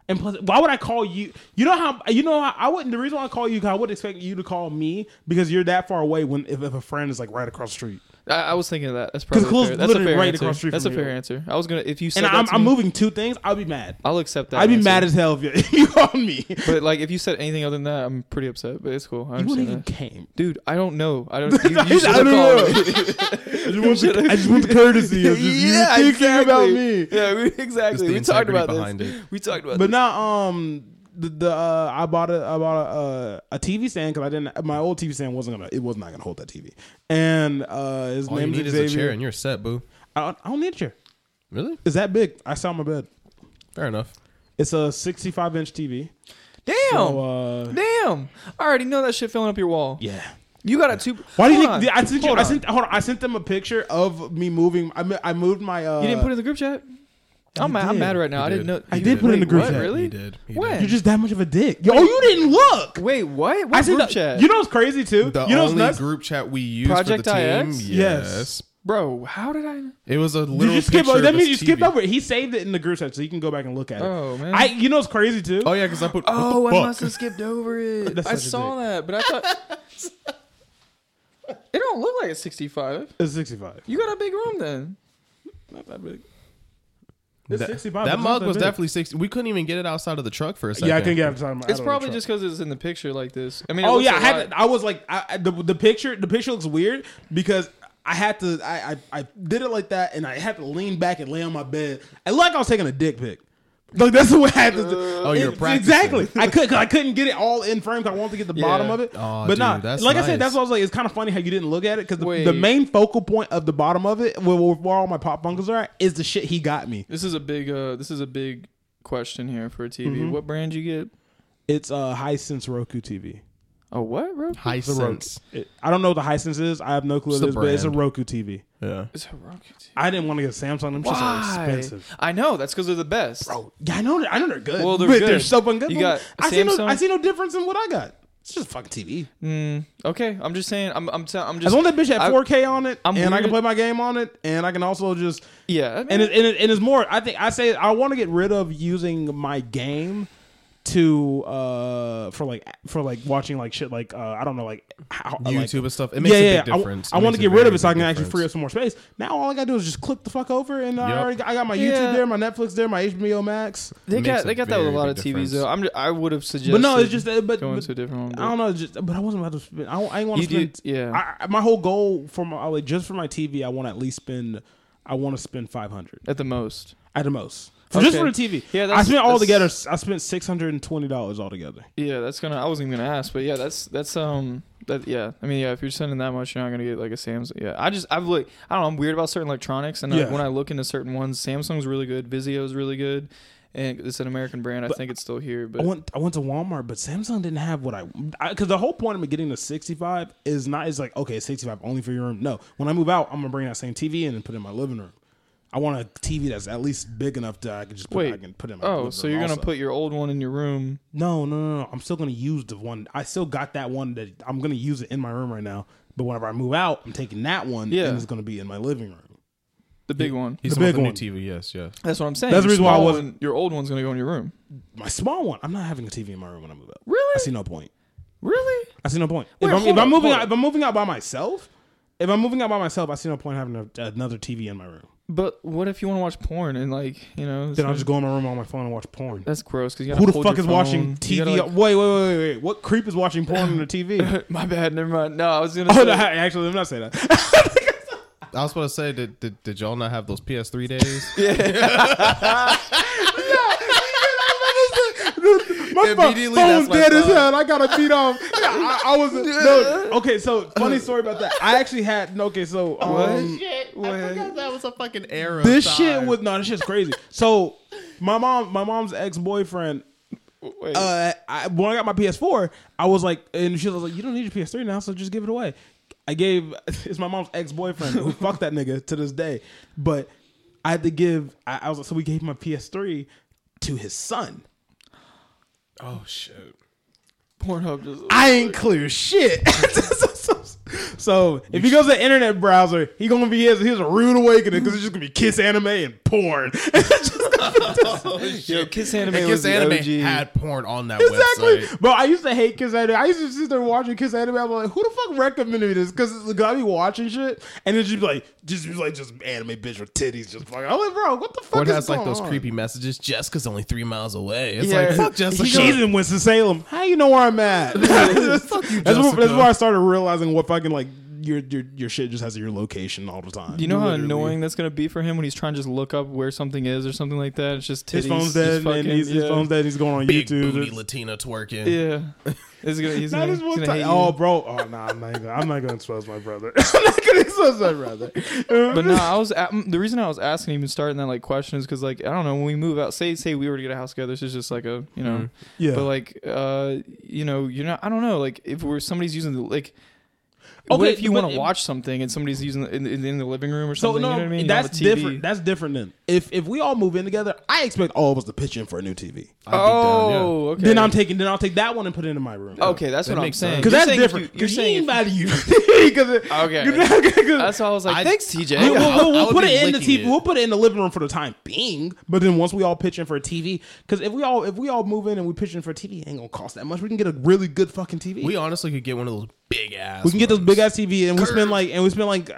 [SPEAKER 2] And plus, why would I call you? You know how you know how, I wouldn't. The reason why I call you, 'cause I would expect you to call me because you're that far away. When if, if a friend is like right across the street,
[SPEAKER 4] I, I was thinking of that. That's probably
[SPEAKER 2] Cole's
[SPEAKER 4] fair. that's a
[SPEAKER 2] literally
[SPEAKER 4] fair
[SPEAKER 2] right
[SPEAKER 4] answer.
[SPEAKER 2] across the street
[SPEAKER 4] That's a
[SPEAKER 2] from
[SPEAKER 4] fair
[SPEAKER 2] you.
[SPEAKER 4] answer. I was gonna if you said
[SPEAKER 2] and
[SPEAKER 4] that
[SPEAKER 2] I'm,
[SPEAKER 4] to
[SPEAKER 2] I'm
[SPEAKER 4] me,
[SPEAKER 2] moving two things, I'll be mad.
[SPEAKER 4] I'll accept that.
[SPEAKER 2] I'd be
[SPEAKER 4] answer.
[SPEAKER 2] mad as hell if you, if you called me. You
[SPEAKER 4] But like if you said anything other than that, I'm pretty upset. But it's cool. I
[SPEAKER 2] wouldn't
[SPEAKER 4] understand
[SPEAKER 2] even
[SPEAKER 4] that.
[SPEAKER 2] came.
[SPEAKER 4] Dude, I don't know. I don't. You,
[SPEAKER 2] I
[SPEAKER 4] you should
[SPEAKER 2] don't
[SPEAKER 4] have
[SPEAKER 2] know.
[SPEAKER 4] called. me.
[SPEAKER 2] I just want the, I just want the courtesy of just
[SPEAKER 4] yeah,
[SPEAKER 2] you thinking
[SPEAKER 4] exactly.
[SPEAKER 2] about me.
[SPEAKER 4] Yeah, we,
[SPEAKER 3] It's the
[SPEAKER 4] exactly. We talked
[SPEAKER 3] integrity
[SPEAKER 4] about
[SPEAKER 3] behind
[SPEAKER 4] this.
[SPEAKER 3] it.
[SPEAKER 4] We talked about
[SPEAKER 2] But now, um, the, the uh, I bought a I bought a uh, a TV stand because I didn't my old TV stand wasn't gonna it was not gonna hold that TV. And uh, his
[SPEAKER 3] All you
[SPEAKER 2] name
[SPEAKER 3] need
[SPEAKER 2] is
[SPEAKER 3] is a chair,
[SPEAKER 2] Xavier.
[SPEAKER 3] and you're set, boo.
[SPEAKER 2] I don't, I don't need a chair.
[SPEAKER 3] Really?
[SPEAKER 2] It's that big. I saw my bed.
[SPEAKER 3] Fair enough.
[SPEAKER 2] It's a 65 inch TV.
[SPEAKER 4] this. Damn.
[SPEAKER 2] So, uh,
[SPEAKER 4] Damn! I already know that shit filling up your wall.
[SPEAKER 2] yeah.
[SPEAKER 4] You got a two.
[SPEAKER 2] Why do you
[SPEAKER 4] Hold
[SPEAKER 2] think
[SPEAKER 4] on.
[SPEAKER 2] I sent you,
[SPEAKER 4] Hold
[SPEAKER 2] I
[SPEAKER 4] on.
[SPEAKER 2] sent hold on, I sent them a picture of me moving. I, mo- I moved my. Uh,
[SPEAKER 4] You didn't put it in the group chat. I'm, mad, I'm
[SPEAKER 2] did.
[SPEAKER 4] mad right now.
[SPEAKER 3] You
[SPEAKER 4] I didn't
[SPEAKER 3] did.
[SPEAKER 4] know.
[SPEAKER 2] I
[SPEAKER 4] you
[SPEAKER 2] did put it in the
[SPEAKER 4] Wait,
[SPEAKER 2] group
[SPEAKER 4] what?
[SPEAKER 2] chat.
[SPEAKER 4] Really?
[SPEAKER 3] He did. He did.
[SPEAKER 4] When?
[SPEAKER 2] You're just that much of a dick. Yo, oh, you didn't look.
[SPEAKER 4] Wait, what? What
[SPEAKER 2] I
[SPEAKER 4] group
[SPEAKER 2] sent the,
[SPEAKER 4] chat?
[SPEAKER 2] You know what's crazy too?
[SPEAKER 3] The
[SPEAKER 2] you know what's
[SPEAKER 3] only
[SPEAKER 2] nuts?
[SPEAKER 3] group chat we use
[SPEAKER 4] Project
[SPEAKER 3] for the team.
[SPEAKER 4] IX?
[SPEAKER 2] Yes.
[SPEAKER 3] Yes.
[SPEAKER 4] bro, how did I?
[SPEAKER 3] It was a
[SPEAKER 2] Did
[SPEAKER 3] little
[SPEAKER 2] you skip
[SPEAKER 3] picture
[SPEAKER 2] over?
[SPEAKER 3] of
[SPEAKER 2] That means
[SPEAKER 3] his
[SPEAKER 2] you skipped
[SPEAKER 3] TV.
[SPEAKER 2] over it. He saved it in the group chat, so you can go back and look at it.
[SPEAKER 4] Oh, man.
[SPEAKER 2] I you know it's crazy too.
[SPEAKER 3] Oh yeah, because I put.
[SPEAKER 4] Oh,
[SPEAKER 3] what
[SPEAKER 4] I
[SPEAKER 3] the
[SPEAKER 4] must
[SPEAKER 3] fuck?
[SPEAKER 4] have skipped over it.
[SPEAKER 2] That's
[SPEAKER 4] I
[SPEAKER 2] such a
[SPEAKER 4] saw that, but I thought it don't look like a 65.
[SPEAKER 2] It's sixty five.
[SPEAKER 4] You got a big room then.
[SPEAKER 2] Not that big. It's
[SPEAKER 3] That-
[SPEAKER 2] 65,
[SPEAKER 3] That
[SPEAKER 2] it's not
[SPEAKER 3] mug
[SPEAKER 2] that
[SPEAKER 3] was
[SPEAKER 2] big.
[SPEAKER 3] definitely sixty. We couldn't even get it outside of the truck for a second.
[SPEAKER 2] Yeah, I couldn't get out of time. I
[SPEAKER 4] It's
[SPEAKER 2] don't
[SPEAKER 4] probably
[SPEAKER 2] know.
[SPEAKER 4] just because it's in the picture like this. I mean, it
[SPEAKER 2] Oh
[SPEAKER 4] looks
[SPEAKER 2] yeah, I
[SPEAKER 4] a lot-
[SPEAKER 2] had. To, I was like, I, I- the the picture. The picture looks weird because I had to. I, I I did it like that, and I had to lean back and lay on my bed. And like I was taking a dick pic. Like that's the way I had to. do.
[SPEAKER 3] Oh, you're
[SPEAKER 2] It-
[SPEAKER 3] practicing.
[SPEAKER 2] exactly. I could. 'cause I couldn't get it all in frame. 'cause I wanted to get the bottom
[SPEAKER 4] Yeah.
[SPEAKER 2] of it.
[SPEAKER 3] Aw,
[SPEAKER 2] but nah,
[SPEAKER 3] dude, that's
[SPEAKER 2] like I said,
[SPEAKER 3] nice.
[SPEAKER 2] that's why I was like, it's kind of funny how you didn't look at it because the,
[SPEAKER 4] Wait.
[SPEAKER 2] the main focal point of the bottom of it, where, where all my pop funkles are, at, is the shit he got me.
[SPEAKER 4] This is a big. Uh, this is a big question here for a TV. What brand you get?
[SPEAKER 2] It's a uh, Hisense Roku TV.
[SPEAKER 4] Oh what, bro?
[SPEAKER 3] Hisense.
[SPEAKER 2] It, I don't know what the Hisense is. I have no clue
[SPEAKER 3] It's
[SPEAKER 2] what it
[SPEAKER 3] the
[SPEAKER 2] is, but it's a
[SPEAKER 3] brand.
[SPEAKER 2] Roku TV.
[SPEAKER 3] Yeah.
[SPEAKER 4] It's Heroku. TV.
[SPEAKER 2] I didn't want to get Samsung. Them shits are
[SPEAKER 4] Why?
[SPEAKER 2] expensive.
[SPEAKER 4] I know. That's because they're the best.
[SPEAKER 2] Bro, yeah, I know. they're- I know they're good.
[SPEAKER 4] Well, they're
[SPEAKER 2] but
[SPEAKER 4] good.
[SPEAKER 2] They're so fucking good.
[SPEAKER 4] You
[SPEAKER 2] but
[SPEAKER 4] got
[SPEAKER 2] I see no.
[SPEAKER 4] Samsung?
[SPEAKER 2] I see no difference in what I got. It's just a fucking TV.
[SPEAKER 4] Mm, okay, I'm just saying. I'm. I'm. Tell, I'm
[SPEAKER 2] As
[SPEAKER 4] just.
[SPEAKER 2] long as that bitch had
[SPEAKER 4] I-
[SPEAKER 2] 4K on it,
[SPEAKER 4] I'm
[SPEAKER 2] and I can play
[SPEAKER 4] weird-
[SPEAKER 2] my game on it, and I can also just
[SPEAKER 4] yeah. I mean,
[SPEAKER 2] and it, and, it, and it's more. I think I say I want to get rid of using my game to uh for like for like watching like shit like uh I don't know like how, like-
[SPEAKER 3] YouTube and stuff. It makes a big
[SPEAKER 2] I-
[SPEAKER 3] difference.
[SPEAKER 2] I,
[SPEAKER 3] It
[SPEAKER 2] want
[SPEAKER 3] makes
[SPEAKER 2] to
[SPEAKER 3] a
[SPEAKER 2] get rid
[SPEAKER 3] very
[SPEAKER 2] of it so I
[SPEAKER 3] big
[SPEAKER 2] can actually free up
[SPEAKER 3] difference.
[SPEAKER 2] some more space. Now all I gotta do is just click the fuck over, and I
[SPEAKER 3] Yep.
[SPEAKER 2] already got, I got my
[SPEAKER 4] Yeah.
[SPEAKER 2] YouTube there, my Netflix there, my HBO Max.
[SPEAKER 4] they
[SPEAKER 3] makes
[SPEAKER 4] got.
[SPEAKER 3] a
[SPEAKER 4] They got that with a
[SPEAKER 3] very
[SPEAKER 4] lot of
[SPEAKER 3] big
[SPEAKER 4] TVs
[SPEAKER 3] difference.
[SPEAKER 4] though. I'm. Just, I would have suggested.
[SPEAKER 2] But no, it's just uh, but,
[SPEAKER 4] going
[SPEAKER 2] but
[SPEAKER 4] to a different one.
[SPEAKER 2] I don't know, just but I wasn't about to spend. I, don't- I ain't want to
[SPEAKER 4] You
[SPEAKER 2] spend.
[SPEAKER 4] did- yeah.
[SPEAKER 2] I- I, my whole goal for my like just for my TV, I want to at least spend. I want to spend five hundred
[SPEAKER 4] At the most.
[SPEAKER 2] at the most. So Just
[SPEAKER 4] Okay.
[SPEAKER 2] for the TV.
[SPEAKER 4] Yeah,
[SPEAKER 2] Yeah, I
[SPEAKER 4] that's-
[SPEAKER 2] spent
[SPEAKER 4] that's-
[SPEAKER 2] all together. I spent six hundred and twenty dollars altogether.
[SPEAKER 4] Yeah, that's gonna. I wasn't even gonna ask, but yeah, that's that's um. That yeah. I mean, yeah. If you're sending that much, you're not gonna get like a Samsung. Yeah. I just I've like I don't know. I'm weird about certain electronics, and like,
[SPEAKER 2] Yeah.
[SPEAKER 4] when I look into certain ones, Samsung's really good, Vizio's really good, and it's an American brand. I think it's still here,
[SPEAKER 2] I
[SPEAKER 4] but
[SPEAKER 2] went. I went to Walmart, but Samsung didn't have what I. Because the whole point of me getting the sixty-five is not. It's like okay, sixty-five only for your room. No, when I move out, I'm gonna bring that same TV in and put it in my living room. I want a TV that's at least big enough that I can just put.
[SPEAKER 4] Wait.
[SPEAKER 2] I can put it in my.
[SPEAKER 4] oh,
[SPEAKER 2] living
[SPEAKER 4] so
[SPEAKER 2] room
[SPEAKER 4] you're gonna
[SPEAKER 2] also.
[SPEAKER 4] put your old one in your room?
[SPEAKER 2] No, no, no, no. I'm still gonna use the one. I still got that one that I'm gonna use it in my room right now. But whenever I move out, I'm taking that one,
[SPEAKER 4] Yeah.
[SPEAKER 2] and it's gonna be in my living room.
[SPEAKER 4] The big one.
[SPEAKER 3] He's
[SPEAKER 2] The
[SPEAKER 3] the
[SPEAKER 2] big
[SPEAKER 3] new
[SPEAKER 2] one.
[SPEAKER 3] TV. Yes, yes.
[SPEAKER 4] That's what I'm saying.
[SPEAKER 2] That's the
[SPEAKER 4] Your
[SPEAKER 2] reason why I
[SPEAKER 4] small
[SPEAKER 2] wasn't-
[SPEAKER 4] one- Your old one's gonna go in your room.
[SPEAKER 2] My small one. I'm not having a TV in my room when I move out.
[SPEAKER 4] Really?
[SPEAKER 2] I see no point.
[SPEAKER 4] Really?
[SPEAKER 2] I see no point.
[SPEAKER 4] Wait,
[SPEAKER 2] if I'm,
[SPEAKER 4] hold
[SPEAKER 2] if
[SPEAKER 4] up,
[SPEAKER 2] I'm moving
[SPEAKER 4] hold
[SPEAKER 2] out,
[SPEAKER 4] up.
[SPEAKER 2] if I'm moving out by myself, if I'm moving out by myself, I see no point having a, another TV in my room.
[SPEAKER 4] But what if you want to watch porn and like you know? it's
[SPEAKER 2] Then I'll
[SPEAKER 4] like-
[SPEAKER 2] just go in my room on my phone and watch porn.
[SPEAKER 4] That's gross. Cause you gotta
[SPEAKER 2] Who the
[SPEAKER 4] hold
[SPEAKER 2] fuck
[SPEAKER 4] your
[SPEAKER 2] is watching
[SPEAKER 4] phone. You
[SPEAKER 2] TV?
[SPEAKER 4] gotta, like-
[SPEAKER 2] wait, wait, wait, wait, wait. What creep is watching porn on the TV?
[SPEAKER 4] my bad. Never mind. No, I was gonna.
[SPEAKER 2] oh,
[SPEAKER 4] say,
[SPEAKER 2] no, actually, let me not say that.
[SPEAKER 3] I was about to say, did, did, did y'all not have those PS3 days?
[SPEAKER 2] My phone,
[SPEAKER 3] Immediately,
[SPEAKER 2] phone's
[SPEAKER 3] that's my
[SPEAKER 2] dead as
[SPEAKER 3] thought.
[SPEAKER 2] hell. I gotta beat off. Yeah, I, I was no, okay. So funny story about that. I actually had no. Okay, so um,
[SPEAKER 3] I forgot that was a fucking era.
[SPEAKER 2] this shit was no. This shit's crazy. so my mom, my mom's ex boyfriend.
[SPEAKER 4] Wait.
[SPEAKER 2] Uh, I, when I got my PS4, I was like, and she was like, "You don't need your PS3 now, so just give it away." I gave it's my mom's ex boyfriend who fucked that nigga to this day, but I had to give. I, I was like, so we gave my PS3 to his son.
[SPEAKER 3] Oh shit.
[SPEAKER 4] Pornhub just.
[SPEAKER 2] I ain't clear shit. so, so- so if he goes to the internet browser, he gonna be his his rude awakening because it's just gonna be kiss anime and porn.
[SPEAKER 4] Yo, Kiss Anime
[SPEAKER 3] And
[SPEAKER 4] was
[SPEAKER 3] Kiss
[SPEAKER 4] the
[SPEAKER 3] Anime
[SPEAKER 4] OG.
[SPEAKER 3] had porn on that
[SPEAKER 2] exactly.
[SPEAKER 3] website.
[SPEAKER 2] Bro, I used to hate kiss anime. I used to sit there watching kiss anime. I'm like, who the fuck recommended me this? Because I be watching shit and it's just be like, just be like, just anime bitch with titties, just fucking. I'm like, bro, what the fuck?
[SPEAKER 3] Or it
[SPEAKER 2] is
[SPEAKER 3] has like
[SPEAKER 2] going
[SPEAKER 3] those
[SPEAKER 2] on?
[SPEAKER 3] creepy messages. Jessica's only three miles away. It's
[SPEAKER 4] Yeah.
[SPEAKER 3] like fuck Jessica.
[SPEAKER 2] She's in Winston Salem. How you know where I'm at? that's, that's where, that's
[SPEAKER 3] Jessica.
[SPEAKER 2] where I started realizing what fucking like your your your shit just has your location all the time.
[SPEAKER 4] Do you know how
[SPEAKER 2] Literally.
[SPEAKER 4] annoying that's gonna be for him when he's trying to just look up where something is or something like that? It's just titties.
[SPEAKER 2] His phone's
[SPEAKER 4] just
[SPEAKER 2] dead,
[SPEAKER 4] fucking-
[SPEAKER 2] and he's, his
[SPEAKER 4] yeah.
[SPEAKER 2] phone's dead. He's going on
[SPEAKER 3] big booty
[SPEAKER 2] YouTube.
[SPEAKER 3] Latina twerking.
[SPEAKER 4] Yeah. Is he gonna, he's
[SPEAKER 2] Not
[SPEAKER 4] gonna,
[SPEAKER 2] this
[SPEAKER 4] he's
[SPEAKER 2] one
[SPEAKER 4] gonna hate
[SPEAKER 2] time.
[SPEAKER 4] you.
[SPEAKER 2] Oh, bro. Oh, nah, I'm not. Gonna, I'm not gonna expose my brother. I'm not gonna expose my brother.
[SPEAKER 4] But no, I was at, the reason I was asking even starting that like question is because like I don't know when we move out. Say say we were to get a house together, this is just like a you know.
[SPEAKER 2] Mm-hmm. Yeah.
[SPEAKER 4] But like uh you know you're not I don't know like if we're somebody's using the like. what
[SPEAKER 2] Okay,
[SPEAKER 4] if you
[SPEAKER 2] but
[SPEAKER 4] want to
[SPEAKER 2] it-
[SPEAKER 4] watch something and somebody's using the, in, in, in the living room or
[SPEAKER 2] So
[SPEAKER 4] something?
[SPEAKER 2] no,
[SPEAKER 4] you know what I mean? You have a
[SPEAKER 2] that's
[SPEAKER 4] TV.
[SPEAKER 2] different. That's different. Then if if we all move in together, I expect all of us to pitch in for a new TV.
[SPEAKER 3] I'd be down, yeah.
[SPEAKER 4] Oh, okay.
[SPEAKER 2] Then I'm taking. Then I'll take that one and put it in my room.
[SPEAKER 4] Okay, that's
[SPEAKER 3] That
[SPEAKER 4] what I'm
[SPEAKER 3] makes
[SPEAKER 4] saying.
[SPEAKER 3] sense.
[SPEAKER 2] Because
[SPEAKER 4] You're
[SPEAKER 2] that's
[SPEAKER 4] saying if you-
[SPEAKER 2] different.
[SPEAKER 4] You're saying if-
[SPEAKER 2] anybody you. Because
[SPEAKER 4] Okay. that's why I was like,
[SPEAKER 3] I-
[SPEAKER 4] thanks, TJ.
[SPEAKER 2] We'll, we'll- we'll-
[SPEAKER 3] I
[SPEAKER 2] we'll
[SPEAKER 3] would
[SPEAKER 2] put
[SPEAKER 3] be
[SPEAKER 2] it in the
[SPEAKER 3] licking
[SPEAKER 2] TV.
[SPEAKER 3] it.
[SPEAKER 2] We'll put it in the living room for the time being. But then once we all pitch in for a TV, because if we all if we all move in and we pitch in for a TV, it ain't gonna cost that much. We can get a really good fucking TV.
[SPEAKER 3] We
[SPEAKER 2] We,
[SPEAKER 3] honestly could get one of those big ass.
[SPEAKER 2] can get this
[SPEAKER 3] ones.
[SPEAKER 2] big ass TV and we
[SPEAKER 3] Curve.
[SPEAKER 2] spend like and we spend like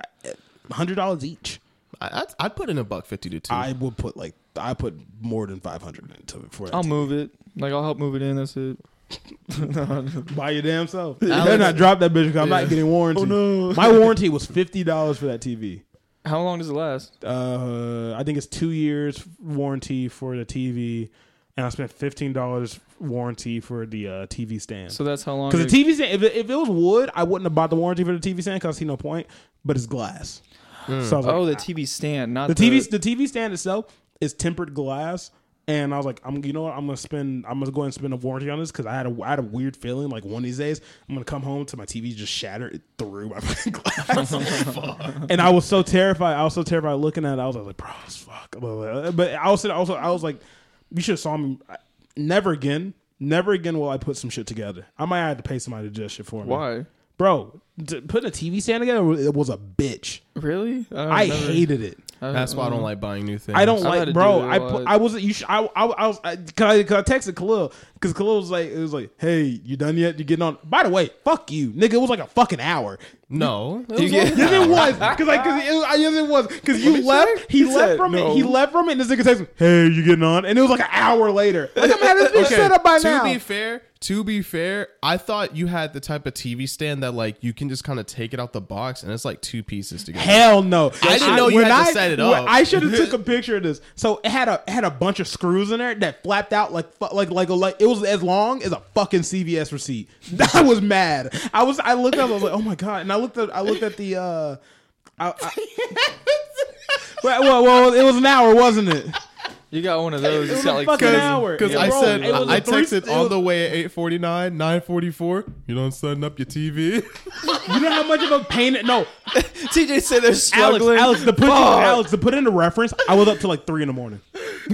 [SPEAKER 2] hundred dollars each.
[SPEAKER 3] I, I'd, I'd put in a buck fifty to two.
[SPEAKER 2] I would put like I put more than five hundred into it for that.
[SPEAKER 4] I'll
[SPEAKER 2] TV.
[SPEAKER 4] move it. Like I'll help move it in. That's it.
[SPEAKER 2] Buy your damn self. I better not drop that bitch. 'cause I'm not getting warranty.
[SPEAKER 3] Oh,
[SPEAKER 2] My warranty was fifty dollars for that TV.
[SPEAKER 4] How long does it last?
[SPEAKER 2] uh, I think it's two years warranty for the TV, and I spent fifteen dollars warranty for the uh, TV stand.
[SPEAKER 4] So that's how long.
[SPEAKER 2] because
[SPEAKER 4] it-
[SPEAKER 2] the TV stand, if it, if it was wood, I wouldn't have bought the warranty for the TV stand because I see no point. But it's glass, so I was like,
[SPEAKER 4] oh, the
[SPEAKER 2] ah.
[SPEAKER 4] TV stand, not
[SPEAKER 2] the TV the TV stand itself is tempered glass. And I was like, I'm, you know what? I'm gonna spend, I'm gonna go ahead and spend a warranty on this because I had a, I had a weird feeling like one of these days I'm gonna come home to my TV just shattered through my fucking glass. and I was so terrified. I was so terrified looking at it. I was like, bro, it's fuck. Blah, blah, blah. But I also, also, I was like, you should have saw me. I- Never again. Never again will I put some shit together. I might have to pay somebody to do that shit for me.
[SPEAKER 4] Why?
[SPEAKER 2] bro? T- putting a TV stand together wa- it was a bitch.
[SPEAKER 4] Really? don't
[SPEAKER 2] I
[SPEAKER 4] never-
[SPEAKER 2] hated it.
[SPEAKER 4] don't
[SPEAKER 3] That's why I
[SPEAKER 4] know.
[SPEAKER 3] don't like buying new things.
[SPEAKER 2] I don't
[SPEAKER 4] I've had
[SPEAKER 2] like,
[SPEAKER 4] to
[SPEAKER 2] bro.
[SPEAKER 4] do it a
[SPEAKER 2] I pu-
[SPEAKER 4] lot.
[SPEAKER 2] I wasn't. You should. I I, I was. I, cause I, cause I texted Khalil because Khalil was like, it was like, hey, you done yet? You getting on? By the way, fuck you, nigga. It was like a fucking hour.
[SPEAKER 3] No,
[SPEAKER 4] You get-
[SPEAKER 2] Yes, it was. Cause like, cause it, I- yes, it was. Cause you left. He,
[SPEAKER 4] He
[SPEAKER 2] left
[SPEAKER 4] said
[SPEAKER 2] from
[SPEAKER 4] no.
[SPEAKER 2] it. He left from it. And this nigga texted, "Hey, you getting on?" And it was like an hour later. Like I'm having this bitch set up by
[SPEAKER 3] to
[SPEAKER 2] now.
[SPEAKER 3] be fair, to be fair, I thought you had the type of TV stand that like you can just kind of take it out the box and it's like two pieces together.
[SPEAKER 2] Hell no!
[SPEAKER 3] I didn't know you
[SPEAKER 2] when
[SPEAKER 3] had to set it
[SPEAKER 2] when-
[SPEAKER 3] up.
[SPEAKER 2] I should have took a picture of this. So it had a it had a bunch of screws in there that flapped out like fu- like like like it was as long as a fucking CVS receipt. I was mad. I was I looked up. I was like, oh my god! And I looked at I looked at the. uh I, I, well, well, well, it was an hour, wasn't it?
[SPEAKER 4] You got one of those.
[SPEAKER 2] was
[SPEAKER 4] It's
[SPEAKER 2] a
[SPEAKER 4] got like
[SPEAKER 2] fucking
[SPEAKER 4] three-
[SPEAKER 2] hour.
[SPEAKER 3] Because
[SPEAKER 2] Yeah,
[SPEAKER 3] I
[SPEAKER 2] bro,
[SPEAKER 3] said
[SPEAKER 2] it was a
[SPEAKER 3] I
[SPEAKER 2] three-
[SPEAKER 3] texted
[SPEAKER 2] it
[SPEAKER 3] on
[SPEAKER 2] was-
[SPEAKER 3] the way at eight forty nine, nine forty four. You don't setting up your TV.
[SPEAKER 2] You know how much of a pain? It, no,
[SPEAKER 4] TJ said they're
[SPEAKER 2] Alex,
[SPEAKER 4] struggling.
[SPEAKER 2] Alex, to put
[SPEAKER 4] Fuck.
[SPEAKER 2] Alex to put into reference, I was up till like three in the morning.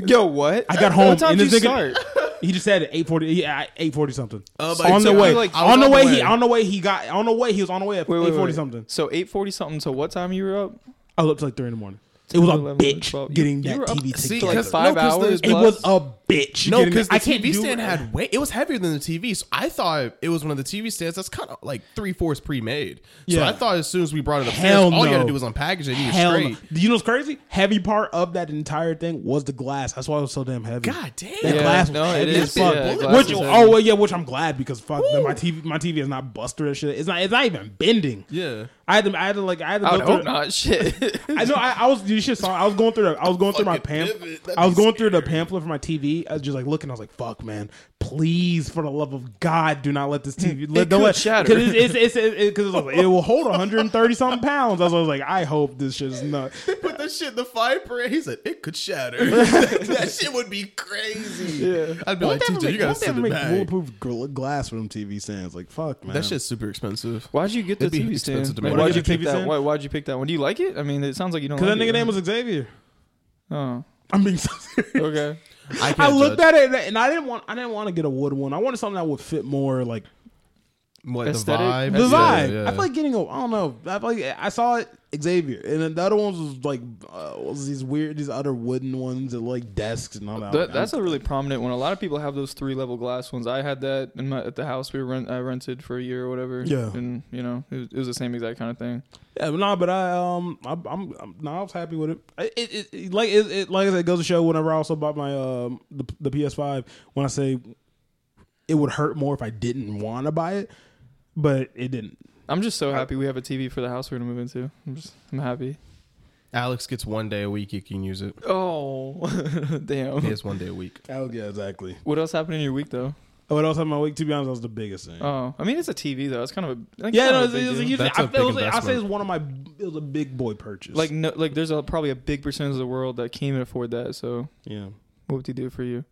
[SPEAKER 4] Yo, what?
[SPEAKER 2] I got home
[SPEAKER 4] What time
[SPEAKER 2] and
[SPEAKER 4] did
[SPEAKER 2] this
[SPEAKER 4] you
[SPEAKER 2] nigga.
[SPEAKER 4] start?
[SPEAKER 2] He just said eight forty. Yeah, eight forty something.
[SPEAKER 3] Oh, but
[SPEAKER 2] on the
[SPEAKER 3] so
[SPEAKER 2] way,
[SPEAKER 3] you, like, I was
[SPEAKER 2] on the way, he on the way he got on the way he was on the way at
[SPEAKER 4] Wait, wait,
[SPEAKER 2] eight forty
[SPEAKER 4] wait.
[SPEAKER 2] something.
[SPEAKER 4] So eight forty something. So what time you were up?
[SPEAKER 2] I was up to like three in the morning. It was a
[SPEAKER 4] 11,
[SPEAKER 2] bitch
[SPEAKER 4] 12. You-
[SPEAKER 2] getting
[SPEAKER 4] you
[SPEAKER 2] that
[SPEAKER 4] were up-
[SPEAKER 2] TV
[SPEAKER 3] See,
[SPEAKER 2] together.
[SPEAKER 4] like five hours
[SPEAKER 2] it
[SPEAKER 4] plus?
[SPEAKER 2] was a bitch.
[SPEAKER 3] No,
[SPEAKER 2] getting
[SPEAKER 3] because
[SPEAKER 2] that-
[SPEAKER 3] the
[SPEAKER 2] I can't
[SPEAKER 3] TV
[SPEAKER 2] do
[SPEAKER 3] stand
[SPEAKER 2] it.
[SPEAKER 3] had weight. It was heavier than the TV, so I thought it was one of the TV stands that's kind of like three fourths pre made. So
[SPEAKER 2] Yeah.
[SPEAKER 3] I thought as soon as we brought it up,
[SPEAKER 2] Hell
[SPEAKER 3] all you had to
[SPEAKER 2] no.
[SPEAKER 3] do was unpackage it. And you were
[SPEAKER 2] Hell, no.
[SPEAKER 3] straight.
[SPEAKER 2] Do you know what's crazy? Heavy part of that entire thing was the glass. That's why it was so damn heavy.
[SPEAKER 3] God damn.
[SPEAKER 2] that
[SPEAKER 4] Yeah,
[SPEAKER 2] glass was
[SPEAKER 4] no, it
[SPEAKER 2] heavy
[SPEAKER 4] is-
[SPEAKER 2] as fuck.
[SPEAKER 4] yeah, glass
[SPEAKER 2] which
[SPEAKER 4] is heavy.
[SPEAKER 2] oh well, yeah, which I'm glad because fuck, my TV, my TV is not busted or shit. It's not, it's not even bending.
[SPEAKER 3] Yeah.
[SPEAKER 2] I had to, I had to like, I had to go
[SPEAKER 4] I would
[SPEAKER 2] through.
[SPEAKER 4] hope not. Shit.
[SPEAKER 2] I know. I, I was you should saw. I was going through. The, I was going through my
[SPEAKER 3] Fucking
[SPEAKER 2] pamphlet.
[SPEAKER 3] pivot. That'd
[SPEAKER 2] I was
[SPEAKER 3] be
[SPEAKER 2] going through the
[SPEAKER 3] scary.
[SPEAKER 2] pamphlet for my TV. I was just like looking. I was like, "Fuck, man! Please, for the love of God, do not let this TV. Let,
[SPEAKER 4] could
[SPEAKER 2] don't let
[SPEAKER 4] shatter.
[SPEAKER 2] Because it's, it's, it's, it, 'cause it was like, it will hold 130 something pounds. I was, I was like, I hope this shit is not.
[SPEAKER 3] Put that shit in the fire parade. He said it could shatter. that shit would be crazy. Yeah. I'd be like,
[SPEAKER 2] Won't they ever
[SPEAKER 3] TJ, you
[SPEAKER 2] make-
[SPEAKER 3] gotta
[SPEAKER 2] won't they ever
[SPEAKER 3] send it
[SPEAKER 2] make
[SPEAKER 3] back.
[SPEAKER 2] bulletproof gl- glass for them TV stands. Like, fuck, man.
[SPEAKER 3] That shit's super expensive.
[SPEAKER 4] Why'd you get the
[SPEAKER 3] It'd be
[SPEAKER 4] TV stand?
[SPEAKER 3] expensive to
[SPEAKER 4] Like,
[SPEAKER 3] make.
[SPEAKER 4] why'd
[SPEAKER 2] Why'd you
[SPEAKER 4] you
[SPEAKER 2] get
[SPEAKER 4] pick
[SPEAKER 2] the TV
[SPEAKER 4] that?
[SPEAKER 2] stand?
[SPEAKER 4] Why, why'd you pick that one? Do you like it? I mean, it sounds like you don't.
[SPEAKER 2] Because
[SPEAKER 4] Like
[SPEAKER 2] that nigga
[SPEAKER 4] it.
[SPEAKER 2] name was Xavier.
[SPEAKER 4] Oh,
[SPEAKER 2] I'm being so serious.
[SPEAKER 4] okay.
[SPEAKER 3] I, can't
[SPEAKER 2] I looked
[SPEAKER 3] judge.
[SPEAKER 2] at it and I didn't want. I didn't want to get a wood one. I wanted something that would fit more like
[SPEAKER 3] what,
[SPEAKER 4] Aesthetic?
[SPEAKER 3] the vibe.
[SPEAKER 2] the
[SPEAKER 3] Yeah,
[SPEAKER 2] vibe.
[SPEAKER 3] yeah.
[SPEAKER 2] I feel like getting a. I don't know. I feel like I saw it Xavier, and then the other ones was like uh, was these weird, these other wooden ones that like desks and all that.
[SPEAKER 4] That, that's a really prominent one. A lot of people have those three level glass ones. I had that in my at the house we rent I rented for a year or whatever.
[SPEAKER 2] Yeah.
[SPEAKER 4] and you know it was, it was the same exact kind of thing.
[SPEAKER 2] yeah, but nah, but I um I, I'm, I'm nah, I was happy with it. It, it, it like it, it like I said, it goes to show. Whenever I also bought my um the, the PS5, when I say it would hurt more if I didn't want to buy it, but it didn't.
[SPEAKER 4] I'm just so happy we have a TV for the house we're gonna move into. I'm just I'm happy.
[SPEAKER 3] Alex gets one day a week. You can use it.
[SPEAKER 4] Oh damn.
[SPEAKER 3] He has one day a week.
[SPEAKER 2] Oh yeah, exactly.
[SPEAKER 4] What else happened in your week though?
[SPEAKER 2] What else happened my week? To be honest, that was the biggest thing.
[SPEAKER 4] Oh, I mean it's a TV though. It's kind of a like,
[SPEAKER 2] yeah,
[SPEAKER 4] kind
[SPEAKER 2] no,
[SPEAKER 4] of
[SPEAKER 2] it's,
[SPEAKER 4] a big
[SPEAKER 2] it's a
[SPEAKER 4] deal.
[SPEAKER 2] huge.
[SPEAKER 3] That's
[SPEAKER 2] I
[SPEAKER 3] a
[SPEAKER 2] feel
[SPEAKER 3] big
[SPEAKER 2] like- I say
[SPEAKER 3] investment.
[SPEAKER 2] it's one of my. It was a big boy purchase.
[SPEAKER 4] like no, like there's a, probably a big percentage of the world that can't even afford that. So
[SPEAKER 2] yeah.
[SPEAKER 4] what would you do for you?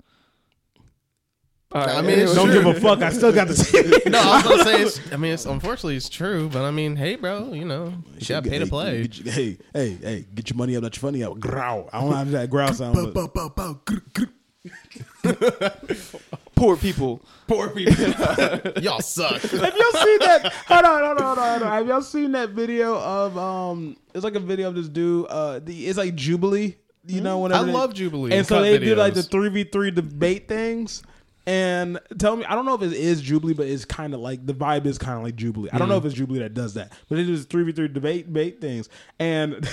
[SPEAKER 4] All
[SPEAKER 3] I mean, it's
[SPEAKER 2] Don't
[SPEAKER 3] Sure.
[SPEAKER 2] give a fuck. I still got the TV.
[SPEAKER 3] No, I was gonna say. It's, I mean, it's unfortunately it's true, but I mean, hey, bro, you know, you got pay to
[SPEAKER 2] Hey,
[SPEAKER 3] play.
[SPEAKER 2] get your- Hey, hey, hey, get your money up, not your funny out. Growl. I don't have that growl sound. But
[SPEAKER 4] poor people.
[SPEAKER 3] Poor people, y'all suck.
[SPEAKER 2] have y'all seen that? Hold on, hold on, hold on, hold on. Have y'all seen that video of um? It's like a video of this dude. Uh, the, it's like Jubilee. You know, whenever
[SPEAKER 3] I
[SPEAKER 2] they-
[SPEAKER 3] love Jubilee
[SPEAKER 2] and
[SPEAKER 3] and
[SPEAKER 2] so
[SPEAKER 3] cut
[SPEAKER 2] they do like the
[SPEAKER 3] videos.
[SPEAKER 2] three v three debate things. And tell me, I don't know if it is Jubilee, but it's kind of like the vibe is kind of like Jubilee. I don't know if it's Jubilee that does that, but it is three v three debate debate things. And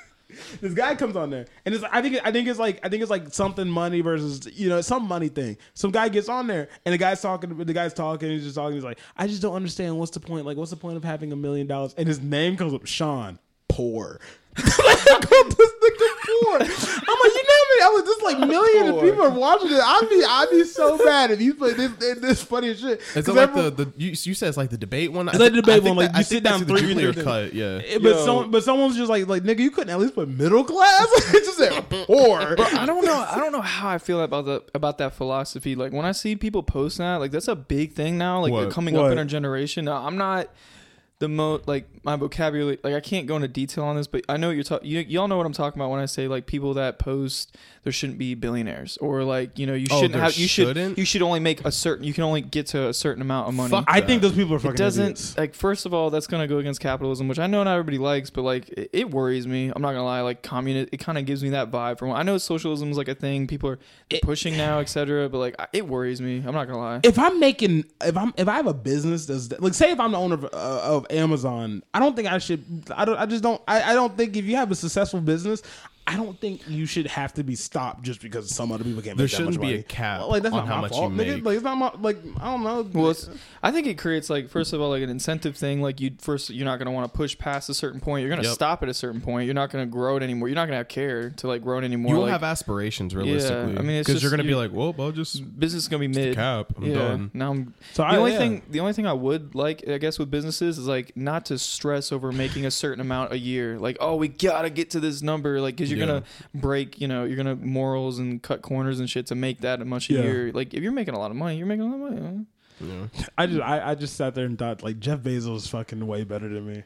[SPEAKER 2] this guy comes on there, and it's I think I think it's like I think it's like something money versus you know some money thing. Some guy gets on there, and the guy's talking. The guy's talking. He's just talking. He's like, I just don't understand. What's the point? Like, what's the point of having a million dollars? And his name comes up, Sean Poor. I called this nigga poor. I'm like, you know
[SPEAKER 5] many? I was just like millions of
[SPEAKER 4] Poor.
[SPEAKER 5] people are watching it. I'd be, I'd be so mad if you put this, this funny as shit.
[SPEAKER 3] It's
[SPEAKER 5] 'Cause
[SPEAKER 3] like
[SPEAKER 5] everyone-
[SPEAKER 3] the, the you, you said it's like the debate one.
[SPEAKER 2] It's like the debate one, like, you sit down three
[SPEAKER 3] years
[SPEAKER 2] years-
[SPEAKER 3] cut. Yeah,
[SPEAKER 2] It-
[SPEAKER 4] Yo.
[SPEAKER 2] Eh, but someone, but someone's just like, like nigga, you couldn't at least put middle class.
[SPEAKER 5] It's just that
[SPEAKER 2] oh,
[SPEAKER 5] poor.
[SPEAKER 4] I don't know. I don't know how I feel about the about that philosophy. Like when I see people post that, like that's a big thing now. Like
[SPEAKER 3] What?
[SPEAKER 4] coming up
[SPEAKER 2] What?
[SPEAKER 4] in our generation. Now, I'm not the most like my vocabulary. Like I can't go into detail on this, but I know what you're talking. You, y'all know what I'm talking about when I say like people that post there shouldn't be billionaires or like you know you
[SPEAKER 3] Oh,
[SPEAKER 4] shouldn't
[SPEAKER 3] there
[SPEAKER 4] have you
[SPEAKER 3] shouldn't?
[SPEAKER 4] should you should only make a certain you can only get to a certain amount of money.
[SPEAKER 3] Fuck
[SPEAKER 2] I think those people are
[SPEAKER 4] It
[SPEAKER 2] fucking
[SPEAKER 4] doesn't uh,
[SPEAKER 2] idiots.
[SPEAKER 4] like first of all that's going to go against capitalism which i know not everybody likes but like it, it worries me i'm not going to lie like communist it kind of gives me that vibe from i know socialism is like a thing people are they're pushing now etc but like I- it worries me i'm not going to lie
[SPEAKER 2] if I'm making if I'm if I have a business that's like say if I'm the owner of, uh, of Amazon, I don't think I should. I don't. I just don't. I, I don't think if you have a successful business. I don't think you should have to be stopped just because some other people can't.
[SPEAKER 3] There
[SPEAKER 2] make that much
[SPEAKER 3] shouldn't be a
[SPEAKER 2] money.
[SPEAKER 3] cap
[SPEAKER 2] Well, like that's
[SPEAKER 3] on
[SPEAKER 2] not
[SPEAKER 3] how
[SPEAKER 2] my
[SPEAKER 3] much you
[SPEAKER 2] fault, nigga.
[SPEAKER 3] make.
[SPEAKER 2] Like it's not my like I don't know.
[SPEAKER 4] well it's, i think it creates like first of all like an incentive thing like you first you're not going to want to push past a certain point you're going to
[SPEAKER 3] Yep.
[SPEAKER 4] stop at a certain point you're not going to grow it anymore you're not going to have care to like grow it anymore
[SPEAKER 3] you won't
[SPEAKER 4] like,
[SPEAKER 3] have aspirations realistically.
[SPEAKER 4] I mean, it's
[SPEAKER 3] because you're
[SPEAKER 4] just-
[SPEAKER 3] gonna be
[SPEAKER 4] you-
[SPEAKER 3] like, well, I'll just
[SPEAKER 4] business is gonna be mid
[SPEAKER 3] cap. I'm
[SPEAKER 4] yeah.
[SPEAKER 3] done.
[SPEAKER 4] Now I'm.
[SPEAKER 2] So
[SPEAKER 4] the
[SPEAKER 2] I-
[SPEAKER 4] only
[SPEAKER 2] yeah.
[SPEAKER 4] thing, the only thing I would like, I guess, with businesses is like not to stress over making a certain amount a year. Like, oh, we gotta get to this number, like, because you're
[SPEAKER 3] Yeah.
[SPEAKER 4] gonna break, you know, you're gonna morals and cut corners and shit to make that much a
[SPEAKER 2] Yeah.
[SPEAKER 4] year. Like, if you're making a lot of money, you're making a lot of money. huh?
[SPEAKER 2] I just I, I just sat there and thought like Jeff Bezos is fucking way better than me.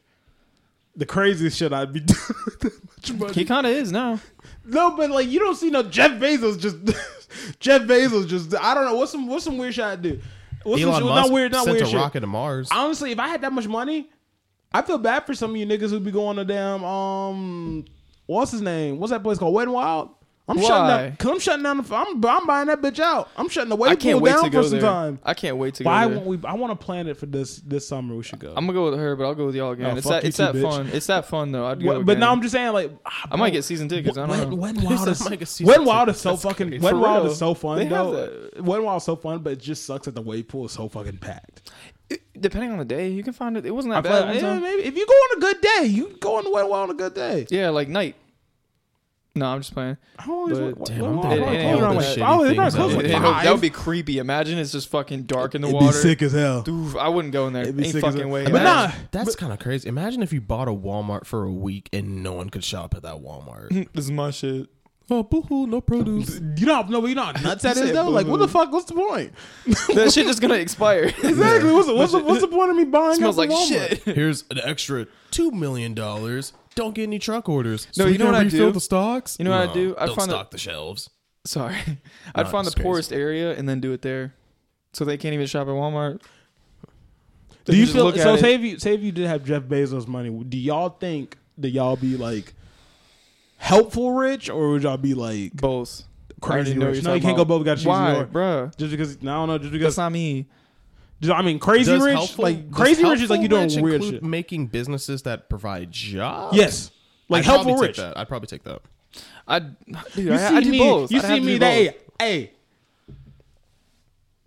[SPEAKER 2] The craziest shit I'd be doing with that much money.
[SPEAKER 4] He kind of is now.
[SPEAKER 2] No, but like you don't see no Jeff Bezos just Jeff Bezos just I don't know what's some what's some weird shit I do. What's some
[SPEAKER 3] Elon
[SPEAKER 2] shit,
[SPEAKER 3] Musk
[SPEAKER 2] not weird, not
[SPEAKER 3] sent
[SPEAKER 2] weird
[SPEAKER 3] a
[SPEAKER 2] shit.
[SPEAKER 3] rocket to Mars.
[SPEAKER 2] Honestly, if I had that much money, I feel bad for some of you niggas who be going to damn um what's his name? What's that place called? Wet and Wild. I'm shutting
[SPEAKER 4] Why?
[SPEAKER 2] down. Cause I'm shutting down. The, I'm I'm buying that bitch out. I'm shutting the wave
[SPEAKER 4] I can't
[SPEAKER 2] pool
[SPEAKER 4] wait
[SPEAKER 2] down
[SPEAKER 4] to go
[SPEAKER 2] for some
[SPEAKER 4] there.
[SPEAKER 2] time.
[SPEAKER 4] I can't wait to
[SPEAKER 2] Why
[SPEAKER 4] go there.
[SPEAKER 2] won't we? I want to plan it for this this summer. We should go.
[SPEAKER 4] I'm gonna go with her, but I'll go with y'all again.
[SPEAKER 2] Oh,
[SPEAKER 4] it's
[SPEAKER 2] fuck
[SPEAKER 4] that,
[SPEAKER 2] you
[SPEAKER 4] it's
[SPEAKER 2] too,
[SPEAKER 4] that
[SPEAKER 2] bitch.
[SPEAKER 4] fun. It's that fun though. I'd go
[SPEAKER 2] Wh- but
[SPEAKER 4] again.
[SPEAKER 2] now I'm just saying, like, ah,
[SPEAKER 4] I
[SPEAKER 2] bro,
[SPEAKER 4] might get season tickets. I don't
[SPEAKER 2] Wet,
[SPEAKER 4] know.
[SPEAKER 2] Wet and Wild is
[SPEAKER 3] I might get season
[SPEAKER 2] Wet and Wild
[SPEAKER 3] tickets.
[SPEAKER 2] is so fucking
[SPEAKER 3] crazy.
[SPEAKER 2] Wet
[SPEAKER 4] For
[SPEAKER 2] and Wild
[SPEAKER 4] real.
[SPEAKER 2] is so fun
[SPEAKER 4] They have
[SPEAKER 2] though. Wet and Wild is so fun, but it just sucks that the wave pool is so fucking packed.
[SPEAKER 4] Depending on the day, you can find it. It wasn't that
[SPEAKER 2] I feel
[SPEAKER 4] bad.
[SPEAKER 2] like,
[SPEAKER 4] one
[SPEAKER 2] yeah,
[SPEAKER 4] time.
[SPEAKER 2] maybe if you go on a good day, you can go on the Wet and Wild on a good day.
[SPEAKER 4] Yeah, like night. No, I'm just playing.
[SPEAKER 2] I always
[SPEAKER 4] But-
[SPEAKER 2] went- Wet
[SPEAKER 3] Damn,
[SPEAKER 2] and
[SPEAKER 3] I'm
[SPEAKER 2] Wild-
[SPEAKER 3] thinking
[SPEAKER 2] Wet and
[SPEAKER 4] about
[SPEAKER 2] Wild was
[SPEAKER 4] all
[SPEAKER 2] like-
[SPEAKER 4] the
[SPEAKER 3] shitty
[SPEAKER 2] I was- it
[SPEAKER 3] things
[SPEAKER 2] was close
[SPEAKER 3] out
[SPEAKER 2] to
[SPEAKER 3] there.
[SPEAKER 2] five.
[SPEAKER 4] that would be creepy. Imagine it's just fucking dark in the
[SPEAKER 2] It'd be
[SPEAKER 4] water.
[SPEAKER 2] sick as hell.
[SPEAKER 4] Oof, I wouldn't go in there.
[SPEAKER 2] It'd be
[SPEAKER 4] Ain't
[SPEAKER 2] sick as
[SPEAKER 4] fucking
[SPEAKER 2] hell.
[SPEAKER 4] way.
[SPEAKER 2] But
[SPEAKER 4] Imagine-
[SPEAKER 2] nah,
[SPEAKER 3] That's kind of crazy. Imagine if you bought a Walmart for a week and no one could shop at that Walmart.
[SPEAKER 4] this is my shit.
[SPEAKER 3] oh, boohoo, no produce.
[SPEAKER 2] you know, no, but you know how nuts that
[SPEAKER 4] You
[SPEAKER 2] is
[SPEAKER 4] said
[SPEAKER 2] though. Like, what
[SPEAKER 4] boo-boo.
[SPEAKER 2] the fuck? What's the point?
[SPEAKER 4] That shit just gonna expire. It
[SPEAKER 2] Exactly. What's the, what's, the, what's the point of me buying?
[SPEAKER 4] smells
[SPEAKER 2] out
[SPEAKER 4] like
[SPEAKER 2] the Walmart?
[SPEAKER 4] shit.
[SPEAKER 3] Here's an extra two million dollars. Don't get any truck orders.
[SPEAKER 4] No, you know
[SPEAKER 3] can
[SPEAKER 4] what I
[SPEAKER 3] refill
[SPEAKER 4] do?
[SPEAKER 3] The stocks.
[SPEAKER 4] You know what I do? I
[SPEAKER 3] don't
[SPEAKER 4] find that-
[SPEAKER 3] stock the shelves.
[SPEAKER 4] Sorry, I'd
[SPEAKER 3] Nah,
[SPEAKER 4] find the
[SPEAKER 3] it's crazy.
[SPEAKER 4] poorest area and then do it there, so they can't even shop at Walmart.
[SPEAKER 2] Do
[SPEAKER 4] They can
[SPEAKER 2] you
[SPEAKER 4] just
[SPEAKER 2] feel
[SPEAKER 4] look
[SPEAKER 2] so?
[SPEAKER 4] at it.
[SPEAKER 2] Say if you say if you did have Jeff Bezos money, do y'all think that y'all be like helpful rich, or would y'all be like
[SPEAKER 4] both?
[SPEAKER 2] crazy
[SPEAKER 4] I already know
[SPEAKER 2] rich?
[SPEAKER 4] you're
[SPEAKER 2] No, you
[SPEAKER 4] talking
[SPEAKER 2] can't go
[SPEAKER 4] about-
[SPEAKER 2] both. We Got to choose
[SPEAKER 4] Why,
[SPEAKER 2] your-
[SPEAKER 4] bruh?
[SPEAKER 2] Just because I don't know. Just
[SPEAKER 4] That's
[SPEAKER 2] because
[SPEAKER 4] not me.
[SPEAKER 2] just, I mean, crazy
[SPEAKER 3] Does
[SPEAKER 2] rich
[SPEAKER 3] helpful-
[SPEAKER 2] like
[SPEAKER 3] does
[SPEAKER 2] crazy rich is like
[SPEAKER 3] helpful
[SPEAKER 2] you doing
[SPEAKER 3] rich
[SPEAKER 2] weird
[SPEAKER 3] include
[SPEAKER 2] shit.
[SPEAKER 3] Making businesses that provide jobs.
[SPEAKER 2] Yes, like
[SPEAKER 3] I'd
[SPEAKER 2] helpful
[SPEAKER 3] probably
[SPEAKER 2] rich.
[SPEAKER 3] Take that. I'd probably take that.
[SPEAKER 4] I, dude,
[SPEAKER 2] You
[SPEAKER 4] I,
[SPEAKER 2] see
[SPEAKER 4] I do
[SPEAKER 2] me?
[SPEAKER 4] both.
[SPEAKER 2] You
[SPEAKER 4] I'd have
[SPEAKER 2] see
[SPEAKER 4] to
[SPEAKER 2] me?
[SPEAKER 4] do
[SPEAKER 2] That
[SPEAKER 4] both.
[SPEAKER 2] hey, hey.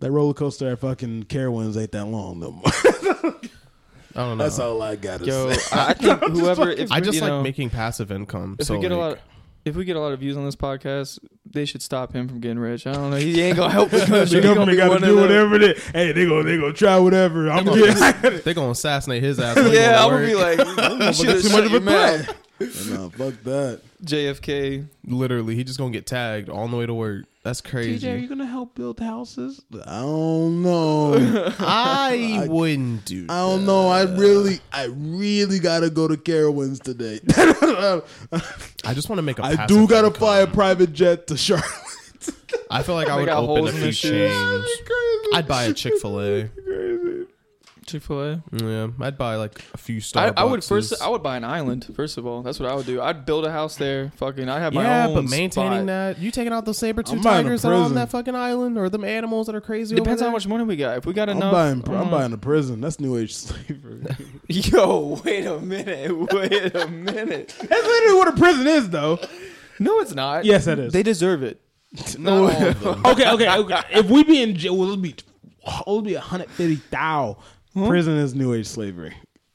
[SPEAKER 2] That roller coaster at fucking Carowinds ain't that long no more.
[SPEAKER 3] I don't know.
[SPEAKER 5] That's all I gotta
[SPEAKER 4] Yo,
[SPEAKER 5] say.
[SPEAKER 4] I I think whoever. If,
[SPEAKER 3] I just
[SPEAKER 4] you
[SPEAKER 3] like
[SPEAKER 4] know,
[SPEAKER 3] making passive income.
[SPEAKER 4] If
[SPEAKER 3] so
[SPEAKER 4] we get
[SPEAKER 3] like,
[SPEAKER 4] a lot, of, if we get a lot of views on this podcast, they should stop him from getting rich. I don't know. He ain't gonna help the country.
[SPEAKER 2] the
[SPEAKER 4] He gonna
[SPEAKER 2] government
[SPEAKER 4] be
[SPEAKER 2] got
[SPEAKER 4] one
[SPEAKER 2] to
[SPEAKER 4] of
[SPEAKER 2] do
[SPEAKER 4] them.
[SPEAKER 2] whatever they. Hey, they gonna they gonna try whatever. I'm
[SPEAKER 3] They're
[SPEAKER 2] getting.
[SPEAKER 3] gonna, they're gonna assassinate his ass.
[SPEAKER 4] Yeah, I'm gonna be like, you should have
[SPEAKER 2] too much
[SPEAKER 4] shut
[SPEAKER 2] of
[SPEAKER 4] your
[SPEAKER 2] a
[SPEAKER 4] mouth.
[SPEAKER 5] no, fuck that.
[SPEAKER 4] JFK.
[SPEAKER 3] literally, he just gonna get tagged on the way to work. That's crazy.
[SPEAKER 2] gonna help build houses?
[SPEAKER 5] I don't know.
[SPEAKER 3] I, wouldn't do.
[SPEAKER 5] I don't know. I really, I really gotta go to Carowinds today.
[SPEAKER 3] I just want to make a.
[SPEAKER 5] I
[SPEAKER 3] passive
[SPEAKER 5] do gotta
[SPEAKER 3] income.
[SPEAKER 5] fly a private jet to Charlotte.
[SPEAKER 3] I feel like I
[SPEAKER 4] They
[SPEAKER 3] would
[SPEAKER 4] got
[SPEAKER 3] open
[SPEAKER 4] holes
[SPEAKER 3] a
[SPEAKER 4] in
[SPEAKER 3] few
[SPEAKER 4] their shoes.
[SPEAKER 3] chains. I'd buy a Chick Fil A.
[SPEAKER 4] Chick Fil A.
[SPEAKER 3] Yeah, I'd buy like a few Starbucks.
[SPEAKER 4] I, I would first. I would buy an island. First of all, that's what I would do. I'd build a house there. Fucking. I have my
[SPEAKER 3] yeah,
[SPEAKER 4] own.
[SPEAKER 3] but maintaining
[SPEAKER 4] spot.
[SPEAKER 3] that, you taking out those saber tooth
[SPEAKER 5] I'm buying a
[SPEAKER 3] tigers that are on
[SPEAKER 5] prison.
[SPEAKER 3] that fucking island, or them animals that are crazy.
[SPEAKER 4] Depends
[SPEAKER 3] over
[SPEAKER 4] how much money we got. If we got
[SPEAKER 5] I'm
[SPEAKER 4] enough,
[SPEAKER 5] buying. I'm
[SPEAKER 2] Mm-hmm.
[SPEAKER 4] uh,
[SPEAKER 5] buying a prison. That's new age slavery.
[SPEAKER 4] Yo, wait a minute. Wait a minute.
[SPEAKER 2] That's literally what a prison is, though.
[SPEAKER 4] No, it's not.
[SPEAKER 2] Yes, that is.
[SPEAKER 4] They deserve it.
[SPEAKER 3] No,
[SPEAKER 2] okay, okay, okay. If we be in jail, well, it'll be it'll be a hundred fifty thou. Prison is new age slavery.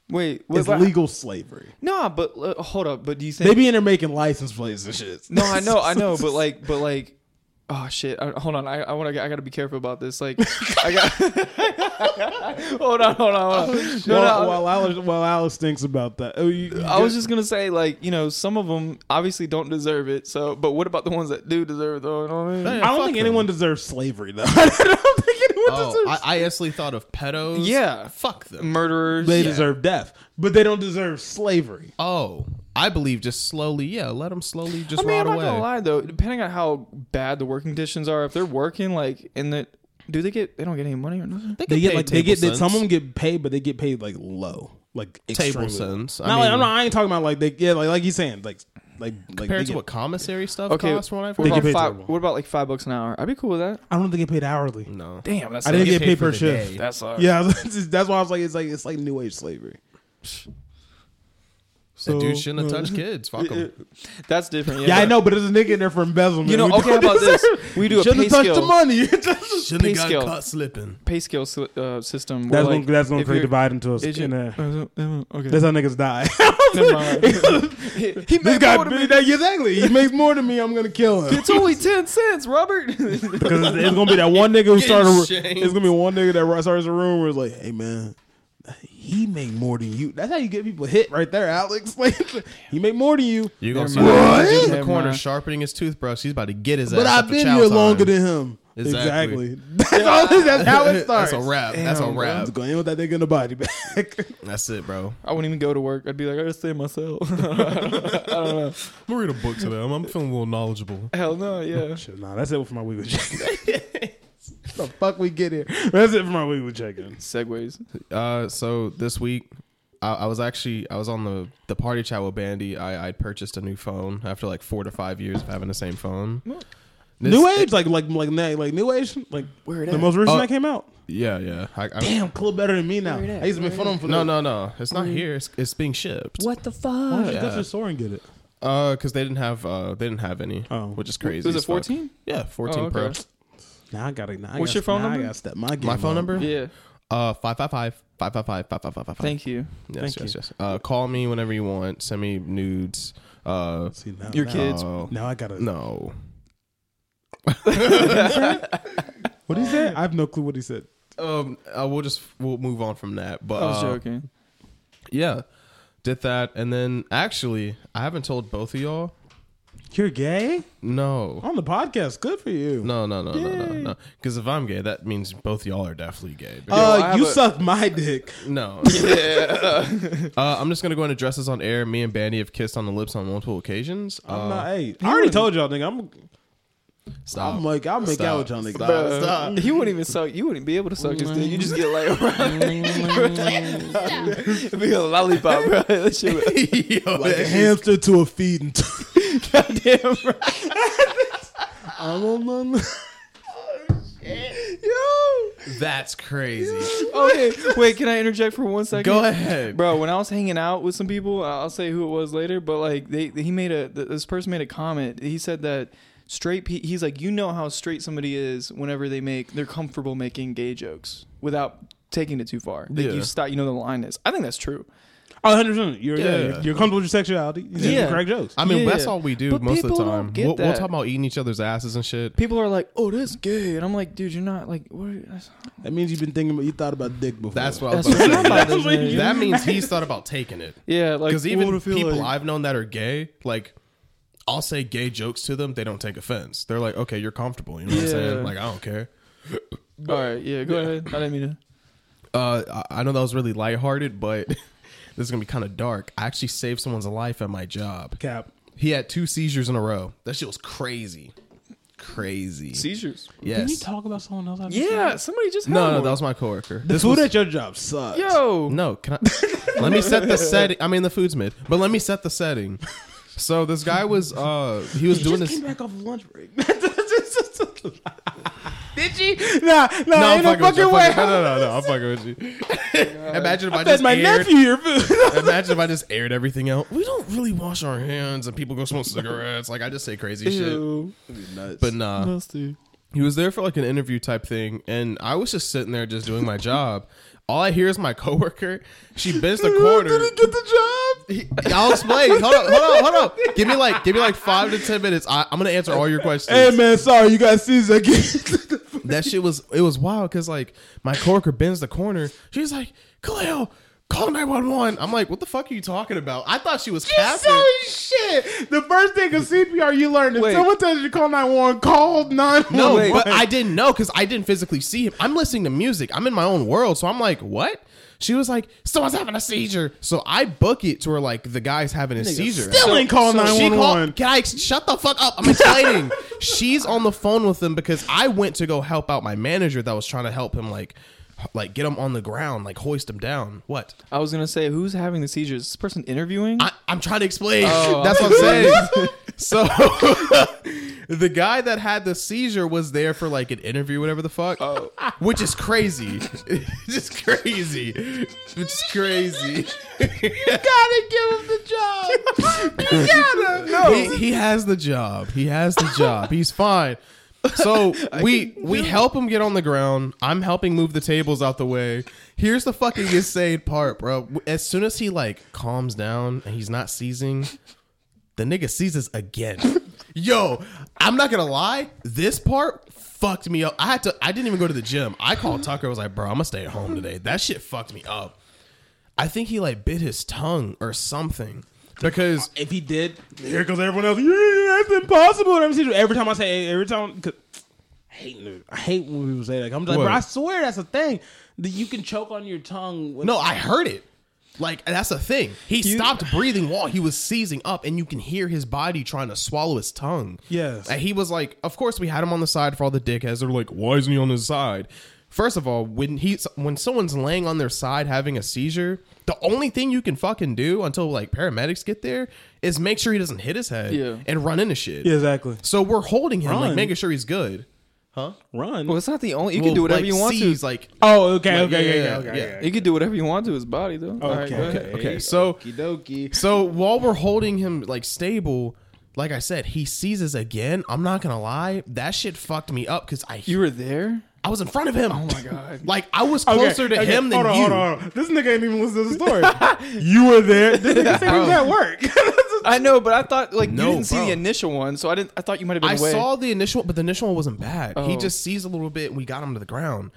[SPEAKER 4] Wait, was
[SPEAKER 5] It's legal slavery.
[SPEAKER 4] Nah, but uh, hold up. But do you think
[SPEAKER 5] They be in there making license plates and shit.
[SPEAKER 4] No, I know, I know, but like, but like, oh shit! I, hold on, I, I want to, I gotta be careful about this. Like, I got. hold on, hold on, hold on.
[SPEAKER 3] Oh,
[SPEAKER 4] No,
[SPEAKER 2] while,
[SPEAKER 4] no,
[SPEAKER 2] while Alice, while Alice thinks about that, oh, you- you
[SPEAKER 4] I was
[SPEAKER 2] get-
[SPEAKER 4] just gonna say, like, you know, some of them obviously don't deserve it. So, but what about the ones that do deserve it? Though, you know what I mean?
[SPEAKER 2] I don't
[SPEAKER 3] fuck
[SPEAKER 2] think
[SPEAKER 3] them.
[SPEAKER 2] anyone deserves slavery though. I don't think anyone
[SPEAKER 3] Oh,
[SPEAKER 2] deserves.
[SPEAKER 3] I, I actually thought of pedos.
[SPEAKER 4] Yeah.
[SPEAKER 3] fuck them.
[SPEAKER 4] Murderers.
[SPEAKER 2] they deserve death, but they don't deserve slavery.
[SPEAKER 3] Oh, I believe just slowly. Yeah, let them slowly just
[SPEAKER 4] I mean,
[SPEAKER 3] rot
[SPEAKER 4] I'm not
[SPEAKER 3] away.
[SPEAKER 4] gonna lie though. Depending on how bad the working conditions are, if they're working like in the, do they get? They don't get any money or nothing.
[SPEAKER 3] They,
[SPEAKER 2] They
[SPEAKER 3] get
[SPEAKER 2] get like they
[SPEAKER 3] table
[SPEAKER 2] get they, some
[SPEAKER 3] cents.
[SPEAKER 2] of them get paid, but they get paid like low, like
[SPEAKER 3] table
[SPEAKER 2] extremely low.
[SPEAKER 3] cents. I
[SPEAKER 2] Not like,
[SPEAKER 3] mean,
[SPEAKER 2] I'm not. I ain't talking about like they. Yeah, like like you saying like like like they
[SPEAKER 3] compared to
[SPEAKER 2] get-
[SPEAKER 3] what commissary stuff
[SPEAKER 4] Okay.
[SPEAKER 3] costs. From what I've
[SPEAKER 4] what
[SPEAKER 3] heard.
[SPEAKER 2] They
[SPEAKER 4] about
[SPEAKER 2] get paid
[SPEAKER 4] five?
[SPEAKER 2] terrible.
[SPEAKER 4] What about like five bucks an hour? I'd be cool with that.
[SPEAKER 2] I don't think they get paid hourly.
[SPEAKER 3] No,
[SPEAKER 4] Damn, that's
[SPEAKER 2] I didn't
[SPEAKER 4] like-
[SPEAKER 2] get paid per
[SPEAKER 3] for the
[SPEAKER 2] shift.
[SPEAKER 3] day.
[SPEAKER 4] That sucks.
[SPEAKER 2] Yeah, that's why I was like, it's like it's like new age slavery.
[SPEAKER 3] that dude shouldn't have touched kids. Fuck him.
[SPEAKER 4] That's different. Yeah,
[SPEAKER 2] Yeah, I know, but there's a nigga in there for embezzlement.
[SPEAKER 4] You know,
[SPEAKER 2] We
[SPEAKER 4] okay, how
[SPEAKER 2] don't
[SPEAKER 4] about
[SPEAKER 2] deserve-
[SPEAKER 4] this? We do a
[SPEAKER 2] Shouldn't
[SPEAKER 4] pay
[SPEAKER 2] have touched the
[SPEAKER 4] scale,
[SPEAKER 2] money.
[SPEAKER 3] Shouldn't
[SPEAKER 4] Pay scale.
[SPEAKER 3] slipping.
[SPEAKER 4] pay scale s- uh, system. where,
[SPEAKER 2] that's
[SPEAKER 4] like,
[SPEAKER 2] gonna that's gonna
[SPEAKER 4] if
[SPEAKER 2] create
[SPEAKER 4] you're-
[SPEAKER 2] divide into us.
[SPEAKER 4] is your-
[SPEAKER 2] in there.
[SPEAKER 4] Okay.
[SPEAKER 2] That's how niggas die.
[SPEAKER 4] Never mind. he he
[SPEAKER 2] this
[SPEAKER 4] made
[SPEAKER 2] guy,
[SPEAKER 4] more than me.
[SPEAKER 2] exactly. He makes more than me. I'm gonna kill him
[SPEAKER 4] It's only ten cents, Robert.
[SPEAKER 2] because it's, it's gonna be that one nigga who started.
[SPEAKER 3] shamed.
[SPEAKER 2] It's gonna be one nigga that starts a room where it's like, hey man. He made more than you. That's how you get people hit right there, Alex. Like he made more than you.
[SPEAKER 3] You gonna see
[SPEAKER 4] Never mind.
[SPEAKER 3] that dude in
[SPEAKER 4] What?
[SPEAKER 3] the corner
[SPEAKER 4] Never
[SPEAKER 3] sharpening his toothbrush? He's about to get his ass.
[SPEAKER 5] But
[SPEAKER 3] up
[SPEAKER 5] I've
[SPEAKER 3] for
[SPEAKER 5] been
[SPEAKER 3] chow
[SPEAKER 5] here
[SPEAKER 3] time.
[SPEAKER 5] longer than him.
[SPEAKER 3] Exactly.
[SPEAKER 2] Exactly. That's, all, that's how it starts.
[SPEAKER 3] That's a wrap. That's a
[SPEAKER 4] Damn,
[SPEAKER 3] wrap.
[SPEAKER 2] It's gonna end with that nigga in the body bag.
[SPEAKER 3] That's it, bro.
[SPEAKER 4] I wouldn't even go to work. I'd be like, I gotta stay myself. I don't know.
[SPEAKER 3] I'm gonna read a book today. I'm, I'm feeling a little knowledgeable.
[SPEAKER 4] Hell no. Yeah.
[SPEAKER 2] Shit, nah, that's it for my weekly check-in. the fuck we get here? That's it for my weekly check-in.
[SPEAKER 4] Segways.
[SPEAKER 3] Uh, so this week, I, I was actually I was on the the party chat with Bandy. I I purchased a new phone after like four to five years of having the same phone. This-
[SPEAKER 2] New Age, like like like na- like New Age, like
[SPEAKER 4] Where it
[SPEAKER 2] the
[SPEAKER 4] at?
[SPEAKER 2] most recent
[SPEAKER 3] Uh,
[SPEAKER 2] that came out.
[SPEAKER 3] Yeah, yeah. I, I,
[SPEAKER 2] Damn, Clip better than me now.
[SPEAKER 4] Where it at?
[SPEAKER 2] I used to be fun on for
[SPEAKER 3] No,
[SPEAKER 2] that.
[SPEAKER 3] no, no. It's not here. It's, it's being shipped.
[SPEAKER 4] What the
[SPEAKER 2] Why
[SPEAKER 4] fuck?
[SPEAKER 2] don't you
[SPEAKER 3] Yeah.
[SPEAKER 2] go to the store and get it?
[SPEAKER 3] Uh, because they didn't have uh they didn't have any.
[SPEAKER 2] Oh.
[SPEAKER 3] which is crazy.
[SPEAKER 4] Was it
[SPEAKER 3] as fuck.
[SPEAKER 4] 14?
[SPEAKER 3] Yeah, fourteen
[SPEAKER 4] Oh,
[SPEAKER 3] Pro.
[SPEAKER 4] okay.
[SPEAKER 2] Now I gotta. Now I
[SPEAKER 4] What's
[SPEAKER 2] gotta-
[SPEAKER 4] your phone
[SPEAKER 2] now
[SPEAKER 4] number?
[SPEAKER 2] I gotta step my game
[SPEAKER 3] My phone
[SPEAKER 2] up.
[SPEAKER 3] number?
[SPEAKER 4] Yeah.
[SPEAKER 3] Uh, five five five five five five five five five five.
[SPEAKER 4] Thank you.
[SPEAKER 3] Yes,
[SPEAKER 2] Thank
[SPEAKER 3] yes,
[SPEAKER 2] you.
[SPEAKER 3] yes. Uh, call me whenever you want. Send me nudes. Uh,
[SPEAKER 2] See, now,
[SPEAKER 4] Your
[SPEAKER 2] now,
[SPEAKER 4] kids.
[SPEAKER 3] oh,
[SPEAKER 2] Now I gotta.
[SPEAKER 3] no.
[SPEAKER 2] What he said? I have no clue what he said.
[SPEAKER 3] Um, uh, we'll just we'll move on from that. But
[SPEAKER 4] I was
[SPEAKER 3] uh,
[SPEAKER 4] joking.
[SPEAKER 3] yeah, did that, and then actually, I haven't told both of y'all.
[SPEAKER 2] You're gay
[SPEAKER 3] No,
[SPEAKER 2] on the podcast. Good for you.
[SPEAKER 3] no, no, no, no, no, no. Because if I'm gay, that means both y'all are definitely gay.
[SPEAKER 2] Uh,
[SPEAKER 4] Yo, I have
[SPEAKER 2] you
[SPEAKER 4] a-
[SPEAKER 2] suck my dick.
[SPEAKER 3] No. uh, I'm just gonna go and address this on air. Me and Bandy have kissed on the lips on multiple occasions. Uh,
[SPEAKER 2] I'm not. Hey, I already told y'all, nigga. I'm.
[SPEAKER 3] stop.
[SPEAKER 2] I'm like, I'll make
[SPEAKER 3] Stop.
[SPEAKER 2] out with y'all, nigga.
[SPEAKER 4] Uh, He wouldn't even suck. You wouldn't be able to suck his dick. You just get like around. It'd be a lollipop, bro. That shit would-
[SPEAKER 3] Yo,
[SPEAKER 5] Like a
[SPEAKER 3] that-
[SPEAKER 5] hamster to a feed and
[SPEAKER 4] Goddamn, bro.
[SPEAKER 2] I'm on.
[SPEAKER 3] that's crazy.
[SPEAKER 4] Okay, Oh, wait. Can I interject for one second?
[SPEAKER 3] Go ahead.
[SPEAKER 4] bro. When I was hanging out with some people, I'll say who it was later. But like, they he made a th- this person made a comment. He said that straight. Pe- he's like, you know how straight somebody is whenever they make they're comfortable making gay jokes without taking it too far. Like
[SPEAKER 3] Yeah.
[SPEAKER 4] you stop. You know the line is. I think that's true.
[SPEAKER 2] Oh, 100 percent. You're yeah.
[SPEAKER 3] Yeah.
[SPEAKER 2] you're, you're comfortable with your sexuality. You yeah,
[SPEAKER 4] Yeah.
[SPEAKER 2] correct jokes.
[SPEAKER 3] I mean,
[SPEAKER 4] Yeah.
[SPEAKER 3] that's all we do
[SPEAKER 4] But
[SPEAKER 3] most of the
[SPEAKER 4] people don't
[SPEAKER 3] time.
[SPEAKER 4] get
[SPEAKER 3] We'll, we'll
[SPEAKER 4] that.
[SPEAKER 3] talk about eating each other's asses and shit.
[SPEAKER 4] People are like, oh, that's gay, and I'm like, dude, you're not like. What are you, that's-
[SPEAKER 2] That means you've been thinking about you thought about dick before.
[SPEAKER 3] That's what I was
[SPEAKER 4] That's
[SPEAKER 3] about
[SPEAKER 4] what
[SPEAKER 3] to
[SPEAKER 4] I'm
[SPEAKER 3] say.
[SPEAKER 4] about to say.
[SPEAKER 3] That means he's thought about taking it.
[SPEAKER 4] yeah, like
[SPEAKER 3] Because
[SPEAKER 4] what
[SPEAKER 3] even
[SPEAKER 4] if it-
[SPEAKER 3] people I've known that are gay, like I'll say gay jokes to them, they don't take offense. They're like, okay, you're comfortable. You know what I'm
[SPEAKER 4] Yeah.
[SPEAKER 3] saying? Like I don't care.
[SPEAKER 4] All right, yeah, go ahead. I didn't mean to.
[SPEAKER 3] Uh, I I know that was really lighthearted, but this is gonna be kind of dark. I actually saved someone's life at my job.
[SPEAKER 2] cap.
[SPEAKER 3] He had two seizures in a row. That shit was crazy, crazy.
[SPEAKER 4] Seizures.
[SPEAKER 3] yes.
[SPEAKER 2] talk about someone else?
[SPEAKER 4] Yeah, somebody just had
[SPEAKER 3] no, no,
[SPEAKER 4] one.
[SPEAKER 3] that was my coworker.
[SPEAKER 2] The
[SPEAKER 3] This
[SPEAKER 2] food
[SPEAKER 3] was
[SPEAKER 2] at your job sucks.
[SPEAKER 4] yo.
[SPEAKER 3] no. Can I? let me set the setting. I mean, the food's mid, but let me set the setting. So this guy was uh he was doing this.
[SPEAKER 2] back off lunch break. Did she? Nah, nah,
[SPEAKER 3] No, I'm
[SPEAKER 2] ain't no
[SPEAKER 3] fucking, with you.
[SPEAKER 2] fucking
[SPEAKER 3] I'm
[SPEAKER 2] way.
[SPEAKER 3] fucking- No, no, no, no, I'm fucking with you. imagine if I,
[SPEAKER 2] That's
[SPEAKER 3] just
[SPEAKER 2] my
[SPEAKER 3] aired,
[SPEAKER 2] nephew your food.
[SPEAKER 3] Imagine if I just aired everything out. We don't really wash our hands, and people go smoke cigarettes. Like I just say crazy shit.
[SPEAKER 4] Ew.
[SPEAKER 3] But nah,
[SPEAKER 4] Nasty.
[SPEAKER 3] he was there for like an interview type thing, and I was just sitting there just doing my job. All I hear is my coworker. She bends the corner.
[SPEAKER 5] Did he get the job?
[SPEAKER 3] I'll explain. Hold on, hold on, hold on. Give me like, give me like five to ten minutes. I, I'm gonna answer all your questions.
[SPEAKER 5] Hey man, sorry you got Caesar again.
[SPEAKER 3] that shit was it was wild because like my coworker bends the corner. She's like, Khalil, call nine one one. I'm like, what the fuck are you talking about? I thought she was capping.
[SPEAKER 5] shit. The first thing of CPR you learned if
[SPEAKER 4] Wait.
[SPEAKER 5] someone tells you to call 911, call 911.
[SPEAKER 3] No,
[SPEAKER 4] wait.
[SPEAKER 3] but I didn't know because I didn't physically see him. I'm listening to music. I'm in my own world, so I'm like, what? She was like, someone's having a seizure. So I book it to her like the guy's having a seizure.
[SPEAKER 2] Still ain't calling
[SPEAKER 3] So she
[SPEAKER 2] 911.
[SPEAKER 3] called- Can I ex- shut the fuck up? I'm explaining. She's on the phone with him because I went to go help out my manager that was trying to help him like, h- like get him on the ground, like hoist him down. What?
[SPEAKER 4] I was gonna say, who's having the seizures? Is this person interviewing?
[SPEAKER 3] I, I'm trying to explain. That's what I'm saying. so the guy that had the seizure was there for like an interview, whatever the fuck, which is crazy. just crazy. Which is crazy.
[SPEAKER 5] gotta give him the job. you gotta.
[SPEAKER 3] he, he has the job. He has the job. He's fine. So we we help him get on the ground. I'm helping move the tables out the way. Here's the fucking insane part, bro. As soon as he like calms down and he's not seizing, the nigga seizes again. Yo, I'm not gonna lie. This part fucked me up. I had to. I didn't even go to the gym. I called Tucker. I was like, bro, I'm gonna stay at home today. That shit fucked me up. I think he like bit his tongue or something because
[SPEAKER 2] If he did, here goes everyone else. Yeah, that's impossible. And I'm saying, Every time I say, every time, 'cause- I hate, when- I hate when people say that. I'm like,
[SPEAKER 3] What?
[SPEAKER 2] bro, I swear that's a thing that you can choke on your tongue. With,
[SPEAKER 3] No, I heard it. Like that's the thing. He stopped breathing while he was seizing up, and you can hear his body trying to swallow his tongue.
[SPEAKER 2] Yes.
[SPEAKER 3] and he was like, "Of course, we had him on the side for all the dickheads." They're like, "Why isn't he on his side?" First of all, when he when someone's laying on their side having a seizure, the only thing you can fucking do until like paramedics get there is make sure he doesn't hit his head
[SPEAKER 4] Yeah.
[SPEAKER 3] and run into shit.
[SPEAKER 2] Yeah, exactly.
[SPEAKER 3] So we're holding him, like
[SPEAKER 2] Run.
[SPEAKER 3] making sure he's good.
[SPEAKER 2] Run.
[SPEAKER 4] well, it's not the only. You
[SPEAKER 3] Well,
[SPEAKER 4] can do whatever
[SPEAKER 3] like,
[SPEAKER 4] you want
[SPEAKER 3] seize,
[SPEAKER 4] to.
[SPEAKER 3] Like
[SPEAKER 2] oh, okay, okay,
[SPEAKER 3] Like, yeah,
[SPEAKER 2] okay, okay,
[SPEAKER 3] yeah.
[SPEAKER 2] okay, okay.
[SPEAKER 4] You can do whatever you want to his body, though. All right,
[SPEAKER 2] Okay.
[SPEAKER 4] go ahead.
[SPEAKER 3] okay, so So while we're holding him like stable, like I said, he seizes again. I'm not gonna lie, that shit fucked me up because I
[SPEAKER 4] You were there.
[SPEAKER 3] I was in front of him. Oh
[SPEAKER 4] my God.
[SPEAKER 3] like I was closer to him
[SPEAKER 2] hold
[SPEAKER 3] than
[SPEAKER 2] on,
[SPEAKER 3] you.
[SPEAKER 2] Hold on, hold on. This nigga ain't even listen to the story. you were there. This nigga said he was at work.
[SPEAKER 4] I know, but I thought like
[SPEAKER 3] No,
[SPEAKER 4] you didn't see
[SPEAKER 3] bro.
[SPEAKER 4] the initial one, so I didn't. I thought you might have been
[SPEAKER 3] I
[SPEAKER 4] away.
[SPEAKER 3] saw the initial, but the initial one wasn't bad. He
[SPEAKER 4] Oh.
[SPEAKER 3] just seized a little bit, and we got him to the ground.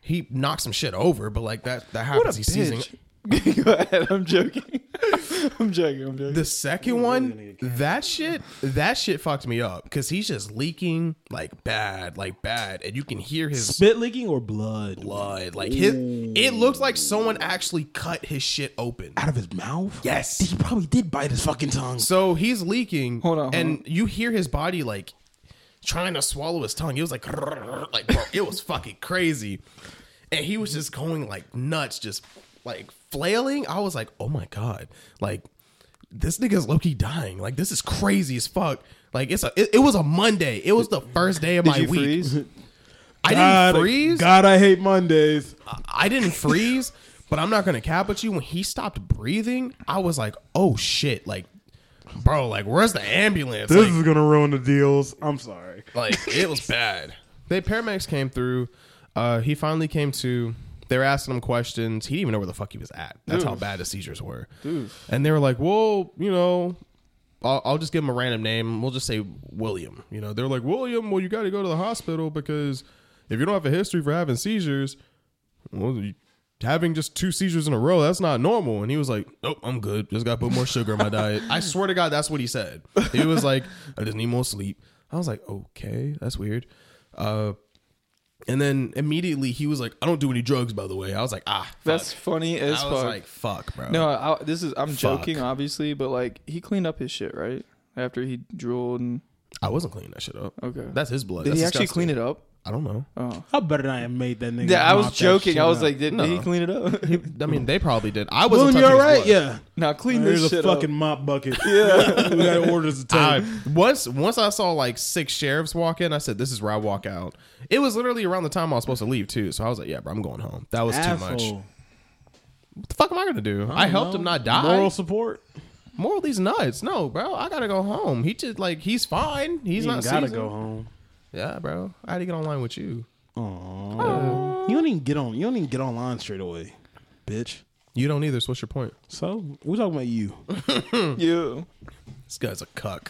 [SPEAKER 3] He knocked some shit over, but like that that happens. He's seizing.
[SPEAKER 4] bitch. Go ahead. I'm joking. I'm joking. I'm joking.
[SPEAKER 3] The second one, that shit, that shit fucked me up because he's just leaking like bad, like bad, and you can hear his
[SPEAKER 2] Spit leaking or blood?
[SPEAKER 3] blood. Like his, it looks like someone actually cut his shit open.
[SPEAKER 4] Ah.
[SPEAKER 2] Out of his mouth?
[SPEAKER 3] Yes.
[SPEAKER 2] He probably did bite his fucking tongue.
[SPEAKER 3] So he's leaking.
[SPEAKER 4] Hold on, hold
[SPEAKER 3] and you hear his body like trying to swallow his tongue. It was like, like bro, it was fucking crazy, and he was just going like nuts, just like flailing. I was like, oh my god, like this nigga's low key dying. Like this is crazy as fuck. Like it's a, it, it was a Monday. It was the first day of my
[SPEAKER 4] Did you
[SPEAKER 3] week.
[SPEAKER 4] freeze?
[SPEAKER 3] I didn't
[SPEAKER 2] God,
[SPEAKER 3] freeze.
[SPEAKER 2] God, I hate Mondays.
[SPEAKER 3] I didn't freeze, but I'm not gonna cap at you. When he stopped breathing, I was like, "Oh shit!" Like, bro, like, where's the ambulance?
[SPEAKER 2] This
[SPEAKER 3] Like,
[SPEAKER 2] is gonna ruin the deals. I'm sorry.
[SPEAKER 3] like, it was bad. They paramedics came through. Uh, he finally came to. They were asking him questions. He didn't even know where the fuck he was at. That's how bad the seizures were. And they were like, "Well, you know." I'll, I'll just give him a random name. We'll just say William. You know, they're like William. Well, you got to go to the hospital because if you don't have a history for having seizures, well, you- having just two seizures in a row, that's not normal. And he was like, nope, I'm good. Just got to put more sugar in my diet. I swear to God, that's what he said. He was like, I just need more sleep. I was like, okay, that's weird. Uh, and then immediately he was like, I don't do any drugs, by the way. I was like, ah, fuck.
[SPEAKER 4] That's funny as
[SPEAKER 3] I
[SPEAKER 4] fuck.
[SPEAKER 3] was like, fuck, bro.
[SPEAKER 4] no, I, this is. I'm
[SPEAKER 3] Fuck.
[SPEAKER 4] joking, obviously, but like he cleaned up his shit, right? After he drooled and
[SPEAKER 3] I wasn't cleaning that shit up.
[SPEAKER 4] Okay.
[SPEAKER 3] That's his blood.
[SPEAKER 4] did
[SPEAKER 3] That's
[SPEAKER 4] he actually
[SPEAKER 3] disgusting.
[SPEAKER 4] clean it up?
[SPEAKER 3] I don't know.
[SPEAKER 2] I better not have made that nigga.
[SPEAKER 4] Yeah, I was
[SPEAKER 2] mop that
[SPEAKER 4] joking.
[SPEAKER 2] shit
[SPEAKER 4] I was
[SPEAKER 2] up.
[SPEAKER 4] like, did, did he
[SPEAKER 3] No.
[SPEAKER 4] clean it up?
[SPEAKER 3] I mean, they probably did. I wasn't
[SPEAKER 2] Boom, you
[SPEAKER 3] touching
[SPEAKER 2] all
[SPEAKER 3] his
[SPEAKER 2] right?
[SPEAKER 3] blood.
[SPEAKER 2] Yeah.
[SPEAKER 4] now clean
[SPEAKER 2] Here's
[SPEAKER 4] this
[SPEAKER 2] a
[SPEAKER 4] shit
[SPEAKER 2] fucking
[SPEAKER 4] up.
[SPEAKER 2] mop bucket. Yeah. we gotta order this to
[SPEAKER 3] I-
[SPEAKER 2] take.
[SPEAKER 3] once once I saw like six sheriffs walk in, I said, "This is where I walk out." It was literally around the time I was supposed to leave too, so I was like, "Yeah, bro, I'm going home." That was too much.
[SPEAKER 2] Asshole.
[SPEAKER 3] What the fuck am I gonna do? I, helped him not die.
[SPEAKER 2] Moral
[SPEAKER 3] Moral,
[SPEAKER 2] support.
[SPEAKER 3] these nuts. No, bro, I gotta go home. He just like he's fine. He's
[SPEAKER 2] You
[SPEAKER 3] not
[SPEAKER 2] gotta
[SPEAKER 3] seizing.
[SPEAKER 2] go home.
[SPEAKER 3] Yeah, bro, I had to get online with you.
[SPEAKER 2] Aww. You don't even get on. You don't even get online straight away, bitch.
[SPEAKER 3] You don't either. So what's your point?
[SPEAKER 2] So we're talking about you.
[SPEAKER 4] You
[SPEAKER 3] This guy's a cuck.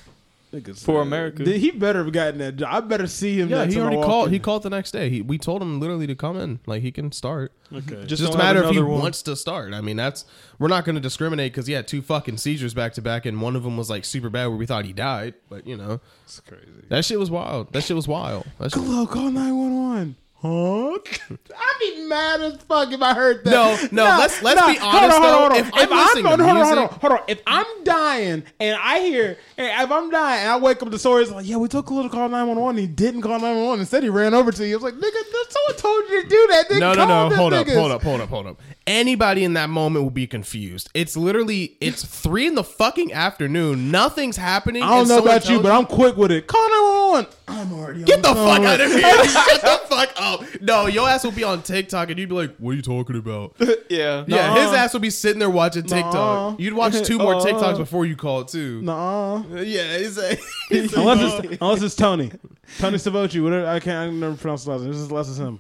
[SPEAKER 2] Niggas,
[SPEAKER 4] for
[SPEAKER 2] uh,
[SPEAKER 4] America.
[SPEAKER 2] Did- he better have gotten that job. I better see him.
[SPEAKER 3] Yeah,
[SPEAKER 2] next
[SPEAKER 3] he
[SPEAKER 2] time I
[SPEAKER 3] already
[SPEAKER 2] walk
[SPEAKER 3] called.
[SPEAKER 2] in.
[SPEAKER 3] He called the next day. He, we told him literally to come in. Like he can start.
[SPEAKER 2] Okay.
[SPEAKER 3] Just,
[SPEAKER 4] don't
[SPEAKER 3] a
[SPEAKER 4] have
[SPEAKER 3] matter if he
[SPEAKER 4] another one.
[SPEAKER 3] wants to start. I mean, that's we're not going to discriminate because he had two fucking seizures back to back, and one of them was like super bad where we thought he died. But you know,
[SPEAKER 2] That's crazy.
[SPEAKER 3] that shit was wild. That shit was wild. That shit-
[SPEAKER 2] Hello, call nine one one. Huh? I'd be mad as fuck if I heard that.
[SPEAKER 3] No, no, let's- let's be honest,
[SPEAKER 2] Hold on, hold on, hold on.
[SPEAKER 3] though. If I'm listening to
[SPEAKER 2] hold on, hold on,
[SPEAKER 3] music-
[SPEAKER 2] hold on. If I'm dying and I hear, and if I'm dying and I wake up to stories like, yeah, we took Khalil to call nine one one. He didn't call nine one one. Instead, he ran over to you. I was like, nigga, that- someone told you to do that. Then
[SPEAKER 3] no, no,
[SPEAKER 2] call
[SPEAKER 3] no.
[SPEAKER 2] them
[SPEAKER 3] Hold up,
[SPEAKER 2] niggas.
[SPEAKER 3] hold up, hold up, hold up. Anybody in that moment will be confused. It's literally it's three in the fucking afternoon. Nothing's happening.
[SPEAKER 2] I don't
[SPEAKER 3] and
[SPEAKER 2] know
[SPEAKER 3] someone
[SPEAKER 2] about you,
[SPEAKER 3] tells
[SPEAKER 2] but I'm quick with it. Call nine one one. I'm already.
[SPEAKER 3] Get the fuck out of here! Shut the fuck up! No, your ass will be on TikTok and you'd be like, "What are you talking about?"
[SPEAKER 4] yeah.
[SPEAKER 3] Yeah,
[SPEAKER 2] Nuh-uh.
[SPEAKER 3] his ass would be sitting there watching TikTok.
[SPEAKER 2] Nuh-uh.
[SPEAKER 3] You'd watch two more
[SPEAKER 2] Uh-uh.
[SPEAKER 3] TikToks before you called too.
[SPEAKER 2] Nah.
[SPEAKER 3] Yeah, he's a,
[SPEAKER 2] Unless it's unless it's Tony, Tony Savochi, whatever I can't I can never pronounce his last name. This is unless it's him.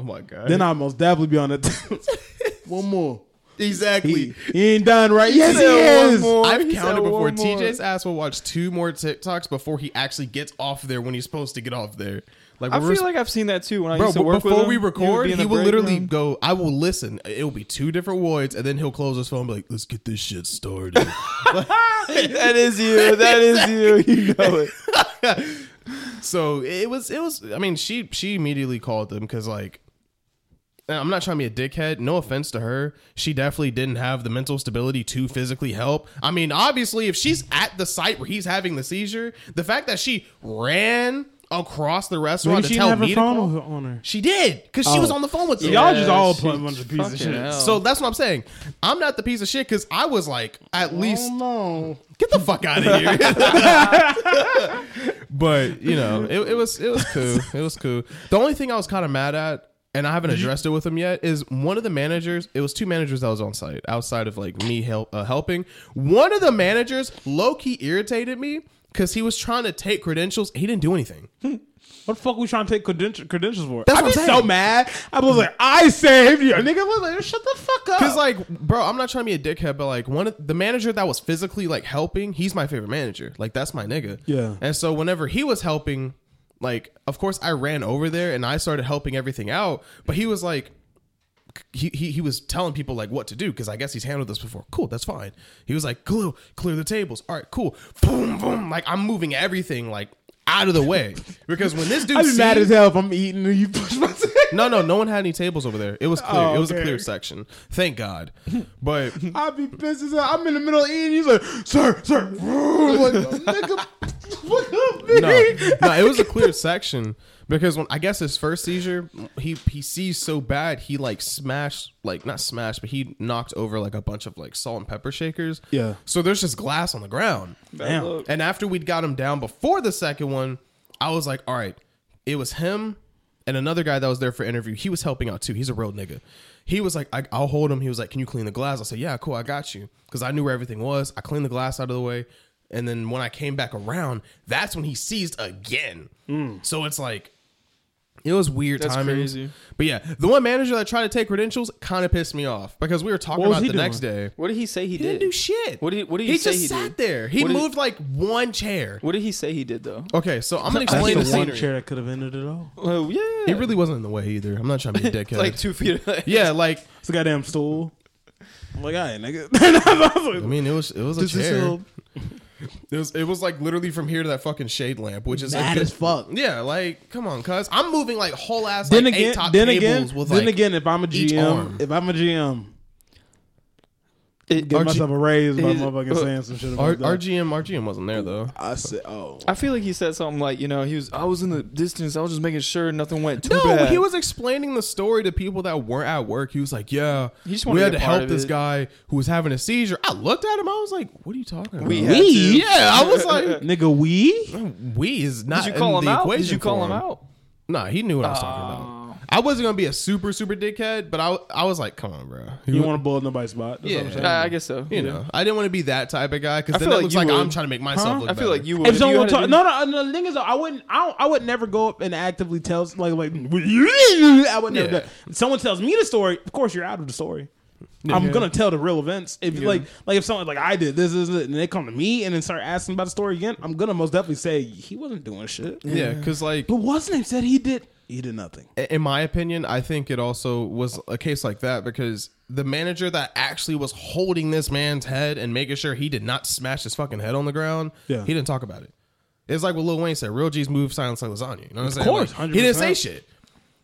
[SPEAKER 3] oh my god.
[SPEAKER 2] Then I most definitely be on it.
[SPEAKER 5] One more.
[SPEAKER 3] exactly.
[SPEAKER 2] he ain't done right. Yes,
[SPEAKER 4] said
[SPEAKER 2] he
[SPEAKER 4] one
[SPEAKER 2] is.
[SPEAKER 4] more.
[SPEAKER 3] I've
[SPEAKER 4] He said
[SPEAKER 3] counted before.
[SPEAKER 4] one more.
[SPEAKER 3] TJ's ass will watch two more TikToks before he actually gets off there when he's supposed to get off there. Like
[SPEAKER 4] I
[SPEAKER 3] when we're-
[SPEAKER 4] feel like I've seen that too when I
[SPEAKER 3] Bro,
[SPEAKER 4] used to
[SPEAKER 3] but
[SPEAKER 4] work
[SPEAKER 3] before
[SPEAKER 4] with him.
[SPEAKER 3] we
[SPEAKER 4] He would be
[SPEAKER 3] record,
[SPEAKER 4] in
[SPEAKER 3] he
[SPEAKER 4] the
[SPEAKER 3] will
[SPEAKER 4] break
[SPEAKER 3] literally
[SPEAKER 4] room.
[SPEAKER 3] go. I will listen. It'll be two different voids, and then he'll close his phone. and Be like, let's get this shit started.
[SPEAKER 4] That is you. That is you. You know it.
[SPEAKER 3] so it was it was i mean she she immediately called them because like and i'm not trying to be a dickhead no offense to her she definitely didn't have the mental stability to physically help i mean obviously if she's at the site where he's having the seizure the fact that she ran across the restaurant
[SPEAKER 2] Maybe
[SPEAKER 3] to
[SPEAKER 2] she
[SPEAKER 3] tell
[SPEAKER 2] didn't have
[SPEAKER 3] me
[SPEAKER 2] her
[SPEAKER 3] to call-
[SPEAKER 2] phone on her.
[SPEAKER 3] she did because she was on the phone with them.
[SPEAKER 2] Y'all just all
[SPEAKER 4] she-
[SPEAKER 2] put a bunch of pieces of
[SPEAKER 4] fucking
[SPEAKER 2] shit.
[SPEAKER 4] hell.
[SPEAKER 3] so that's what i'm saying i'm not the piece of shit because i was like at least
[SPEAKER 2] no.
[SPEAKER 3] get the fuck out of here. but you know, it, it was it was cool. It was cool. The only thing I was kind of mad at, and I haven't addressed it with him yet, is one of the managers. It was two managers that was on site outside of like me help uh, helping. One of the managers low key irritated me because he was trying to take credentials. He didn't do anything.
[SPEAKER 2] What the fuck we trying to take credentials, credentials for?
[SPEAKER 3] That's
[SPEAKER 2] I'd
[SPEAKER 3] what
[SPEAKER 2] be
[SPEAKER 3] I'm
[SPEAKER 2] so
[SPEAKER 3] saying.
[SPEAKER 2] mad. I was like, I saved you. Nigga was like, shut the fuck up.
[SPEAKER 3] Cause like, bro, I'm not trying to be a dickhead, but like one of the manager that was physically like helping, he's my favorite manager. Like that's my nigga.
[SPEAKER 2] Yeah.
[SPEAKER 3] And so whenever he was helping, like of course I ran over there and I started helping everything out, but he was like he, he, he was telling people like what to do because I guess he's handled this before. Cool, that's fine. He was like, glue, clear the tables. All right, cool. Boom, boom. Like I'm moving everything like out of the way because when this dude
[SPEAKER 2] I'd be
[SPEAKER 3] sees-
[SPEAKER 2] mad as hell if I'm eating and you push my
[SPEAKER 3] no no no one had any tables over there. It was clear.
[SPEAKER 2] Oh,
[SPEAKER 3] it was
[SPEAKER 2] okay.
[SPEAKER 3] a clear section. Thank God. But
[SPEAKER 2] I'd be pissed as hell. I'm in the middle of eating. He's like, sir, sir. I'm like, nigga, what up,
[SPEAKER 3] no,
[SPEAKER 2] nigga?
[SPEAKER 3] no, it was a clear section because when I guess his first seizure, he he sees so bad he like smashed like not smashed but he knocked over like a bunch of like salt and pepper shakers.
[SPEAKER 2] Yeah.
[SPEAKER 3] So there's just glass on the ground.
[SPEAKER 2] Damn.
[SPEAKER 3] And after we'd got him down before the second one, I was like, all right, it was him and another guy that was there for interview. He was helping out too. He's a real nigga. He was like, I, I'll hold him. He was like, can you clean the glass? I said, yeah, cool, I got you. Because I knew where everything was. I cleaned the glass out of the way. And then when I came back around, that's when he seized again.
[SPEAKER 2] Hmm.
[SPEAKER 3] So it's like, it was weird
[SPEAKER 4] That's
[SPEAKER 3] timing.
[SPEAKER 4] crazy.
[SPEAKER 3] But yeah, the one manager that tried to take credentials kind of pissed me off because we were talking
[SPEAKER 2] What was
[SPEAKER 3] about
[SPEAKER 2] he
[SPEAKER 3] the
[SPEAKER 2] doing?
[SPEAKER 3] next day.
[SPEAKER 4] What did he say he,
[SPEAKER 3] He didn't do shit.
[SPEAKER 4] What did- what did
[SPEAKER 3] he
[SPEAKER 4] he say
[SPEAKER 3] just
[SPEAKER 4] he
[SPEAKER 3] sat
[SPEAKER 4] did?
[SPEAKER 3] there. He
[SPEAKER 4] What did-
[SPEAKER 3] moved like one chair.
[SPEAKER 4] What did he say he did though?
[SPEAKER 3] Okay, so I'm gonna
[SPEAKER 2] That's
[SPEAKER 3] explain the,
[SPEAKER 2] the one
[SPEAKER 3] scenery.
[SPEAKER 2] chair that could have ended it all.
[SPEAKER 4] Oh yeah.
[SPEAKER 3] It really wasn't in the way either. I'm not trying to be a dickhead.
[SPEAKER 4] like two feet. Away.
[SPEAKER 3] yeah, like
[SPEAKER 2] It's a goddamn stool. I'm like, I ain't nigga. And I was like,
[SPEAKER 3] I mean, it was it was a
[SPEAKER 5] This is
[SPEAKER 3] chair.
[SPEAKER 5] a-
[SPEAKER 3] It was it was like literally from here to that fucking shade lamp, which is a
[SPEAKER 5] Bad
[SPEAKER 3] good-
[SPEAKER 5] as fuck.
[SPEAKER 3] Yeah, like come on, cuz I'm moving like whole ass
[SPEAKER 2] then
[SPEAKER 3] like eight
[SPEAKER 2] again,
[SPEAKER 3] top
[SPEAKER 2] then again,
[SPEAKER 3] tables with
[SPEAKER 2] then
[SPEAKER 3] like
[SPEAKER 2] again, if I'm a
[SPEAKER 3] each arm.
[SPEAKER 2] GM, if I'm a GM,
[SPEAKER 4] It-
[SPEAKER 2] give
[SPEAKER 4] our G-
[SPEAKER 2] myself a raise by
[SPEAKER 4] his-
[SPEAKER 2] motherfucking saying some shit
[SPEAKER 3] R-
[SPEAKER 2] about that.
[SPEAKER 3] RGM RGM wasn't there though.
[SPEAKER 5] I said, oh.
[SPEAKER 4] I feel like he said something like, you know, he was. I was in the distance. I was just making sure nothing went too
[SPEAKER 3] No,
[SPEAKER 4] bad.
[SPEAKER 3] he was explaining the story to people that weren't at work. He was like, "Yeah,
[SPEAKER 4] He just
[SPEAKER 3] we
[SPEAKER 4] wanted
[SPEAKER 3] had
[SPEAKER 4] to
[SPEAKER 3] to
[SPEAKER 4] be a part
[SPEAKER 3] help
[SPEAKER 4] of
[SPEAKER 3] this
[SPEAKER 4] it."
[SPEAKER 3] guy who was having a seizure." I looked at him. I was like, "What are you talking about?"
[SPEAKER 4] We had to.
[SPEAKER 3] yeah, I was like,
[SPEAKER 2] Nigga, we?
[SPEAKER 3] "We is not
[SPEAKER 4] Did you
[SPEAKER 3] in
[SPEAKER 4] call him
[SPEAKER 3] the
[SPEAKER 4] out?
[SPEAKER 3] equation
[SPEAKER 4] Did you call
[SPEAKER 3] for
[SPEAKER 4] him out? Oh.
[SPEAKER 3] Nah, he knew what I was talking about. I wasn't gonna be a super super dickhead, but I I was like, come on, bro.
[SPEAKER 2] You want to blow up nobody's spot? That's what I'm
[SPEAKER 3] Yeah.
[SPEAKER 2] saying.
[SPEAKER 4] I, I guess so.
[SPEAKER 3] You know, I didn't want to be that type of guy because then
[SPEAKER 4] feel
[SPEAKER 3] it
[SPEAKER 4] like
[SPEAKER 3] looks
[SPEAKER 4] you
[SPEAKER 3] like
[SPEAKER 4] would.
[SPEAKER 3] I'm trying to make myself. Look
[SPEAKER 4] I feel
[SPEAKER 3] better.
[SPEAKER 4] like you would.
[SPEAKER 2] If
[SPEAKER 4] you
[SPEAKER 2] someone
[SPEAKER 4] had to
[SPEAKER 2] talk,
[SPEAKER 4] do-
[SPEAKER 2] no, no, no. The thing is, though, I wouldn't. I, don't, I would never go up and actively tell like like. I would never.
[SPEAKER 3] Yeah.
[SPEAKER 2] do that. Someone tells me the story. Of course, you're out of the story. I'm gonna tell the real events. If like like if someone like I did this is it, and they come to me and then start asking about the story again, I'm gonna most definitely say he wasn't doing shit.
[SPEAKER 3] yeah, because like
[SPEAKER 2] But what's his name said he did. He did nothing.
[SPEAKER 3] in my opinion, I think it also was a case like that because the manager that actually was holding this man's head and making sure he did not smash his fucking head on the ground,
[SPEAKER 2] Yeah.
[SPEAKER 3] he didn't talk about it. It's like what Lil Wayne said: "Real G's move silence like lasagna." You know what I'm saying?
[SPEAKER 2] course,
[SPEAKER 3] Like, he didn't say
[SPEAKER 2] 100%.
[SPEAKER 3] shit.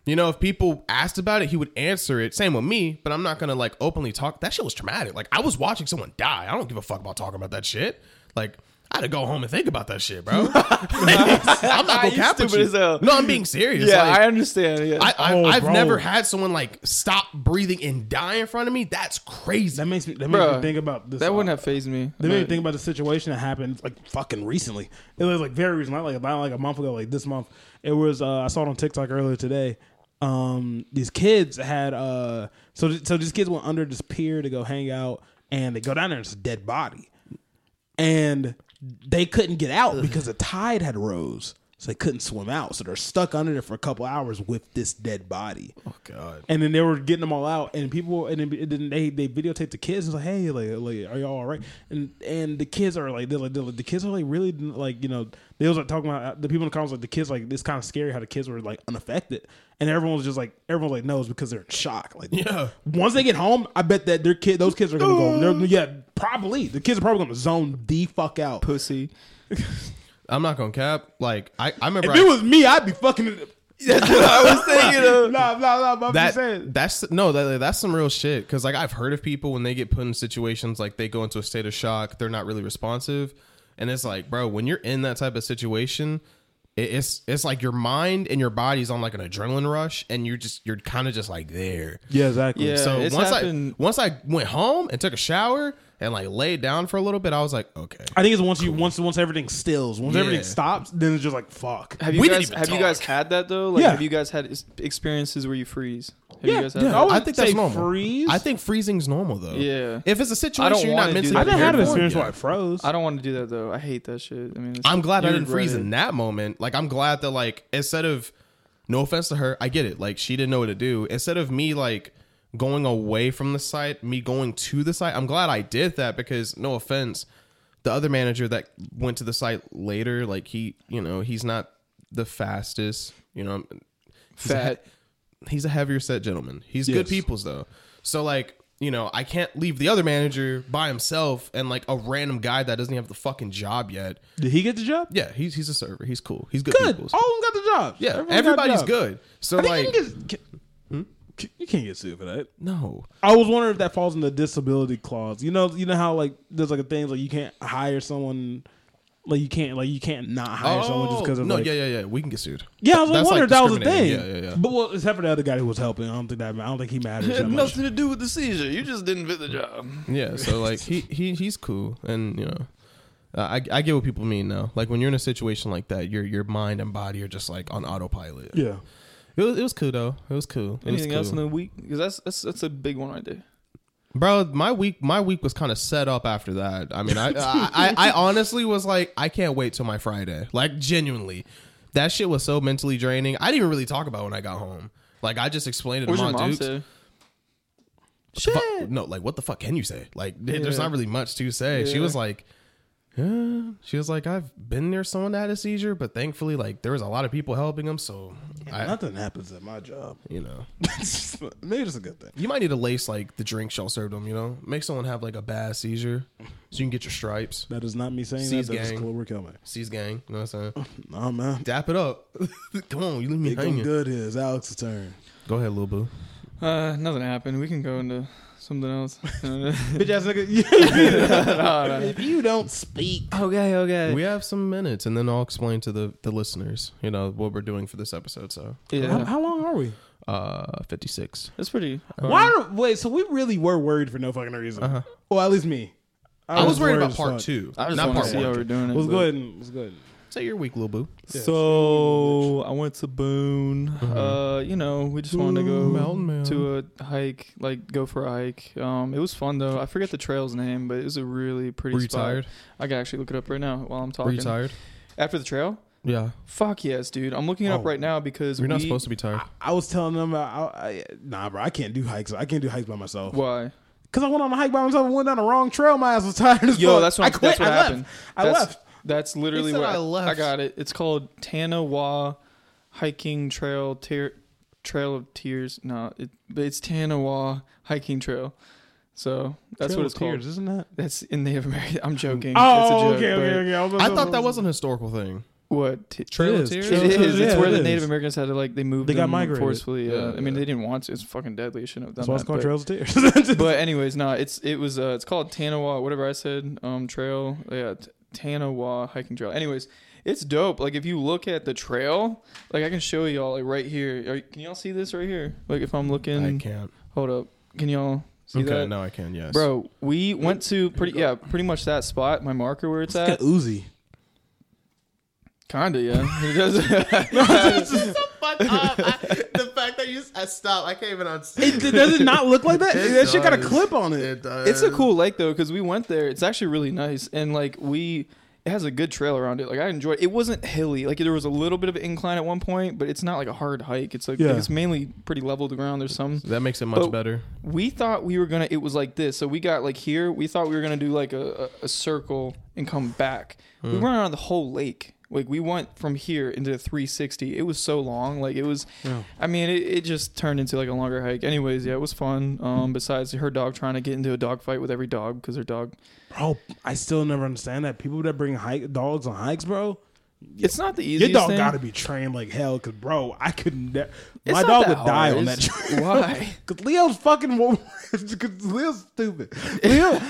[SPEAKER 3] You know, if people asked about it, he would answer it. Same with me, but I'm not gonna like openly talk. That shit was traumatic. Like I was watching someone die. I don't give a fuck about talking about that shit. Like I had to go home and think about that shit, bro. I'm not gonna
[SPEAKER 4] You
[SPEAKER 3] cap with
[SPEAKER 4] stupid
[SPEAKER 3] you.
[SPEAKER 4] as hell.
[SPEAKER 3] No, I'm being serious.
[SPEAKER 4] Yeah,
[SPEAKER 3] like,
[SPEAKER 4] I understand. Yeah.
[SPEAKER 3] I, I,
[SPEAKER 2] Oh,
[SPEAKER 3] I've
[SPEAKER 2] bro.
[SPEAKER 3] never had someone like stop breathing and die in front of me. That's crazy.
[SPEAKER 2] That makes me. That makes
[SPEAKER 4] Bruh,
[SPEAKER 2] me think about this.
[SPEAKER 4] that
[SPEAKER 2] uh,
[SPEAKER 4] wouldn't have phased me.
[SPEAKER 2] They made me
[SPEAKER 4] But-
[SPEAKER 2] think about the situation that happened like fucking recently. It was like very recent, not like about like a month ago, like this month. It was uh, I saw it on TikTok earlier today. Um, these kids had uh, so th- so these kids went under this pier to go hang out, and they go down there and it's a dead body, and they couldn't get out because the tide had rose, so they couldn't swim out, so they're stuck under there for a couple hours with this dead body.
[SPEAKER 3] God.
[SPEAKER 2] And then they were getting them all out, and people, and then- and then they they videotaped the kids. It's like, hey, like, like, are y'all all right? And and the kids are like, they're like, they're like- the kids are like really like, you know, they was like talking about uh, the people in the comments like the kids like it's kind of scary how the kids were like unaffected, and everyone was just like, everyone's like, no, it's because they're in shock. Like,
[SPEAKER 3] Yeah.
[SPEAKER 2] once they get home, I bet that their kid, those kids are gonna go, they're- yeah, probably the kids are probably gonna zone the fuck out.
[SPEAKER 4] pussy.
[SPEAKER 3] I'm not gonna cap. Like I, I remember
[SPEAKER 2] If it
[SPEAKER 3] I-
[SPEAKER 2] was me, I'd be fucking.
[SPEAKER 4] That's what I was thinking of.
[SPEAKER 2] Nah, nah, nah. but I'm just
[SPEAKER 3] that
[SPEAKER 2] saying.
[SPEAKER 3] that's no that, that's some real shit because like I've heard of people when they get put in situations like they go into a state of shock they're not really responsive and it's like bro when you're in that type of situation it, it's it's like your mind and your body's on like an adrenaline rush and you're just you're kind of just like there
[SPEAKER 2] Yeah, exactly.
[SPEAKER 4] Yeah,
[SPEAKER 3] so
[SPEAKER 4] it's
[SPEAKER 3] once
[SPEAKER 4] happened-
[SPEAKER 3] I once I went home and took a shower and like laid down for a little bit I was like okay
[SPEAKER 2] I think it's once you once once everything stills, once
[SPEAKER 3] Yeah.
[SPEAKER 2] everything stops, then it's just like fuck.
[SPEAKER 4] Have you
[SPEAKER 3] We didn't
[SPEAKER 4] guys
[SPEAKER 3] even
[SPEAKER 4] have you
[SPEAKER 3] talk.
[SPEAKER 4] guys had that though? Like
[SPEAKER 2] Yeah.
[SPEAKER 4] have you guys had ex- experiences where you freeze? Have you guys had
[SPEAKER 2] yeah.
[SPEAKER 4] that?
[SPEAKER 2] I would
[SPEAKER 3] I think that's
[SPEAKER 2] say
[SPEAKER 3] normal.
[SPEAKER 2] freeze.
[SPEAKER 3] I think freezing's normal though.
[SPEAKER 4] Yeah.
[SPEAKER 3] If it's a
[SPEAKER 4] I
[SPEAKER 3] situation
[SPEAKER 4] don't
[SPEAKER 3] you're
[SPEAKER 4] wanna
[SPEAKER 3] not
[SPEAKER 4] do
[SPEAKER 3] mentally
[SPEAKER 4] that.
[SPEAKER 2] I didn't have an
[SPEAKER 3] prepared for,
[SPEAKER 2] experience
[SPEAKER 3] yeah.
[SPEAKER 2] where I froze.
[SPEAKER 4] I don't want to do that though. I hate that shit. I mean, it's-
[SPEAKER 3] I'm glad I
[SPEAKER 4] you
[SPEAKER 3] didn't
[SPEAKER 4] regret
[SPEAKER 3] freeze
[SPEAKER 4] it.
[SPEAKER 3] in that moment. Like I'm glad that like instead of no offense to her, I get it. Like she didn't know what to do. Instead of me like going away from the site, me going to the site, I'm glad I did that because no offense, the other manager that went to the site later, like he, you know, he's not the fastest, you know, he's a-
[SPEAKER 4] Fat.
[SPEAKER 3] he's a heavier set gentleman. He's
[SPEAKER 2] Yes.
[SPEAKER 3] good people's though. So like, you know, I can't leave the other manager by himself and like a random guy that doesn't even have the fucking job yet.
[SPEAKER 2] Did he get the job?
[SPEAKER 3] Yeah, he's he's a server. He's cool. He's good.
[SPEAKER 2] Good.
[SPEAKER 3] people's.
[SPEAKER 2] All of them got the jobs.
[SPEAKER 3] yeah,
[SPEAKER 2] Everyone got
[SPEAKER 3] everybody's
[SPEAKER 2] jobs.
[SPEAKER 3] good. So
[SPEAKER 2] I think
[SPEAKER 3] like, Hmm?
[SPEAKER 2] you, can get, can- you can't get sued for that.
[SPEAKER 3] no,
[SPEAKER 2] I was wondering if that falls in the disability clause. You know, you know how like there's like a thing like you can't hire someone, like you can't like you can't not hire someone just because of
[SPEAKER 3] Oh, no,
[SPEAKER 2] like,
[SPEAKER 3] yeah, yeah, yeah. We can get sued.
[SPEAKER 2] Yeah, I was like
[SPEAKER 3] That's,
[SPEAKER 2] wondering if that was a thing.
[SPEAKER 3] discriminating. Yeah, yeah, yeah.
[SPEAKER 2] But well, except for the other guy who was helping, I don't think that I don't think he mattered.
[SPEAKER 4] It
[SPEAKER 2] that
[SPEAKER 4] had
[SPEAKER 2] much.
[SPEAKER 4] nothing to do with the seizure. You just didn't fit the job.
[SPEAKER 3] Yeah, so like he, he he's cool, and you know, uh, I I get what people mean now. Like when you're in a situation like that, your your mind and body are just like on autopilot.
[SPEAKER 2] Yeah.
[SPEAKER 3] It was it was cool though. It was cool. It was
[SPEAKER 4] Anything else in
[SPEAKER 3] cool.
[SPEAKER 4] the week? Because that's, that's that's a big one right there.
[SPEAKER 3] bro my week my week was kind of set up after that i mean I, I i i honestly was like i can't wait till my friday like genuinely that shit was so mentally draining i didn't even really talk about it when i got home like i just explained it
[SPEAKER 4] What's
[SPEAKER 3] to
[SPEAKER 4] your
[SPEAKER 3] my
[SPEAKER 4] mom
[SPEAKER 3] dudes
[SPEAKER 4] say?
[SPEAKER 3] What the fuck- no like what the fuck can you say like th- there's
[SPEAKER 4] Yeah.
[SPEAKER 3] not really much to say she
[SPEAKER 4] Yeah.
[SPEAKER 3] was like yeah. she was like i've been near someone that had a seizure but thankfully like there was a lot of people helping them so i
[SPEAKER 2] Nothing happens at my job.
[SPEAKER 3] you know
[SPEAKER 2] Maybe it's a good thing.
[SPEAKER 3] you might need to lace like the drinks y'all served them you know make someone have like a bad seizure so you can get your stripes
[SPEAKER 2] That is not me saying
[SPEAKER 3] Seize
[SPEAKER 2] that. That's
[SPEAKER 3] gang.
[SPEAKER 2] Clover Kilman.
[SPEAKER 3] C's gang. You know what I'm saying?
[SPEAKER 2] Nah, man.
[SPEAKER 3] Dap it up. Come on, you leave me
[SPEAKER 2] It going
[SPEAKER 3] hanging.
[SPEAKER 2] good here. It's Alex's turn.
[SPEAKER 3] Go ahead, Lil Boo.
[SPEAKER 4] Uh, nothing happened. We can go into something else.
[SPEAKER 2] Bitch ass nigga.
[SPEAKER 4] okay,
[SPEAKER 1] If you don't speak,
[SPEAKER 4] okay.
[SPEAKER 3] We have some minutes, and then I'll explain to the, the listeners, you know, what we're doing for this episode. So,
[SPEAKER 2] how,
[SPEAKER 4] yeah,
[SPEAKER 2] how long are we?
[SPEAKER 3] uh, 56.
[SPEAKER 4] that's pretty.
[SPEAKER 2] Why? Are, wait, so we really were worried for no fucking reason. Well, at least me.
[SPEAKER 3] I was worried about
[SPEAKER 2] as
[SPEAKER 3] part
[SPEAKER 2] fuck.
[SPEAKER 3] two,
[SPEAKER 4] I just
[SPEAKER 3] not
[SPEAKER 4] want to
[SPEAKER 3] part
[SPEAKER 4] see how
[SPEAKER 3] one.
[SPEAKER 4] we're doing it.
[SPEAKER 2] Let's
[SPEAKER 4] but-
[SPEAKER 2] go ahead and let's go ahead. and-
[SPEAKER 3] Say your week, Lil Boo.
[SPEAKER 4] So I went to Boone. Uh, you know, we just wanted to go
[SPEAKER 3] Uh-huh. Boone, mountain man.
[SPEAKER 4] to a hike, like go for a hike. Um, it was fun though. I forget the trail's name, but it was a really pretty.
[SPEAKER 3] Were you
[SPEAKER 4] spot.
[SPEAKER 3] tired?
[SPEAKER 4] I can actually look it up right now while I'm
[SPEAKER 3] Were
[SPEAKER 4] talking.
[SPEAKER 3] you tired?
[SPEAKER 4] After the trail?
[SPEAKER 3] Yeah.
[SPEAKER 4] Fuck yes, dude. I'm looking it up
[SPEAKER 2] Oh.
[SPEAKER 4] right now because
[SPEAKER 3] You're
[SPEAKER 4] we,
[SPEAKER 3] not supposed to be tired.
[SPEAKER 2] I, I was telling them, I, I, nah, bro, I can't do hikes. I can't do hikes by myself.
[SPEAKER 4] Why?
[SPEAKER 2] Because I went on a hike by myself and went down the wrong trail. My ass was tired as
[SPEAKER 4] Yo,
[SPEAKER 2] fuck.
[SPEAKER 4] that's what
[SPEAKER 2] I
[SPEAKER 4] I'm,
[SPEAKER 2] quit.
[SPEAKER 4] that's what
[SPEAKER 2] I
[SPEAKER 4] happened.
[SPEAKER 2] Left. I
[SPEAKER 4] that's,
[SPEAKER 2] left.
[SPEAKER 4] That's literally
[SPEAKER 3] He said
[SPEAKER 4] what
[SPEAKER 3] I left.
[SPEAKER 4] I got it. It's called Tanawa Hiking Trail Tear Trail of Tears. No, it, but it's Tanawa Hiking Trail. So that's what it's called.
[SPEAKER 2] isn't that?
[SPEAKER 4] That's in Native American. I'm joking. it's a
[SPEAKER 2] Oh,
[SPEAKER 4] joke,
[SPEAKER 2] okay,
[SPEAKER 4] but-
[SPEAKER 2] okay, okay.
[SPEAKER 3] I thought that was an historical thing.
[SPEAKER 4] What? T-
[SPEAKER 3] Trail of
[SPEAKER 2] is.
[SPEAKER 3] Tears?
[SPEAKER 2] Trail
[SPEAKER 4] It
[SPEAKER 2] of Tears,
[SPEAKER 4] is. It's
[SPEAKER 2] yeah,
[SPEAKER 4] where
[SPEAKER 2] it
[SPEAKER 4] the
[SPEAKER 2] is.
[SPEAKER 4] Native Americans had to like they moved.
[SPEAKER 2] They got
[SPEAKER 4] them
[SPEAKER 2] migrated.
[SPEAKER 4] forcefully. Yeah.
[SPEAKER 3] Yeah,
[SPEAKER 4] I mean,
[SPEAKER 3] yeah.
[SPEAKER 4] they didn't want to. It's fucking deadly. They shouldn't have done
[SPEAKER 2] That's why it's
[SPEAKER 4] that.
[SPEAKER 2] called
[SPEAKER 4] but-
[SPEAKER 2] Trails of Tears.
[SPEAKER 4] but anyways, no, it's it was uh it's called Tanawa, whatever I said, um trail. Yeah, T- Tanawa hiking trail. Anyways, it's dope. Like if you look at the trail, like I can show y'all like right here. Are, can y'all see this right here? Like if I'm looking
[SPEAKER 3] I can't.
[SPEAKER 4] hold up. Can y'all see
[SPEAKER 3] Okay,
[SPEAKER 4] that?
[SPEAKER 3] now I can. Yes,
[SPEAKER 4] Bro, we went to pretty yeah, pretty much that spot, my marker where it's at.
[SPEAKER 2] Uzi.
[SPEAKER 4] Kinda, yeah. It does-
[SPEAKER 3] Fuck up. I, the fact that you I stopped. I can't even unsee.
[SPEAKER 2] It, does it not look like that? that shit got a
[SPEAKER 5] does.
[SPEAKER 2] clip on it.
[SPEAKER 4] it's a cool lake though because we went there it's actually really nice and like we it has a good trail around it like i enjoyed it wasn't hilly like there was a little bit of incline at one point but it's not like a hard hike it's like,
[SPEAKER 2] Yeah.
[SPEAKER 4] it's mainly pretty level to ground there's some
[SPEAKER 3] That makes it much
[SPEAKER 4] But-
[SPEAKER 3] better.
[SPEAKER 4] we thought we were gonna it was like this so we got like here we thought we were gonna do like a, a, a circle and come back we
[SPEAKER 2] Hmm.
[SPEAKER 4] went around the whole lake like we went from here into 360 it was so long like it was i mean it, it just turned into like a longer hike anyways yeah it was fun um besides her dog trying to get into a dog fight with every dog because her dog
[SPEAKER 2] Bro, I still never understand that. People that bring hike, dogs on hikes, bro,
[SPEAKER 4] it's not the
[SPEAKER 2] your
[SPEAKER 4] easiest
[SPEAKER 2] dog
[SPEAKER 4] thing.
[SPEAKER 2] got to be trained like hell. Because, bro, I could never.
[SPEAKER 4] It's
[SPEAKER 2] My
[SPEAKER 4] not
[SPEAKER 2] dog
[SPEAKER 4] that
[SPEAKER 2] would die
[SPEAKER 4] hard.
[SPEAKER 2] on that
[SPEAKER 4] It's-
[SPEAKER 2] trail.
[SPEAKER 4] why
[SPEAKER 2] Cause Leo's fucking. wo- Cause Leo's stupid. Leo,
[SPEAKER 4] Oh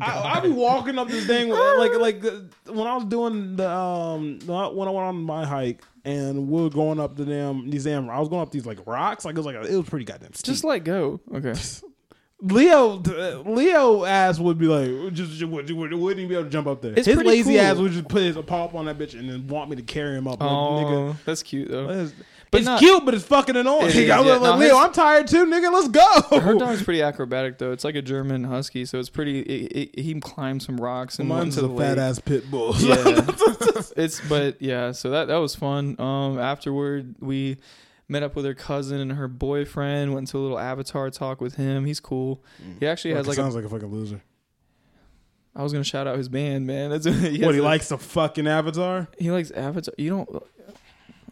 [SPEAKER 2] I, I be walking up this thing with, like like uh, when I was doing the um when I when I went on my hike and we were going up the damn these damn I was going up these like rocks like it was like it was pretty goddamn steep.
[SPEAKER 4] just let go okay
[SPEAKER 2] Leo Leo ass would be like just, just would, would, wouldn't be able to jump up there.
[SPEAKER 4] It's
[SPEAKER 2] his
[SPEAKER 4] pretty
[SPEAKER 2] lazy
[SPEAKER 4] cool.
[SPEAKER 2] ass would just put his paw up on that bitch and then want me to carry him up. Like, nigga,
[SPEAKER 4] oh that's cute though
[SPEAKER 2] it's,
[SPEAKER 4] But
[SPEAKER 2] it's
[SPEAKER 4] not-
[SPEAKER 2] cute, but it's fucking annoying.
[SPEAKER 4] It is,
[SPEAKER 2] I was
[SPEAKER 4] yeah.
[SPEAKER 2] like,
[SPEAKER 4] No,
[SPEAKER 2] Leo,
[SPEAKER 4] his-
[SPEAKER 2] I'm tired too, nigga. Let's go.
[SPEAKER 4] Her dog's pretty acrobatic though. It's like a German husky, so it's pretty. It, it, he climbs some rocks and went
[SPEAKER 2] Mine's
[SPEAKER 4] into
[SPEAKER 2] a
[SPEAKER 4] the
[SPEAKER 2] fat
[SPEAKER 4] lake.
[SPEAKER 2] ass pit bull.
[SPEAKER 4] Yeah, it's but yeah. So that that was fun. Um, afterward we met up with her cousin and her boyfriend. Went to a little avatar talk with him. He's cool.
[SPEAKER 3] Mm.
[SPEAKER 4] He actually has like a,
[SPEAKER 2] sounds like a fucking loser.
[SPEAKER 4] I was gonna shout out his band, man. That's he has
[SPEAKER 2] What he
[SPEAKER 4] a-
[SPEAKER 2] likes the fucking Avatar?
[SPEAKER 4] He likes avatar. You don't.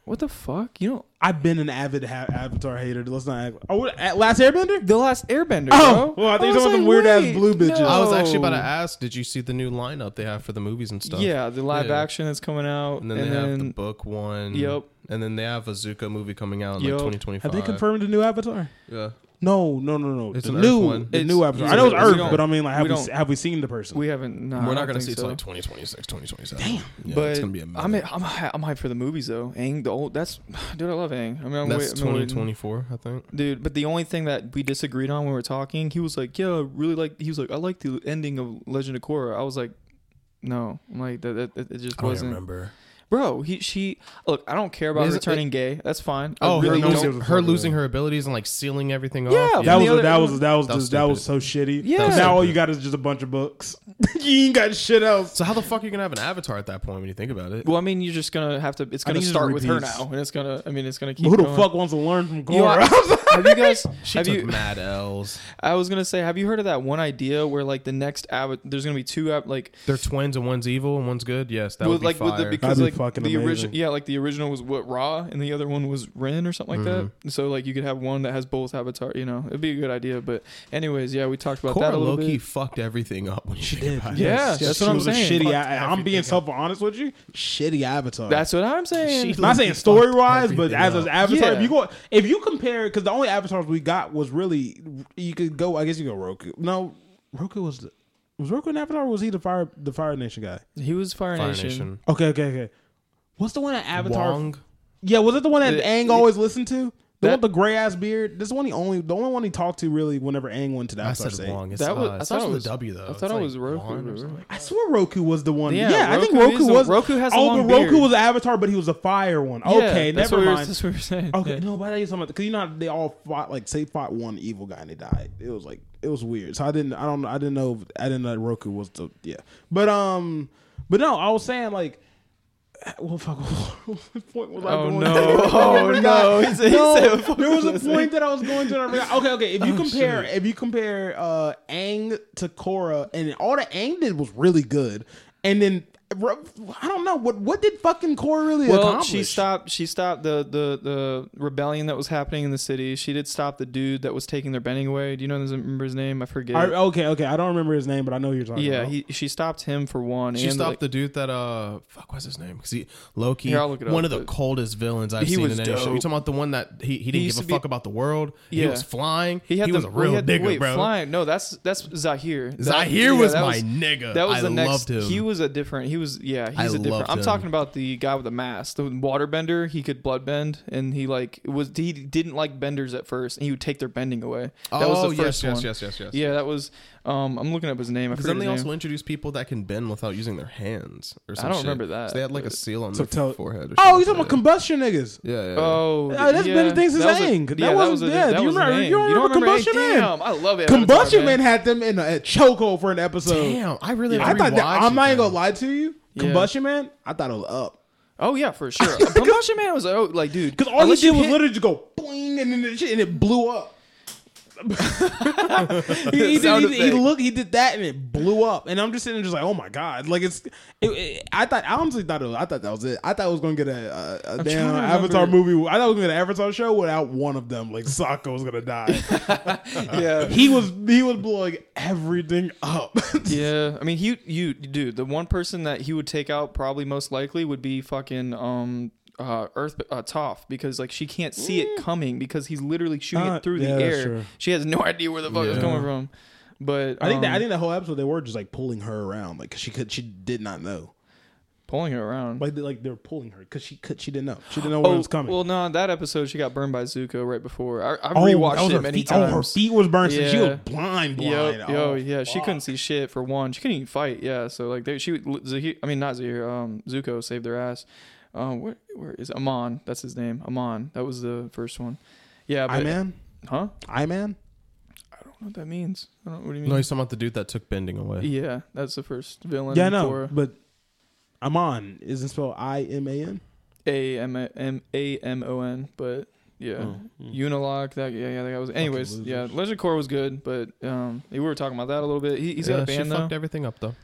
[SPEAKER 4] What the fuck? You don't.
[SPEAKER 2] I've been an avid ha- Avatar hater. Let's not. Act, oh, what, at Last Airbender?
[SPEAKER 4] The last Airbender.
[SPEAKER 2] Oh,
[SPEAKER 4] bro.
[SPEAKER 2] well, I think
[SPEAKER 4] was
[SPEAKER 2] some of them weird-ass blue bitches.
[SPEAKER 3] I was actually about to
[SPEAKER 4] no.
[SPEAKER 3] ask. Did you see the new lineup they have for the movies and stuff?
[SPEAKER 4] Oh. Yeah, the live
[SPEAKER 3] Yeah.
[SPEAKER 4] action that's coming out,
[SPEAKER 3] And then they have the book one.
[SPEAKER 4] Yep.
[SPEAKER 3] And then they have a Zuko movie coming out in
[SPEAKER 4] Yep.
[SPEAKER 3] like 2025.
[SPEAKER 2] Have they confirmed the new Avatar?
[SPEAKER 3] Yeah.
[SPEAKER 2] No, no, no, no.
[SPEAKER 3] It's
[SPEAKER 2] the
[SPEAKER 3] an Earth
[SPEAKER 2] new,
[SPEAKER 3] one.
[SPEAKER 2] the
[SPEAKER 4] It's-
[SPEAKER 2] new Avatar.
[SPEAKER 4] it's
[SPEAKER 2] I know
[SPEAKER 4] an
[SPEAKER 2] it's
[SPEAKER 4] Earth- we
[SPEAKER 2] Earth,
[SPEAKER 4] don't-
[SPEAKER 2] but I mean, like, have
[SPEAKER 4] we
[SPEAKER 2] we,
[SPEAKER 4] don't-
[SPEAKER 2] have we seen the person?
[SPEAKER 4] We haven't. Nah,
[SPEAKER 3] We're
[SPEAKER 4] I
[SPEAKER 3] not
[SPEAKER 4] don't
[SPEAKER 3] going to
[SPEAKER 4] think
[SPEAKER 3] see it
[SPEAKER 4] so.
[SPEAKER 3] till like 2026, 2027. Damn. Yeah,
[SPEAKER 4] but
[SPEAKER 3] it's going to be amazing.
[SPEAKER 4] I'm I'm hy- I'm hyped for the movies though. Ang the old that's dude I love Ang. I mean I'm
[SPEAKER 3] That's
[SPEAKER 4] wait- I'm waiting.
[SPEAKER 3] 2024, I think.
[SPEAKER 4] dude. But the only thing that we disagreed on when we were talking, he was like, yeah, I really like. He was like, I like the ending of Legend of Korra. I was like, no, I'm like that, that, that- it just wasn't.
[SPEAKER 3] Oh, remember.
[SPEAKER 4] Bro, he she look. I don't care about
[SPEAKER 3] Is it-
[SPEAKER 4] returning gay. That's fine. I
[SPEAKER 3] Oh,
[SPEAKER 4] really
[SPEAKER 3] her,
[SPEAKER 2] no one
[SPEAKER 4] don't.
[SPEAKER 2] gives a
[SPEAKER 3] losing, her
[SPEAKER 2] fuck,
[SPEAKER 3] losing her abilities and like sealing everything
[SPEAKER 4] Yeah,
[SPEAKER 3] off.
[SPEAKER 2] that
[SPEAKER 4] And the
[SPEAKER 2] was,
[SPEAKER 4] other-
[SPEAKER 2] that was that was
[SPEAKER 3] That was
[SPEAKER 2] just, that was
[SPEAKER 3] stupid.
[SPEAKER 2] so shitty.
[SPEAKER 4] Yeah.
[SPEAKER 2] Because now all
[SPEAKER 3] Stupid.
[SPEAKER 2] you got is just a bunch of books. you ain't got shit else.
[SPEAKER 3] So how the fuck are you going to have an avatar at that point when you think about it?
[SPEAKER 4] Well, I mean, you're just gonna have to. It's gonna
[SPEAKER 2] think she
[SPEAKER 4] start
[SPEAKER 2] just
[SPEAKER 4] with her
[SPEAKER 2] repeats.
[SPEAKER 4] now, and it's gonna. I mean, it's gonna keep.
[SPEAKER 2] Who the
[SPEAKER 4] going.
[SPEAKER 2] fuck wants to learn from
[SPEAKER 4] You know,
[SPEAKER 2] Korra?
[SPEAKER 4] I- have you guys?
[SPEAKER 3] She
[SPEAKER 4] have
[SPEAKER 3] took
[SPEAKER 4] you,
[SPEAKER 3] mad L's.
[SPEAKER 4] I was gonna say, have you heard of that one idea where like the next avatar, there's gonna be two av- like
[SPEAKER 3] They're twins and one's evil and one's good. Yes, that would
[SPEAKER 4] with
[SPEAKER 3] be
[SPEAKER 4] like
[SPEAKER 3] fire.
[SPEAKER 4] with the because
[SPEAKER 2] be
[SPEAKER 4] like
[SPEAKER 2] fucking
[SPEAKER 4] the
[SPEAKER 2] amazing.
[SPEAKER 4] original yeah like the original was what Ra and the other one was Ren or something like
[SPEAKER 2] Mm-hmm.
[SPEAKER 4] that. So like you could have one that has both avatar. You know, it'd be a good idea. But anyways, yeah, we talked about that
[SPEAKER 3] Korra
[SPEAKER 4] a little
[SPEAKER 3] Loki
[SPEAKER 4] bit.
[SPEAKER 3] fucked everything up when you think about it.
[SPEAKER 4] Yeah,
[SPEAKER 2] She-
[SPEAKER 4] that's
[SPEAKER 2] she
[SPEAKER 4] what I'm
[SPEAKER 2] was a
[SPEAKER 4] saying.
[SPEAKER 2] Shitty. I, I'm being self honest with you. Shitty Avatar.
[SPEAKER 4] That's what I'm saying.
[SPEAKER 3] She-
[SPEAKER 2] not saying
[SPEAKER 3] Fucked
[SPEAKER 2] story wise, but
[SPEAKER 3] everything
[SPEAKER 2] as an
[SPEAKER 3] up.
[SPEAKER 2] avatar, if
[SPEAKER 4] Yeah.
[SPEAKER 2] you go, if you compare, because the only avatars we got was really, you could go. I guess you go Roku. No, Roku was the, was Roku an avatar? Or was he the fire the Fire Nation guy?
[SPEAKER 4] he was Fire,
[SPEAKER 3] Fire
[SPEAKER 4] Nation.
[SPEAKER 3] Nation.
[SPEAKER 2] Okay, okay, okay. What's the one that Avatar?
[SPEAKER 3] Wong.
[SPEAKER 2] Yeah, was it the one that
[SPEAKER 4] The-
[SPEAKER 2] Aang always listened to? The
[SPEAKER 4] That-
[SPEAKER 2] one with the gray ass beard. This is one he only the only one he talked to really whenever Aang went to that.
[SPEAKER 3] I said long. It's,
[SPEAKER 4] That was-
[SPEAKER 3] uh,
[SPEAKER 4] I
[SPEAKER 3] it
[SPEAKER 4] thought
[SPEAKER 3] starts
[SPEAKER 4] it
[SPEAKER 3] with
[SPEAKER 4] was-
[SPEAKER 3] a W though.
[SPEAKER 4] I
[SPEAKER 3] It's
[SPEAKER 4] thought it
[SPEAKER 3] like
[SPEAKER 4] was Roku
[SPEAKER 3] blonde or
[SPEAKER 4] or
[SPEAKER 3] something.
[SPEAKER 4] something.
[SPEAKER 2] I swear Roku was the one. Yeah,
[SPEAKER 4] Yeah,
[SPEAKER 2] I think
[SPEAKER 4] Roku is
[SPEAKER 2] Roku
[SPEAKER 4] the-
[SPEAKER 2] was
[SPEAKER 4] Roku has a
[SPEAKER 2] Oh,
[SPEAKER 4] long
[SPEAKER 2] but Roku
[SPEAKER 4] beard.
[SPEAKER 2] was Avatar, but he was a fire one. Okay,
[SPEAKER 4] Yeah, that's
[SPEAKER 2] never
[SPEAKER 4] what we were-
[SPEAKER 2] mind.
[SPEAKER 4] that's what we were saying.
[SPEAKER 2] Okay,
[SPEAKER 4] Yeah.
[SPEAKER 2] no, but I tell you something because you know how they all fought like say fought one evil guy and they died. It was like it was weird. So I didn't, I don't, I didn't know, I didn't know that Roku was the yeah. But um, but no, I was saying like, well, fuck, what point was I
[SPEAKER 4] Oh
[SPEAKER 2] going?
[SPEAKER 4] no!
[SPEAKER 2] to?
[SPEAKER 4] Oh no! He said,
[SPEAKER 2] No,
[SPEAKER 4] he said, fuck
[SPEAKER 2] there was
[SPEAKER 4] this.
[SPEAKER 2] a point that I was going to. And I forgot. Okay, okay.
[SPEAKER 4] Oh,
[SPEAKER 2] If you compare, if you compare uh Ang to Korra, and all that Ang did was really good, and then I don't know what what did fucking Korra really
[SPEAKER 4] Well,
[SPEAKER 2] accomplish?
[SPEAKER 4] she stopped. She stopped the, the the rebellion that was happening in the city. She did stop the dude that was taking their bending away. Do you know? Remember his name? I forget.
[SPEAKER 2] I, okay, okay. I don't remember his name, but I know who you're talking
[SPEAKER 4] yeah,
[SPEAKER 2] about.
[SPEAKER 4] he, she stopped him for one.
[SPEAKER 3] She
[SPEAKER 4] and
[SPEAKER 3] stopped
[SPEAKER 4] like,
[SPEAKER 3] the dude that uh fuck what's his name? Because he Loki,
[SPEAKER 4] Here, I'll look it
[SPEAKER 3] one of
[SPEAKER 4] up,
[SPEAKER 3] the
[SPEAKER 4] but-
[SPEAKER 3] coldest villains I've
[SPEAKER 4] He
[SPEAKER 3] seen
[SPEAKER 4] was
[SPEAKER 3] in any show.
[SPEAKER 4] dope.
[SPEAKER 3] You talking about the one that he, he didn't
[SPEAKER 4] used
[SPEAKER 3] give a
[SPEAKER 4] to be-
[SPEAKER 3] fuck about the world? He
[SPEAKER 4] Yeah.
[SPEAKER 3] was flying. He,
[SPEAKER 4] had
[SPEAKER 3] was
[SPEAKER 4] the,
[SPEAKER 3] a
[SPEAKER 4] well,
[SPEAKER 3] real
[SPEAKER 4] he had,
[SPEAKER 3] nigga,
[SPEAKER 4] wait,
[SPEAKER 3] bro.
[SPEAKER 4] Flying? No, that's that's Zahir. That-
[SPEAKER 3] Zahir was
[SPEAKER 4] that
[SPEAKER 3] my nigga.
[SPEAKER 4] That was
[SPEAKER 3] I
[SPEAKER 4] the next.
[SPEAKER 3] loved him.
[SPEAKER 4] He was a different. He was yeah. He's
[SPEAKER 3] I
[SPEAKER 4] a different.
[SPEAKER 3] loved
[SPEAKER 4] I'm
[SPEAKER 3] him.
[SPEAKER 4] talking about the guy with the mask, the waterbender. He could bloodbend, and he like was he didn't like benders at first, and he would take their bending away. That
[SPEAKER 3] oh
[SPEAKER 4] was the first
[SPEAKER 3] yes,
[SPEAKER 4] one.
[SPEAKER 3] yes, yes, yes, yes.
[SPEAKER 4] Yeah, that was. Um, I'm looking up his name. I
[SPEAKER 3] Because
[SPEAKER 4] forget
[SPEAKER 3] then they
[SPEAKER 4] his
[SPEAKER 3] also
[SPEAKER 4] name.
[SPEAKER 3] introduced people that can bend without using their hands or something.
[SPEAKER 4] don't remember that,
[SPEAKER 3] So they had like a
[SPEAKER 4] but-
[SPEAKER 3] seal on
[SPEAKER 2] So
[SPEAKER 3] their
[SPEAKER 2] tell-
[SPEAKER 3] forehead. Or
[SPEAKER 2] Oh,
[SPEAKER 3] something
[SPEAKER 2] you're talking
[SPEAKER 3] like
[SPEAKER 2] about combustion niggas.
[SPEAKER 3] that. Yeah, yeah. yeah.
[SPEAKER 4] Oh,
[SPEAKER 2] Oh, that's
[SPEAKER 4] yeah.
[SPEAKER 2] been a thing since
[SPEAKER 4] That was a-
[SPEAKER 2] Aang. That
[SPEAKER 4] yeah,
[SPEAKER 2] wasn't-
[SPEAKER 4] was a-
[SPEAKER 2] yeah, do you
[SPEAKER 4] was a
[SPEAKER 2] remember- you
[SPEAKER 4] name.
[SPEAKER 2] don't remember
[SPEAKER 4] Combustion
[SPEAKER 2] Combustion Man?
[SPEAKER 4] Damn, I love it.
[SPEAKER 2] Combustion Man had them in a, a chokehold for an episode.
[SPEAKER 3] Damn, I really.
[SPEAKER 2] I thought that, I'm not even gonna
[SPEAKER 3] lie.
[SPEAKER 2] lie to you.
[SPEAKER 4] Yeah.
[SPEAKER 2] Combustion Man, I thought it was up
[SPEAKER 4] Oh yeah, for sure. Combustion Man was oh like dude.
[SPEAKER 2] because all
[SPEAKER 4] unless
[SPEAKER 2] he
[SPEAKER 4] you
[SPEAKER 2] did was
[SPEAKER 4] hit-
[SPEAKER 2] literally just go bling and then it, and it blew up. he, he, did,
[SPEAKER 4] Sound
[SPEAKER 2] he, he
[SPEAKER 4] effect.
[SPEAKER 2] looked, he did that, and it blew up. And I'm just sitting there, just like, oh my god, like it's. It, it- I thought, I honestly thought, it was, I thought that was it. I thought it was going to get a, a, a damn
[SPEAKER 4] to
[SPEAKER 2] Avatar
[SPEAKER 4] remember.
[SPEAKER 2] movie. I thought it was going to get an Avatar show without one of them. Like Sokka was going to die.
[SPEAKER 4] Yeah.
[SPEAKER 2] he was, he was blowing everything up.
[SPEAKER 4] Yeah, I mean, he, you, dude, the one person that he would take out probably most likely would be fucking um uh Earth uh, Toph because like she can't see it coming because he's literally shooting
[SPEAKER 2] Mm. Uh,
[SPEAKER 4] it through
[SPEAKER 2] yeah,
[SPEAKER 4] the
[SPEAKER 2] that's
[SPEAKER 4] air.
[SPEAKER 2] true.
[SPEAKER 4] She has no idea where the fuck it's
[SPEAKER 3] Yeah.
[SPEAKER 4] coming from. But
[SPEAKER 2] I think that,
[SPEAKER 4] um,
[SPEAKER 2] I think the whole episode they were just like pulling her around, like 'cause she could, she did not know.
[SPEAKER 4] pulling her around.
[SPEAKER 2] Like they, like they were pulling her because she could she didn't know she didn't know when it was coming.
[SPEAKER 4] Oh, Well, no, that episode she got burned by Zuko right before. I, I've
[SPEAKER 2] Oh, that
[SPEAKER 4] rewatched
[SPEAKER 2] was her
[SPEAKER 4] it many
[SPEAKER 2] feet.
[SPEAKER 4] times.
[SPEAKER 2] Oh, her feet was burnt. so She
[SPEAKER 4] Yeah.
[SPEAKER 2] was blind,
[SPEAKER 4] Yo,
[SPEAKER 2] blind.
[SPEAKER 4] yo,
[SPEAKER 2] oh,
[SPEAKER 4] yeah, she couldn't see shit for one. She couldn't even fight. Yeah, so like they, she, Zahir, I mean not Zahir, um, Zuko saved their ass. Um, where, where is Amon? That's his name. Amon. That was the first one. Yeah, but
[SPEAKER 2] I man,
[SPEAKER 4] huh?
[SPEAKER 2] I man.
[SPEAKER 4] I don't know what that means. I don't. What do you mean?
[SPEAKER 3] No, he's talking about the dude that took bending away.
[SPEAKER 4] yeah, that's the first villain.
[SPEAKER 2] Yeah, no,
[SPEAKER 4] For
[SPEAKER 2] but Amon isn't spelled I M A N.
[SPEAKER 4] A M M A M O N, but yeah,
[SPEAKER 3] Oh, hmm.
[SPEAKER 4] Unilock. That yeah, yeah, that guy was. Anyways, yeah, Legend Core was good, but um, we were talking about that a little bit. He, he's got a
[SPEAKER 3] she
[SPEAKER 4] band though.
[SPEAKER 3] fucked everything up though.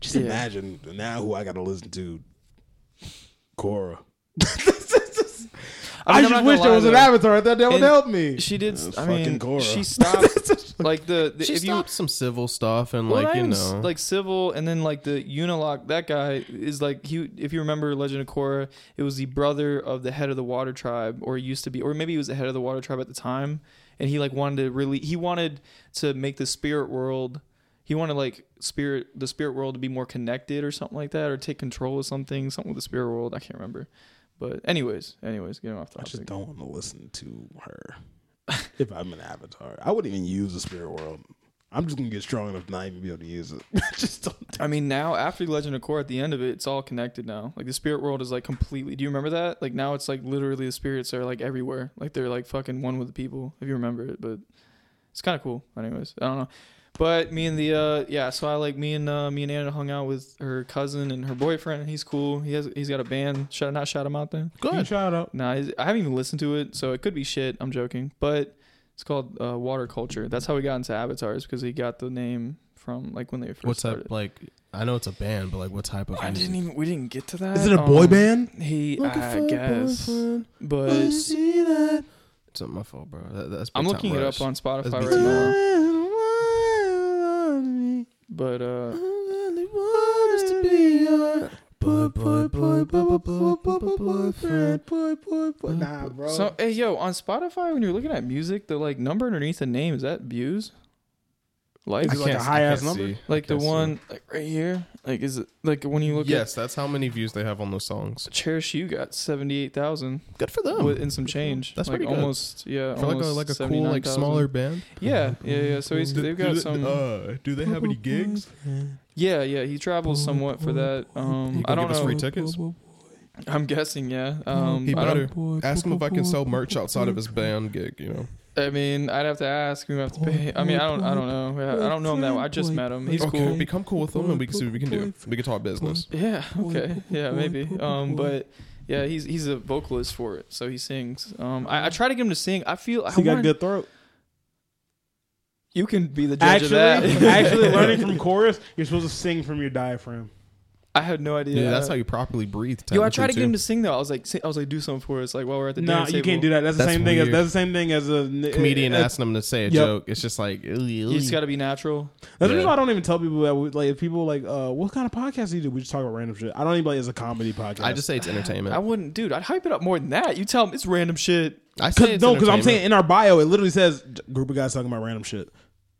[SPEAKER 2] Just
[SPEAKER 4] Yeah.
[SPEAKER 2] imagine now who I got to listen to, Cora. I,
[SPEAKER 4] mean, I'm
[SPEAKER 2] just
[SPEAKER 4] not
[SPEAKER 2] wish
[SPEAKER 4] gonna
[SPEAKER 2] there
[SPEAKER 4] lie,
[SPEAKER 2] was an
[SPEAKER 4] though.
[SPEAKER 2] avatar. I thought that would
[SPEAKER 4] And
[SPEAKER 2] help me.
[SPEAKER 4] She did.
[SPEAKER 2] Uh,
[SPEAKER 4] I
[SPEAKER 2] fucking
[SPEAKER 4] mean,
[SPEAKER 2] Korra.
[SPEAKER 4] she stopped. like the, the
[SPEAKER 3] She
[SPEAKER 4] if
[SPEAKER 3] stopped some civil stuff and
[SPEAKER 4] you well,
[SPEAKER 3] like
[SPEAKER 4] not
[SPEAKER 3] you
[SPEAKER 4] even s-
[SPEAKER 3] know,
[SPEAKER 4] like civil, and then like the Unilock. That guy is like he. If you remember Legend of Korra, it was the brother of the head of the Water Tribe, or used to be, or maybe he was the head of the Water Tribe at the time, and he like wanted to really he wanted to make the spirit world. He wanted like spirit the spirit world to be more connected or something like that, or take control of something, something with the spirit world. I can't remember. But anyways, anyways, getting off
[SPEAKER 2] I
[SPEAKER 4] topic.
[SPEAKER 2] just don't want to listen to her. if I'm an avatar, I wouldn't even use the spirit world. I'm just gonna get strong enough to not even be able to use it. just don't.
[SPEAKER 4] I mean, now after Legend of Korra, at the end of it, it's all connected now. Like the spirit world is like completely. Do you remember that? Like now, it's like literally the spirits are like everywhere. Like they're like fucking one with the people. If you remember it, but it's kind of cool. Anyways, I don't know. But me and the uh yeah, so I like me and uh, me and Anna hung out with her cousin and her boyfriend. He's cool. He has he's got a band. Should I not shout him out then?
[SPEAKER 2] Good shout out.
[SPEAKER 4] Nah, he's- I haven't even listened to it, so it could be shit. I'm joking, but it's called uh, Water Culture. That's how we got into Avatars because he got the name from like when they first
[SPEAKER 3] what's
[SPEAKER 4] started.
[SPEAKER 3] that like? I know it's a band, but like what type of?
[SPEAKER 4] I
[SPEAKER 3] music?
[SPEAKER 4] didn't even. We didn't get to that.
[SPEAKER 2] Is it a boy
[SPEAKER 4] Um,
[SPEAKER 2] band?
[SPEAKER 4] He,
[SPEAKER 3] Looking for
[SPEAKER 4] I
[SPEAKER 3] a
[SPEAKER 4] guess,
[SPEAKER 3] boyfriend.
[SPEAKER 4] but
[SPEAKER 3] see that? It's not my fault, bro. That, that's
[SPEAKER 4] I'm
[SPEAKER 3] Big Time
[SPEAKER 4] looking it
[SPEAKER 3] Rush.
[SPEAKER 4] up on Spotify
[SPEAKER 3] That's
[SPEAKER 4] right
[SPEAKER 3] Big Time
[SPEAKER 4] now.
[SPEAKER 3] Rush.
[SPEAKER 4] But uh,
[SPEAKER 2] Nah, bro.
[SPEAKER 4] Uh, so hey, yo, on Spotify when you're looking at music, the like number underneath the name is that views? Like,
[SPEAKER 2] Is it like
[SPEAKER 3] can't-
[SPEAKER 2] a
[SPEAKER 3] I
[SPEAKER 2] high ass
[SPEAKER 3] can't
[SPEAKER 2] number?
[SPEAKER 3] see.
[SPEAKER 4] like the
[SPEAKER 3] Yes,
[SPEAKER 4] one like right here. Like is it like when you look at
[SPEAKER 3] Yes, that's how many views they have on those songs.
[SPEAKER 4] Cherish You got seventy eight thousand
[SPEAKER 3] Good for them.
[SPEAKER 4] with in some change.
[SPEAKER 3] Oh, That's
[SPEAKER 4] like
[SPEAKER 3] pretty good.
[SPEAKER 4] almost yeah,
[SPEAKER 3] for like a,
[SPEAKER 4] almost
[SPEAKER 3] like a cool like
[SPEAKER 4] 79,000.
[SPEAKER 3] smaller band.
[SPEAKER 4] Yeah, yeah, yeah. So he's,
[SPEAKER 3] Do-
[SPEAKER 4] they've
[SPEAKER 3] do
[SPEAKER 4] got
[SPEAKER 3] they-
[SPEAKER 4] some.
[SPEAKER 3] Uh, do they have any gigs?
[SPEAKER 4] yeah, yeah. He travels somewhat for that.
[SPEAKER 3] You
[SPEAKER 4] Um, I
[SPEAKER 3] gonna
[SPEAKER 4] don't
[SPEAKER 3] give us
[SPEAKER 4] know.
[SPEAKER 3] free tickets?
[SPEAKER 4] I'm guessing. Yeah. Um,
[SPEAKER 3] He
[SPEAKER 4] I don't-
[SPEAKER 3] better ask him if I can sell merch outside of his band gig. You know.
[SPEAKER 4] I mean, I'd have to ask. We have to pay. I mean, I don't. I don't know. Yeah, I don't know him that. Well. I just met him. He's
[SPEAKER 3] okay,
[SPEAKER 4] cool.
[SPEAKER 3] become cool with him, and we can see what we can do. We can talk business.
[SPEAKER 4] Yeah. Okay. Yeah. Maybe. Um. But yeah, he's he's a vocalist for it, so he sings. Um. I, I try to get him to sing. I feel. I
[SPEAKER 2] He got
[SPEAKER 4] wanna-
[SPEAKER 2] good throat.
[SPEAKER 4] You can be the judge
[SPEAKER 2] Actually,
[SPEAKER 4] of that.
[SPEAKER 2] actually, learning from chorus, you're supposed to sing from your diaphragm.
[SPEAKER 4] I had no idea.
[SPEAKER 3] Yeah, that's how you properly breathe.
[SPEAKER 4] Yo, I tried to
[SPEAKER 3] technically,
[SPEAKER 4] get him
[SPEAKER 3] too.
[SPEAKER 4] to sing though. I was like, sing, I was like, do something for us. Like while we're at the
[SPEAKER 2] No,
[SPEAKER 4] dance
[SPEAKER 2] you
[SPEAKER 4] table.
[SPEAKER 2] can't do that. That's the
[SPEAKER 3] That's
[SPEAKER 2] same thing. As,
[SPEAKER 3] weird.
[SPEAKER 2] that's the same thing as a
[SPEAKER 3] comedian
[SPEAKER 2] uh,
[SPEAKER 3] asking him to say a
[SPEAKER 2] Yep.
[SPEAKER 3] joke. It's just like
[SPEAKER 4] You just got to be natural.
[SPEAKER 2] That's the
[SPEAKER 3] Yeah.
[SPEAKER 2] reason why I don't even tell people that. We, like, if people like, uh, what kind of podcast do you do? We just talk about random shit. I don't even like it's a comedy podcast.
[SPEAKER 3] I just say it's entertainment.
[SPEAKER 4] I wouldn't, dude. I'd hype it up more than that. You tell him it's random shit.
[SPEAKER 3] I
[SPEAKER 2] Cause,
[SPEAKER 3] say it's
[SPEAKER 2] no, because I'm
[SPEAKER 3] entertainment.
[SPEAKER 2] saying in our bio, it literally says group of guys talking about random shit.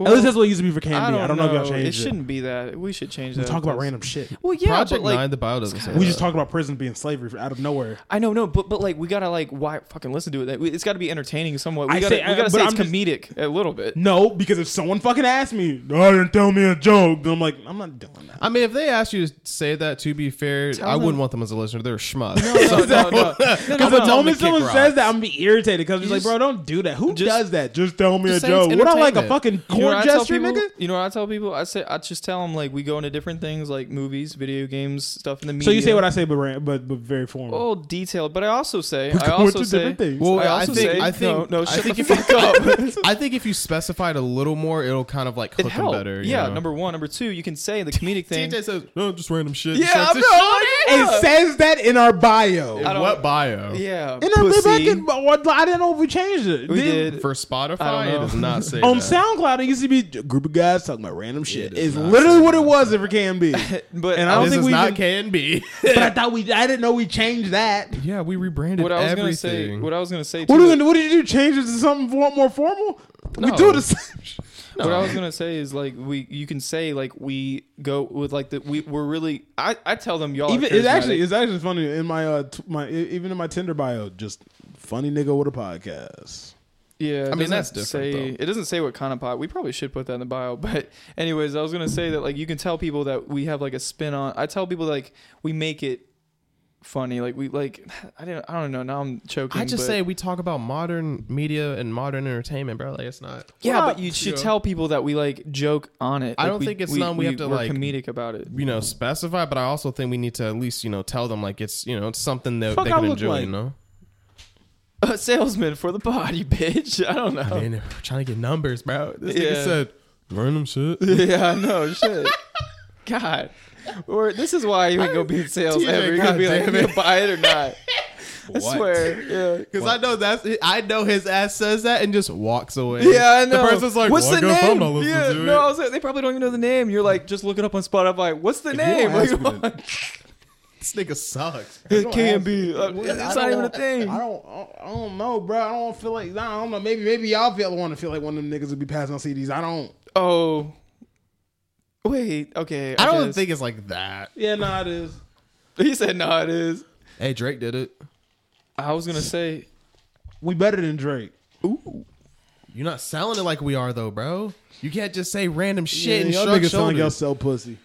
[SPEAKER 2] At least that's what it used to be for Candy. I don't, know. if y'all
[SPEAKER 4] It
[SPEAKER 2] changed it.
[SPEAKER 4] shouldn't be that. We should change
[SPEAKER 2] We
[SPEAKER 4] that.
[SPEAKER 2] talk about
[SPEAKER 4] That's-
[SPEAKER 2] random shit.
[SPEAKER 4] Well, yeah,
[SPEAKER 3] Project
[SPEAKER 4] but like,
[SPEAKER 3] Nine, the bio doesn't say.
[SPEAKER 2] We
[SPEAKER 3] that.
[SPEAKER 2] just talked about prison being slavery for, out of nowhere.
[SPEAKER 4] I know, no, but but like, we gotta like, why fucking listen to it? That we- It's got to be entertaining somewhat. We
[SPEAKER 2] I
[SPEAKER 4] gotta,
[SPEAKER 2] say-
[SPEAKER 4] we
[SPEAKER 2] I-
[SPEAKER 4] gotta
[SPEAKER 2] but
[SPEAKER 4] say it's
[SPEAKER 2] I'm just-
[SPEAKER 4] comedic a little bit.
[SPEAKER 2] No, because if someone fucking asked me, I didn't tell me a joke. Then I'm like, I'm not doing that.
[SPEAKER 3] I mean, if they asked you to say that, to be fair, I
[SPEAKER 4] them-
[SPEAKER 3] wouldn't want them as a listener. They're schmucks.
[SPEAKER 4] No, no, no.
[SPEAKER 2] Because
[SPEAKER 3] no,
[SPEAKER 2] the
[SPEAKER 3] no,
[SPEAKER 2] moment
[SPEAKER 3] kick
[SPEAKER 2] someone
[SPEAKER 3] rocks.
[SPEAKER 2] says that, I'm gonna be irritated. Because it's like,
[SPEAKER 4] just-
[SPEAKER 2] bro, don't do that. Who
[SPEAKER 4] just-
[SPEAKER 2] does that? Just tell me a
[SPEAKER 3] just say it's
[SPEAKER 2] joke. What I like a
[SPEAKER 3] entertainment.
[SPEAKER 2] fucking
[SPEAKER 4] You know what
[SPEAKER 2] court
[SPEAKER 4] I tell
[SPEAKER 2] gesture,
[SPEAKER 4] people?
[SPEAKER 2] nigga.
[SPEAKER 4] You know what I tell people? I say I just tell them like we go into different things like movies, video games, stuff in the media.
[SPEAKER 2] So you say what I say, but ran- but but very formal.
[SPEAKER 4] all detailed, but I also say
[SPEAKER 2] We're
[SPEAKER 4] I
[SPEAKER 2] going
[SPEAKER 4] also
[SPEAKER 2] to
[SPEAKER 4] say
[SPEAKER 2] different things.
[SPEAKER 3] Well,
[SPEAKER 4] I
[SPEAKER 3] I,
[SPEAKER 4] also
[SPEAKER 3] think
[SPEAKER 4] say-
[SPEAKER 3] I think
[SPEAKER 4] no, no,
[SPEAKER 3] I
[SPEAKER 4] shut
[SPEAKER 3] think
[SPEAKER 4] the
[SPEAKER 3] if you,
[SPEAKER 4] fuck up.
[SPEAKER 3] I think if you specified a little more, it'll kind of like hook
[SPEAKER 4] it helped.
[SPEAKER 3] them better. you
[SPEAKER 4] yeah,
[SPEAKER 3] know?
[SPEAKER 4] number one, number two, you can say the comedic thing.
[SPEAKER 3] TJ says, "No, just random shit."
[SPEAKER 4] yeah, I'm
[SPEAKER 3] Just-
[SPEAKER 4] not-
[SPEAKER 2] It says that in our bio.
[SPEAKER 4] I
[SPEAKER 3] In
[SPEAKER 4] don't-
[SPEAKER 3] what bio?
[SPEAKER 4] yeah,
[SPEAKER 2] In our
[SPEAKER 4] pussy.
[SPEAKER 2] fucking, I didn't know if we changed it.
[SPEAKER 4] We
[SPEAKER 2] Did-
[SPEAKER 4] did.
[SPEAKER 3] For
[SPEAKER 4] I
[SPEAKER 3] Spotify,
[SPEAKER 4] don't
[SPEAKER 3] it does
[SPEAKER 4] know.
[SPEAKER 3] not say.
[SPEAKER 2] On
[SPEAKER 3] that.
[SPEAKER 2] SoundCloud, it used to be a group of guys talking about random shit.
[SPEAKER 3] it is
[SPEAKER 2] It's
[SPEAKER 3] not
[SPEAKER 2] literally
[SPEAKER 3] saying
[SPEAKER 2] what it
[SPEAKER 3] that.
[SPEAKER 2] was if it can be.
[SPEAKER 4] but
[SPEAKER 2] And I don't
[SPEAKER 3] this
[SPEAKER 2] think
[SPEAKER 3] is
[SPEAKER 2] we
[SPEAKER 3] not
[SPEAKER 2] even-
[SPEAKER 3] can be.
[SPEAKER 2] but I thought we, I didn't know we changed that.
[SPEAKER 3] yeah, we rebranded
[SPEAKER 4] what I was gonna say,
[SPEAKER 3] everything.
[SPEAKER 4] what I was gonna say,
[SPEAKER 2] What
[SPEAKER 4] too,
[SPEAKER 2] are we gonna, What did you do? Change it to something for- more formal? We
[SPEAKER 4] No.
[SPEAKER 2] do the same. shit.
[SPEAKER 4] What I was gonna say is like we you can say like we go with like the we we're really I, I tell them y'all
[SPEAKER 2] Even
[SPEAKER 4] are
[SPEAKER 2] it's actually
[SPEAKER 4] charismatic.
[SPEAKER 2] it's actually funny in my uh t- my e- even in my Tinder bio, just funny nigga with a podcast.
[SPEAKER 4] yeah I
[SPEAKER 3] mean, that's
[SPEAKER 4] say,
[SPEAKER 3] different,
[SPEAKER 4] it doesn't say what kind of pot we probably should put that in the bio but anyways I was gonna say that like you can tell people that we have like a spin on I tell people like we make it funny like we like I didn't I don't know now I'm choking
[SPEAKER 3] I just
[SPEAKER 4] but-
[SPEAKER 3] say we talk about modern media and modern entertainment, bro. Like it's not.
[SPEAKER 4] yeah
[SPEAKER 2] Well,
[SPEAKER 4] but you should
[SPEAKER 3] yeah.
[SPEAKER 4] tell people that we like joke on it
[SPEAKER 3] I
[SPEAKER 4] Like,
[SPEAKER 3] don't think it's
[SPEAKER 4] we,
[SPEAKER 3] something we have to,
[SPEAKER 4] we're
[SPEAKER 3] like-
[SPEAKER 4] comedic about it
[SPEAKER 3] You know, specify, but I also think we need to at least you know tell them like it's you know it's something that
[SPEAKER 2] Fuck
[SPEAKER 3] they
[SPEAKER 2] I
[SPEAKER 3] can
[SPEAKER 2] look
[SPEAKER 3] enjoy.
[SPEAKER 2] like.
[SPEAKER 3] You know,
[SPEAKER 4] a salesman for the body bitch I don't know
[SPEAKER 3] I mean, we're trying to get numbers, bro. This
[SPEAKER 4] Yeah.
[SPEAKER 3] nigga said random shit.
[SPEAKER 4] Yeah, I know. Shit. God. Or this is why you ain't gonna be in sales
[SPEAKER 3] TJ,
[SPEAKER 4] ever. You're gonna be like,
[SPEAKER 3] goddamn
[SPEAKER 4] you gonna buy it or not. I
[SPEAKER 5] What?
[SPEAKER 4] swear. Yeah.
[SPEAKER 3] Because I know that's I know his ass says that and just walks away.
[SPEAKER 4] Yeah, I know.
[SPEAKER 3] The person's like,
[SPEAKER 4] "What's
[SPEAKER 3] well,
[SPEAKER 4] the
[SPEAKER 3] I guess
[SPEAKER 4] name?"
[SPEAKER 3] I'm not listening
[SPEAKER 4] yeah,
[SPEAKER 3] to
[SPEAKER 4] no, I
[SPEAKER 3] it.
[SPEAKER 4] was like, they probably don't even know the name. You're like, just look it up on Spotify. Like, What's the name?
[SPEAKER 3] don't ask
[SPEAKER 4] Like,
[SPEAKER 3] me This nigga sucks. bro.
[SPEAKER 4] it can't be. Uh, it's not even a thing.
[SPEAKER 2] I don't, I don't know, bro. I don't feel like, nah, I don't know. Maybe, maybe y'all feel want to feel like one of them niggas would be passing on CDs. I don't.
[SPEAKER 4] Oh, wait. Okay.
[SPEAKER 3] I don't
[SPEAKER 4] guess.
[SPEAKER 3] think it's like that.
[SPEAKER 2] Yeah, nah, it is.
[SPEAKER 4] he said no. It is.
[SPEAKER 3] Hey, Drake did it.
[SPEAKER 4] I was gonna say.
[SPEAKER 2] We better than Drake.
[SPEAKER 3] You're not selling it like we are though, bro. You can't just say random
[SPEAKER 2] Yeah,
[SPEAKER 3] shit
[SPEAKER 2] y'all
[SPEAKER 3] and shrug
[SPEAKER 2] niggas selling y'all
[SPEAKER 3] shoulders.
[SPEAKER 2] sell pussy.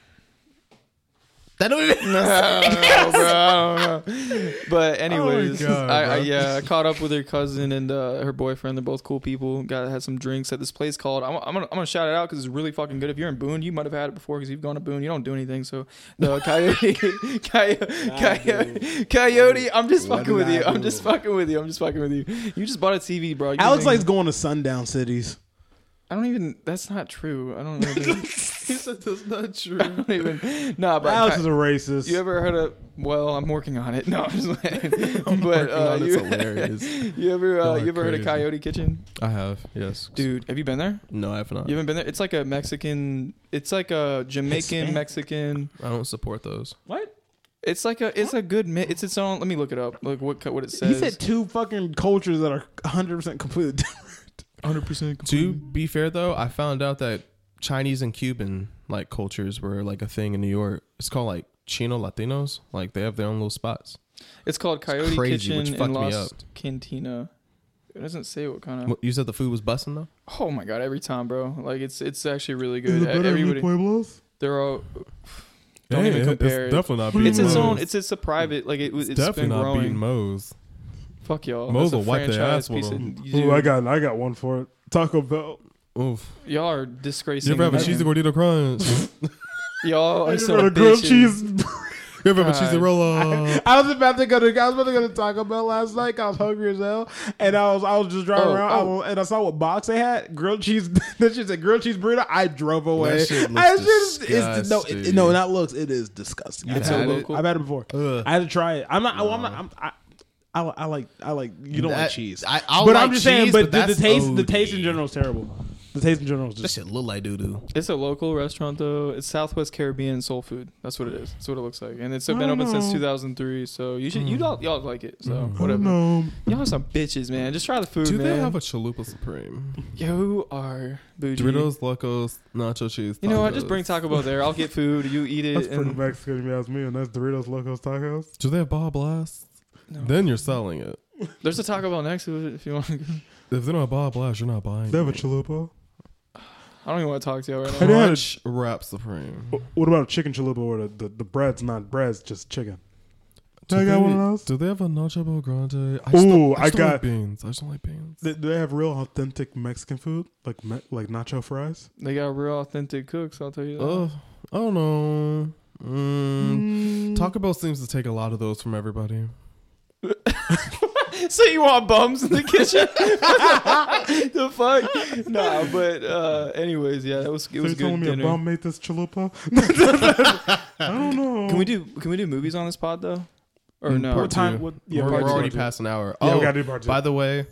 [SPEAKER 3] That don't even.
[SPEAKER 4] Oh, bro, I don't know. But anyways,
[SPEAKER 3] Oh God,
[SPEAKER 4] I, I,
[SPEAKER 3] bro.
[SPEAKER 4] yeah, I caught up with her cousin and uh, her boyfriend. They're both cool people. Got had some drinks at this place called. I'm, I'm gonna I'm gonna shout it out because it's really fucking good. If you're in Boone, you might have had it before because you've gone to Boone. You don't do anything. So the coyote, coyote, coyote, coyote. I'm just
[SPEAKER 2] What
[SPEAKER 4] fucking
[SPEAKER 2] did
[SPEAKER 4] with you.
[SPEAKER 2] I
[SPEAKER 4] I'm
[SPEAKER 2] do?
[SPEAKER 4] just fucking with you. I'm just fucking with you. You just bought a TV, bro. You
[SPEAKER 2] Alex
[SPEAKER 4] think-
[SPEAKER 2] likes going to sundown cities.
[SPEAKER 4] I don't even. That's not true. I don't even.
[SPEAKER 3] he said that's not true.
[SPEAKER 4] I don't even. Nah, but
[SPEAKER 2] Alex
[SPEAKER 4] Ki-
[SPEAKER 2] is a racist.
[SPEAKER 4] You ever heard of? Well, I'm working on it. No, I'm just like, but
[SPEAKER 3] Working
[SPEAKER 4] uh,
[SPEAKER 3] on it's
[SPEAKER 4] you,
[SPEAKER 3] hilarious.
[SPEAKER 4] you ever uh,
[SPEAKER 3] Y'all are
[SPEAKER 4] you ever heard of
[SPEAKER 3] crazy.
[SPEAKER 4] Coyote Kitchen?
[SPEAKER 3] I have yes,
[SPEAKER 4] Dude, have you been there?
[SPEAKER 3] No, I have not.
[SPEAKER 4] You haven't been there? It's like a Mexican. It's like a Jamaican
[SPEAKER 2] Hispanic.
[SPEAKER 4] Mexican.
[SPEAKER 3] I don't support those.
[SPEAKER 2] What?
[SPEAKER 4] It's like a. It's a good. Mi- it's its own. Let me look it up. Like what co- what it says.
[SPEAKER 2] He said two fucking cultures that are 100% completely different.
[SPEAKER 4] 100. percent
[SPEAKER 3] To be fair though, I found out that Chinese and Cuban like cultures were like a thing in New York. It's called like Chino Latinos. Like they have their own little spots.
[SPEAKER 4] It's called Coyote
[SPEAKER 3] crazy, which
[SPEAKER 4] Kitchen
[SPEAKER 3] fucked
[SPEAKER 4] and
[SPEAKER 3] me
[SPEAKER 4] Lost Cantina. It doesn't say what kind of.
[SPEAKER 3] What, you said the food was busting though.
[SPEAKER 4] Oh my god! Every time, bro. Like it's it's actually really good. E, Everybody,
[SPEAKER 5] Pueblos?
[SPEAKER 4] they're all. Don't even compare it.
[SPEAKER 6] definitely not.
[SPEAKER 4] It's its
[SPEAKER 6] Moe's.
[SPEAKER 4] own. It's it's a private. Like it, was. it's
[SPEAKER 6] definitely
[SPEAKER 4] been
[SPEAKER 6] not
[SPEAKER 4] growing.
[SPEAKER 6] beating Moe's.
[SPEAKER 4] Fuck y'all.
[SPEAKER 6] Mo's
[SPEAKER 4] That's a
[SPEAKER 6] will wipe their
[SPEAKER 4] franchise
[SPEAKER 6] ass with
[SPEAKER 4] piece of-
[SPEAKER 6] them.
[SPEAKER 4] you-
[SPEAKER 2] Ooh, I got I got one for it. Taco Bell.
[SPEAKER 6] Oof.
[SPEAKER 4] Y'all are
[SPEAKER 6] You
[SPEAKER 4] disgracing.
[SPEAKER 6] ever have a
[SPEAKER 4] the
[SPEAKER 6] cheesy
[SPEAKER 4] name.
[SPEAKER 6] gordito crunch?
[SPEAKER 4] Y'all are
[SPEAKER 2] I
[SPEAKER 4] so
[SPEAKER 2] a grilled
[SPEAKER 4] bitches.
[SPEAKER 2] cheese.
[SPEAKER 6] you ever have a cheesy
[SPEAKER 4] God.
[SPEAKER 6] roll up?
[SPEAKER 2] I was about to go to I was about to go to Taco Bell last night. I was hungry as hell, and I was I was just driving
[SPEAKER 4] Oh,
[SPEAKER 2] around I
[SPEAKER 4] oh.
[SPEAKER 2] was- and I saw what box they had grilled cheese. This shit's a grilled cheese burrito. I drove away.
[SPEAKER 3] That shit
[SPEAKER 2] I
[SPEAKER 3] looks
[SPEAKER 2] just-
[SPEAKER 5] It's, no, it,
[SPEAKER 3] disgusting. Uh.
[SPEAKER 5] no, not looks. It is disgusting.
[SPEAKER 4] It's
[SPEAKER 3] had
[SPEAKER 4] so
[SPEAKER 3] it?
[SPEAKER 4] local.
[SPEAKER 2] I've had it before.
[SPEAKER 3] Ugh.
[SPEAKER 2] I had to try it. I'm not. I'm not. I'm, I, I, I like. I like. You don't like
[SPEAKER 3] That-
[SPEAKER 2] cheese.
[SPEAKER 3] I- I'll
[SPEAKER 2] but
[SPEAKER 3] like
[SPEAKER 2] I'm just saying.
[SPEAKER 3] cheese,
[SPEAKER 2] But,
[SPEAKER 3] but
[SPEAKER 2] the,
[SPEAKER 3] that's
[SPEAKER 2] the taste. The
[SPEAKER 3] OD.
[SPEAKER 2] taste in general is terrible. The taste in general is
[SPEAKER 3] That
[SPEAKER 2] just.
[SPEAKER 3] shit look like doo doo.
[SPEAKER 4] It's a local restaurant though. It's Southwest Caribbean soul food. That's what it is. That's what it looks like, and it's been
[SPEAKER 2] don't
[SPEAKER 4] open since
[SPEAKER 2] know.
[SPEAKER 4] 2003. So you should you all y'all like it. So whatever. Y'all are some bitches, man. Just try the food,
[SPEAKER 3] Do
[SPEAKER 4] man.
[SPEAKER 3] they have a chalupa supreme?
[SPEAKER 4] you are bougie.
[SPEAKER 3] Doritos, Locos, Nacho Cheese.
[SPEAKER 4] You know what? Just
[SPEAKER 3] tacos.
[SPEAKER 4] bring Taco Bell there. I'll get food. You eat it. and
[SPEAKER 2] Mexican if you ask me, and that's Doritos Locos Tacos.
[SPEAKER 6] Do they have Bob Blast?
[SPEAKER 4] No.
[SPEAKER 6] Then you're selling it.
[SPEAKER 4] There's a Taco Bell next to it if you want. to go.
[SPEAKER 6] If they don't have Bob Blast, you're not buying. it.
[SPEAKER 3] Mm-hmm.
[SPEAKER 2] chalupa.
[SPEAKER 4] I don't even want to talk to y'all right
[SPEAKER 2] Have you
[SPEAKER 4] now.
[SPEAKER 2] had a-
[SPEAKER 6] Crunch wrap supreme.
[SPEAKER 2] What about a chicken chalupa where the, the, the bread's not bread's just chicken?
[SPEAKER 6] Do
[SPEAKER 2] I got
[SPEAKER 6] they-
[SPEAKER 2] one of those.
[SPEAKER 6] Do they have a nacho bel grande? I
[SPEAKER 2] Ooh,
[SPEAKER 6] don't,
[SPEAKER 2] I
[SPEAKER 6] just don't
[SPEAKER 2] got-
[SPEAKER 6] like beans. I just don't like beans.
[SPEAKER 2] Do they have real authentic Mexican food like me, like nacho fries?
[SPEAKER 4] They got real authentic cooks. I'll tell you. That.
[SPEAKER 3] Oh. Uh,
[SPEAKER 6] Ugh, I don't know. Mm, Taco Bell seems to take a lot of those from everybody.
[SPEAKER 4] So you want bums in the kitchen? the fuck? Nah, but uh, anyways, yeah, that was it was good dinner.
[SPEAKER 2] made this chalupa? I don't know.
[SPEAKER 4] Can we do can we do movies on this pod though? Or
[SPEAKER 3] Mm,
[SPEAKER 4] no?
[SPEAKER 3] part
[SPEAKER 2] What time?
[SPEAKER 3] two.
[SPEAKER 2] What,
[SPEAKER 3] we're,
[SPEAKER 2] part
[SPEAKER 3] we're
[SPEAKER 2] two,
[SPEAKER 3] already
[SPEAKER 2] part two.
[SPEAKER 3] past an hour.
[SPEAKER 2] Oh, Yeah,
[SPEAKER 3] oh,
[SPEAKER 2] we gotta do part two.
[SPEAKER 3] by the way,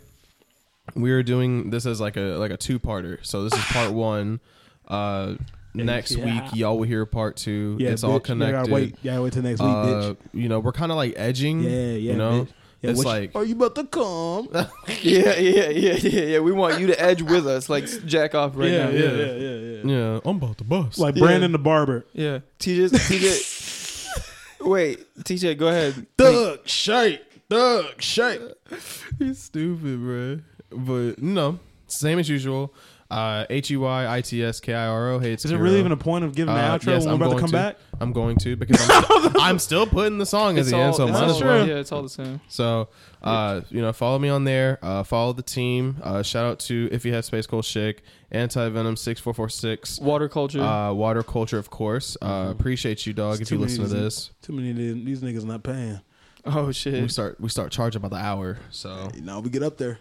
[SPEAKER 3] we are doing this as like a like a two parter. So this is part one. Uh, next
[SPEAKER 2] Yeah.
[SPEAKER 3] week y'all will hear part two. it's
[SPEAKER 2] bitch.
[SPEAKER 3] all
[SPEAKER 2] You
[SPEAKER 3] connected.
[SPEAKER 2] gotta wait. You gotta wait till next week,
[SPEAKER 3] Uh,
[SPEAKER 2] bitch.
[SPEAKER 3] you know, we're kind of like edging.
[SPEAKER 2] Yeah, yeah.
[SPEAKER 3] You know,
[SPEAKER 2] bitch. Yeah, what
[SPEAKER 3] it's
[SPEAKER 2] you- Oh,
[SPEAKER 3] like
[SPEAKER 5] Are you about to come?
[SPEAKER 4] Yeah, yeah, yeah, yeah, yeah. We want you to edge with us, like jack off right
[SPEAKER 2] yeah,
[SPEAKER 4] now.
[SPEAKER 2] yeah, yeah, yeah, yeah.
[SPEAKER 6] Yeah, I'm about to bust.
[SPEAKER 2] Like Brandon the barber.
[SPEAKER 4] yeah. TJ, TJ. wait, TJ, go ahead.
[SPEAKER 5] Thug shake, thug shake.
[SPEAKER 3] He's stupid, bro. But no, same as usual. Uh, H e y i t s k i r o. Hey, it's
[SPEAKER 2] Is it really
[SPEAKER 3] Kiro.
[SPEAKER 2] even a point of giving the
[SPEAKER 3] Uh,
[SPEAKER 2] outro
[SPEAKER 3] yes,
[SPEAKER 2] when
[SPEAKER 3] I'm
[SPEAKER 2] we're about to
[SPEAKER 3] going
[SPEAKER 2] come back?
[SPEAKER 3] I'm going to because I'm, I'm still putting the song at
[SPEAKER 4] It's
[SPEAKER 3] the end,
[SPEAKER 4] all,
[SPEAKER 3] so
[SPEAKER 4] it's
[SPEAKER 3] might
[SPEAKER 4] all,
[SPEAKER 3] as well.
[SPEAKER 4] yeah, it's all the same.
[SPEAKER 3] So, uh, you know, follow me on there. Uh, follow the team. Uh, shout out to if you have space cold shake, anti venom six four four six.
[SPEAKER 4] Water culture.
[SPEAKER 3] Uh, water culture, of course. Uh, appreciate you, dog. if
[SPEAKER 2] Mm-hmm. too
[SPEAKER 3] you listen to
[SPEAKER 2] easy.
[SPEAKER 3] this,
[SPEAKER 2] Too many of these these niggas not paying.
[SPEAKER 4] oh
[SPEAKER 3] we
[SPEAKER 4] shit.
[SPEAKER 3] start we start charging by the hour. So,
[SPEAKER 5] Now we get up there.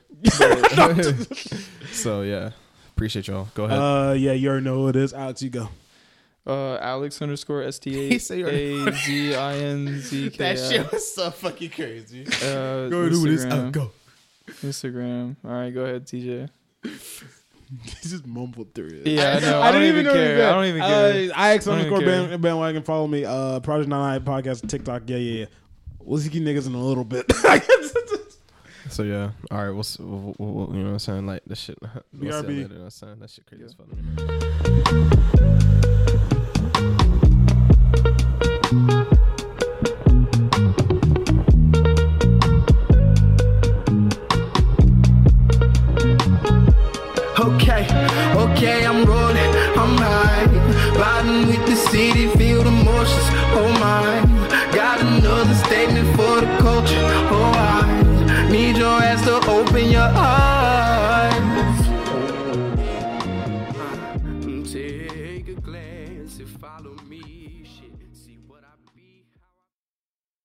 [SPEAKER 3] so yeah, appreciate y'all. Go ahead.
[SPEAKER 2] Uh, yeah, you already know who it is. Alex, you go.
[SPEAKER 4] Uh, Alex underscore S T
[SPEAKER 3] He
[SPEAKER 4] A
[SPEAKER 3] said you already-
[SPEAKER 4] A Z I N Z K.
[SPEAKER 3] was so fucking crazy.
[SPEAKER 4] Uh,
[SPEAKER 6] go do this. Uh,
[SPEAKER 4] Instagram.
[SPEAKER 6] go.
[SPEAKER 4] Instagram. All right, go ahead, TJ.
[SPEAKER 5] He just mumbled through it.
[SPEAKER 4] Yeah, I know. I, don't, even, care. I don't even care.
[SPEAKER 2] Uh, IX
[SPEAKER 4] I don't even
[SPEAKER 2] underscore
[SPEAKER 4] care.
[SPEAKER 2] band, bandwagon. Follow me. Uh, Project 99 podcast, TikTok. Yeah, yeah, yeah. We'll see you niggas in a little bit.
[SPEAKER 3] So yeah, all right. We'll, s- we'll, we'll, we'll- you know what I'm saying? Like this shit. We'll see y'all
[SPEAKER 2] BRB.
[SPEAKER 3] later, you know what I'm saying? That shit crazy as fuck.
[SPEAKER 7] Okay, okay, I'm rolling, I'm high. Riding with the city, feel the motions, oh my. Got another statement for the culture, oh I. Need your ass to open your eyes. Mm, Take a glance and follow me, shit. See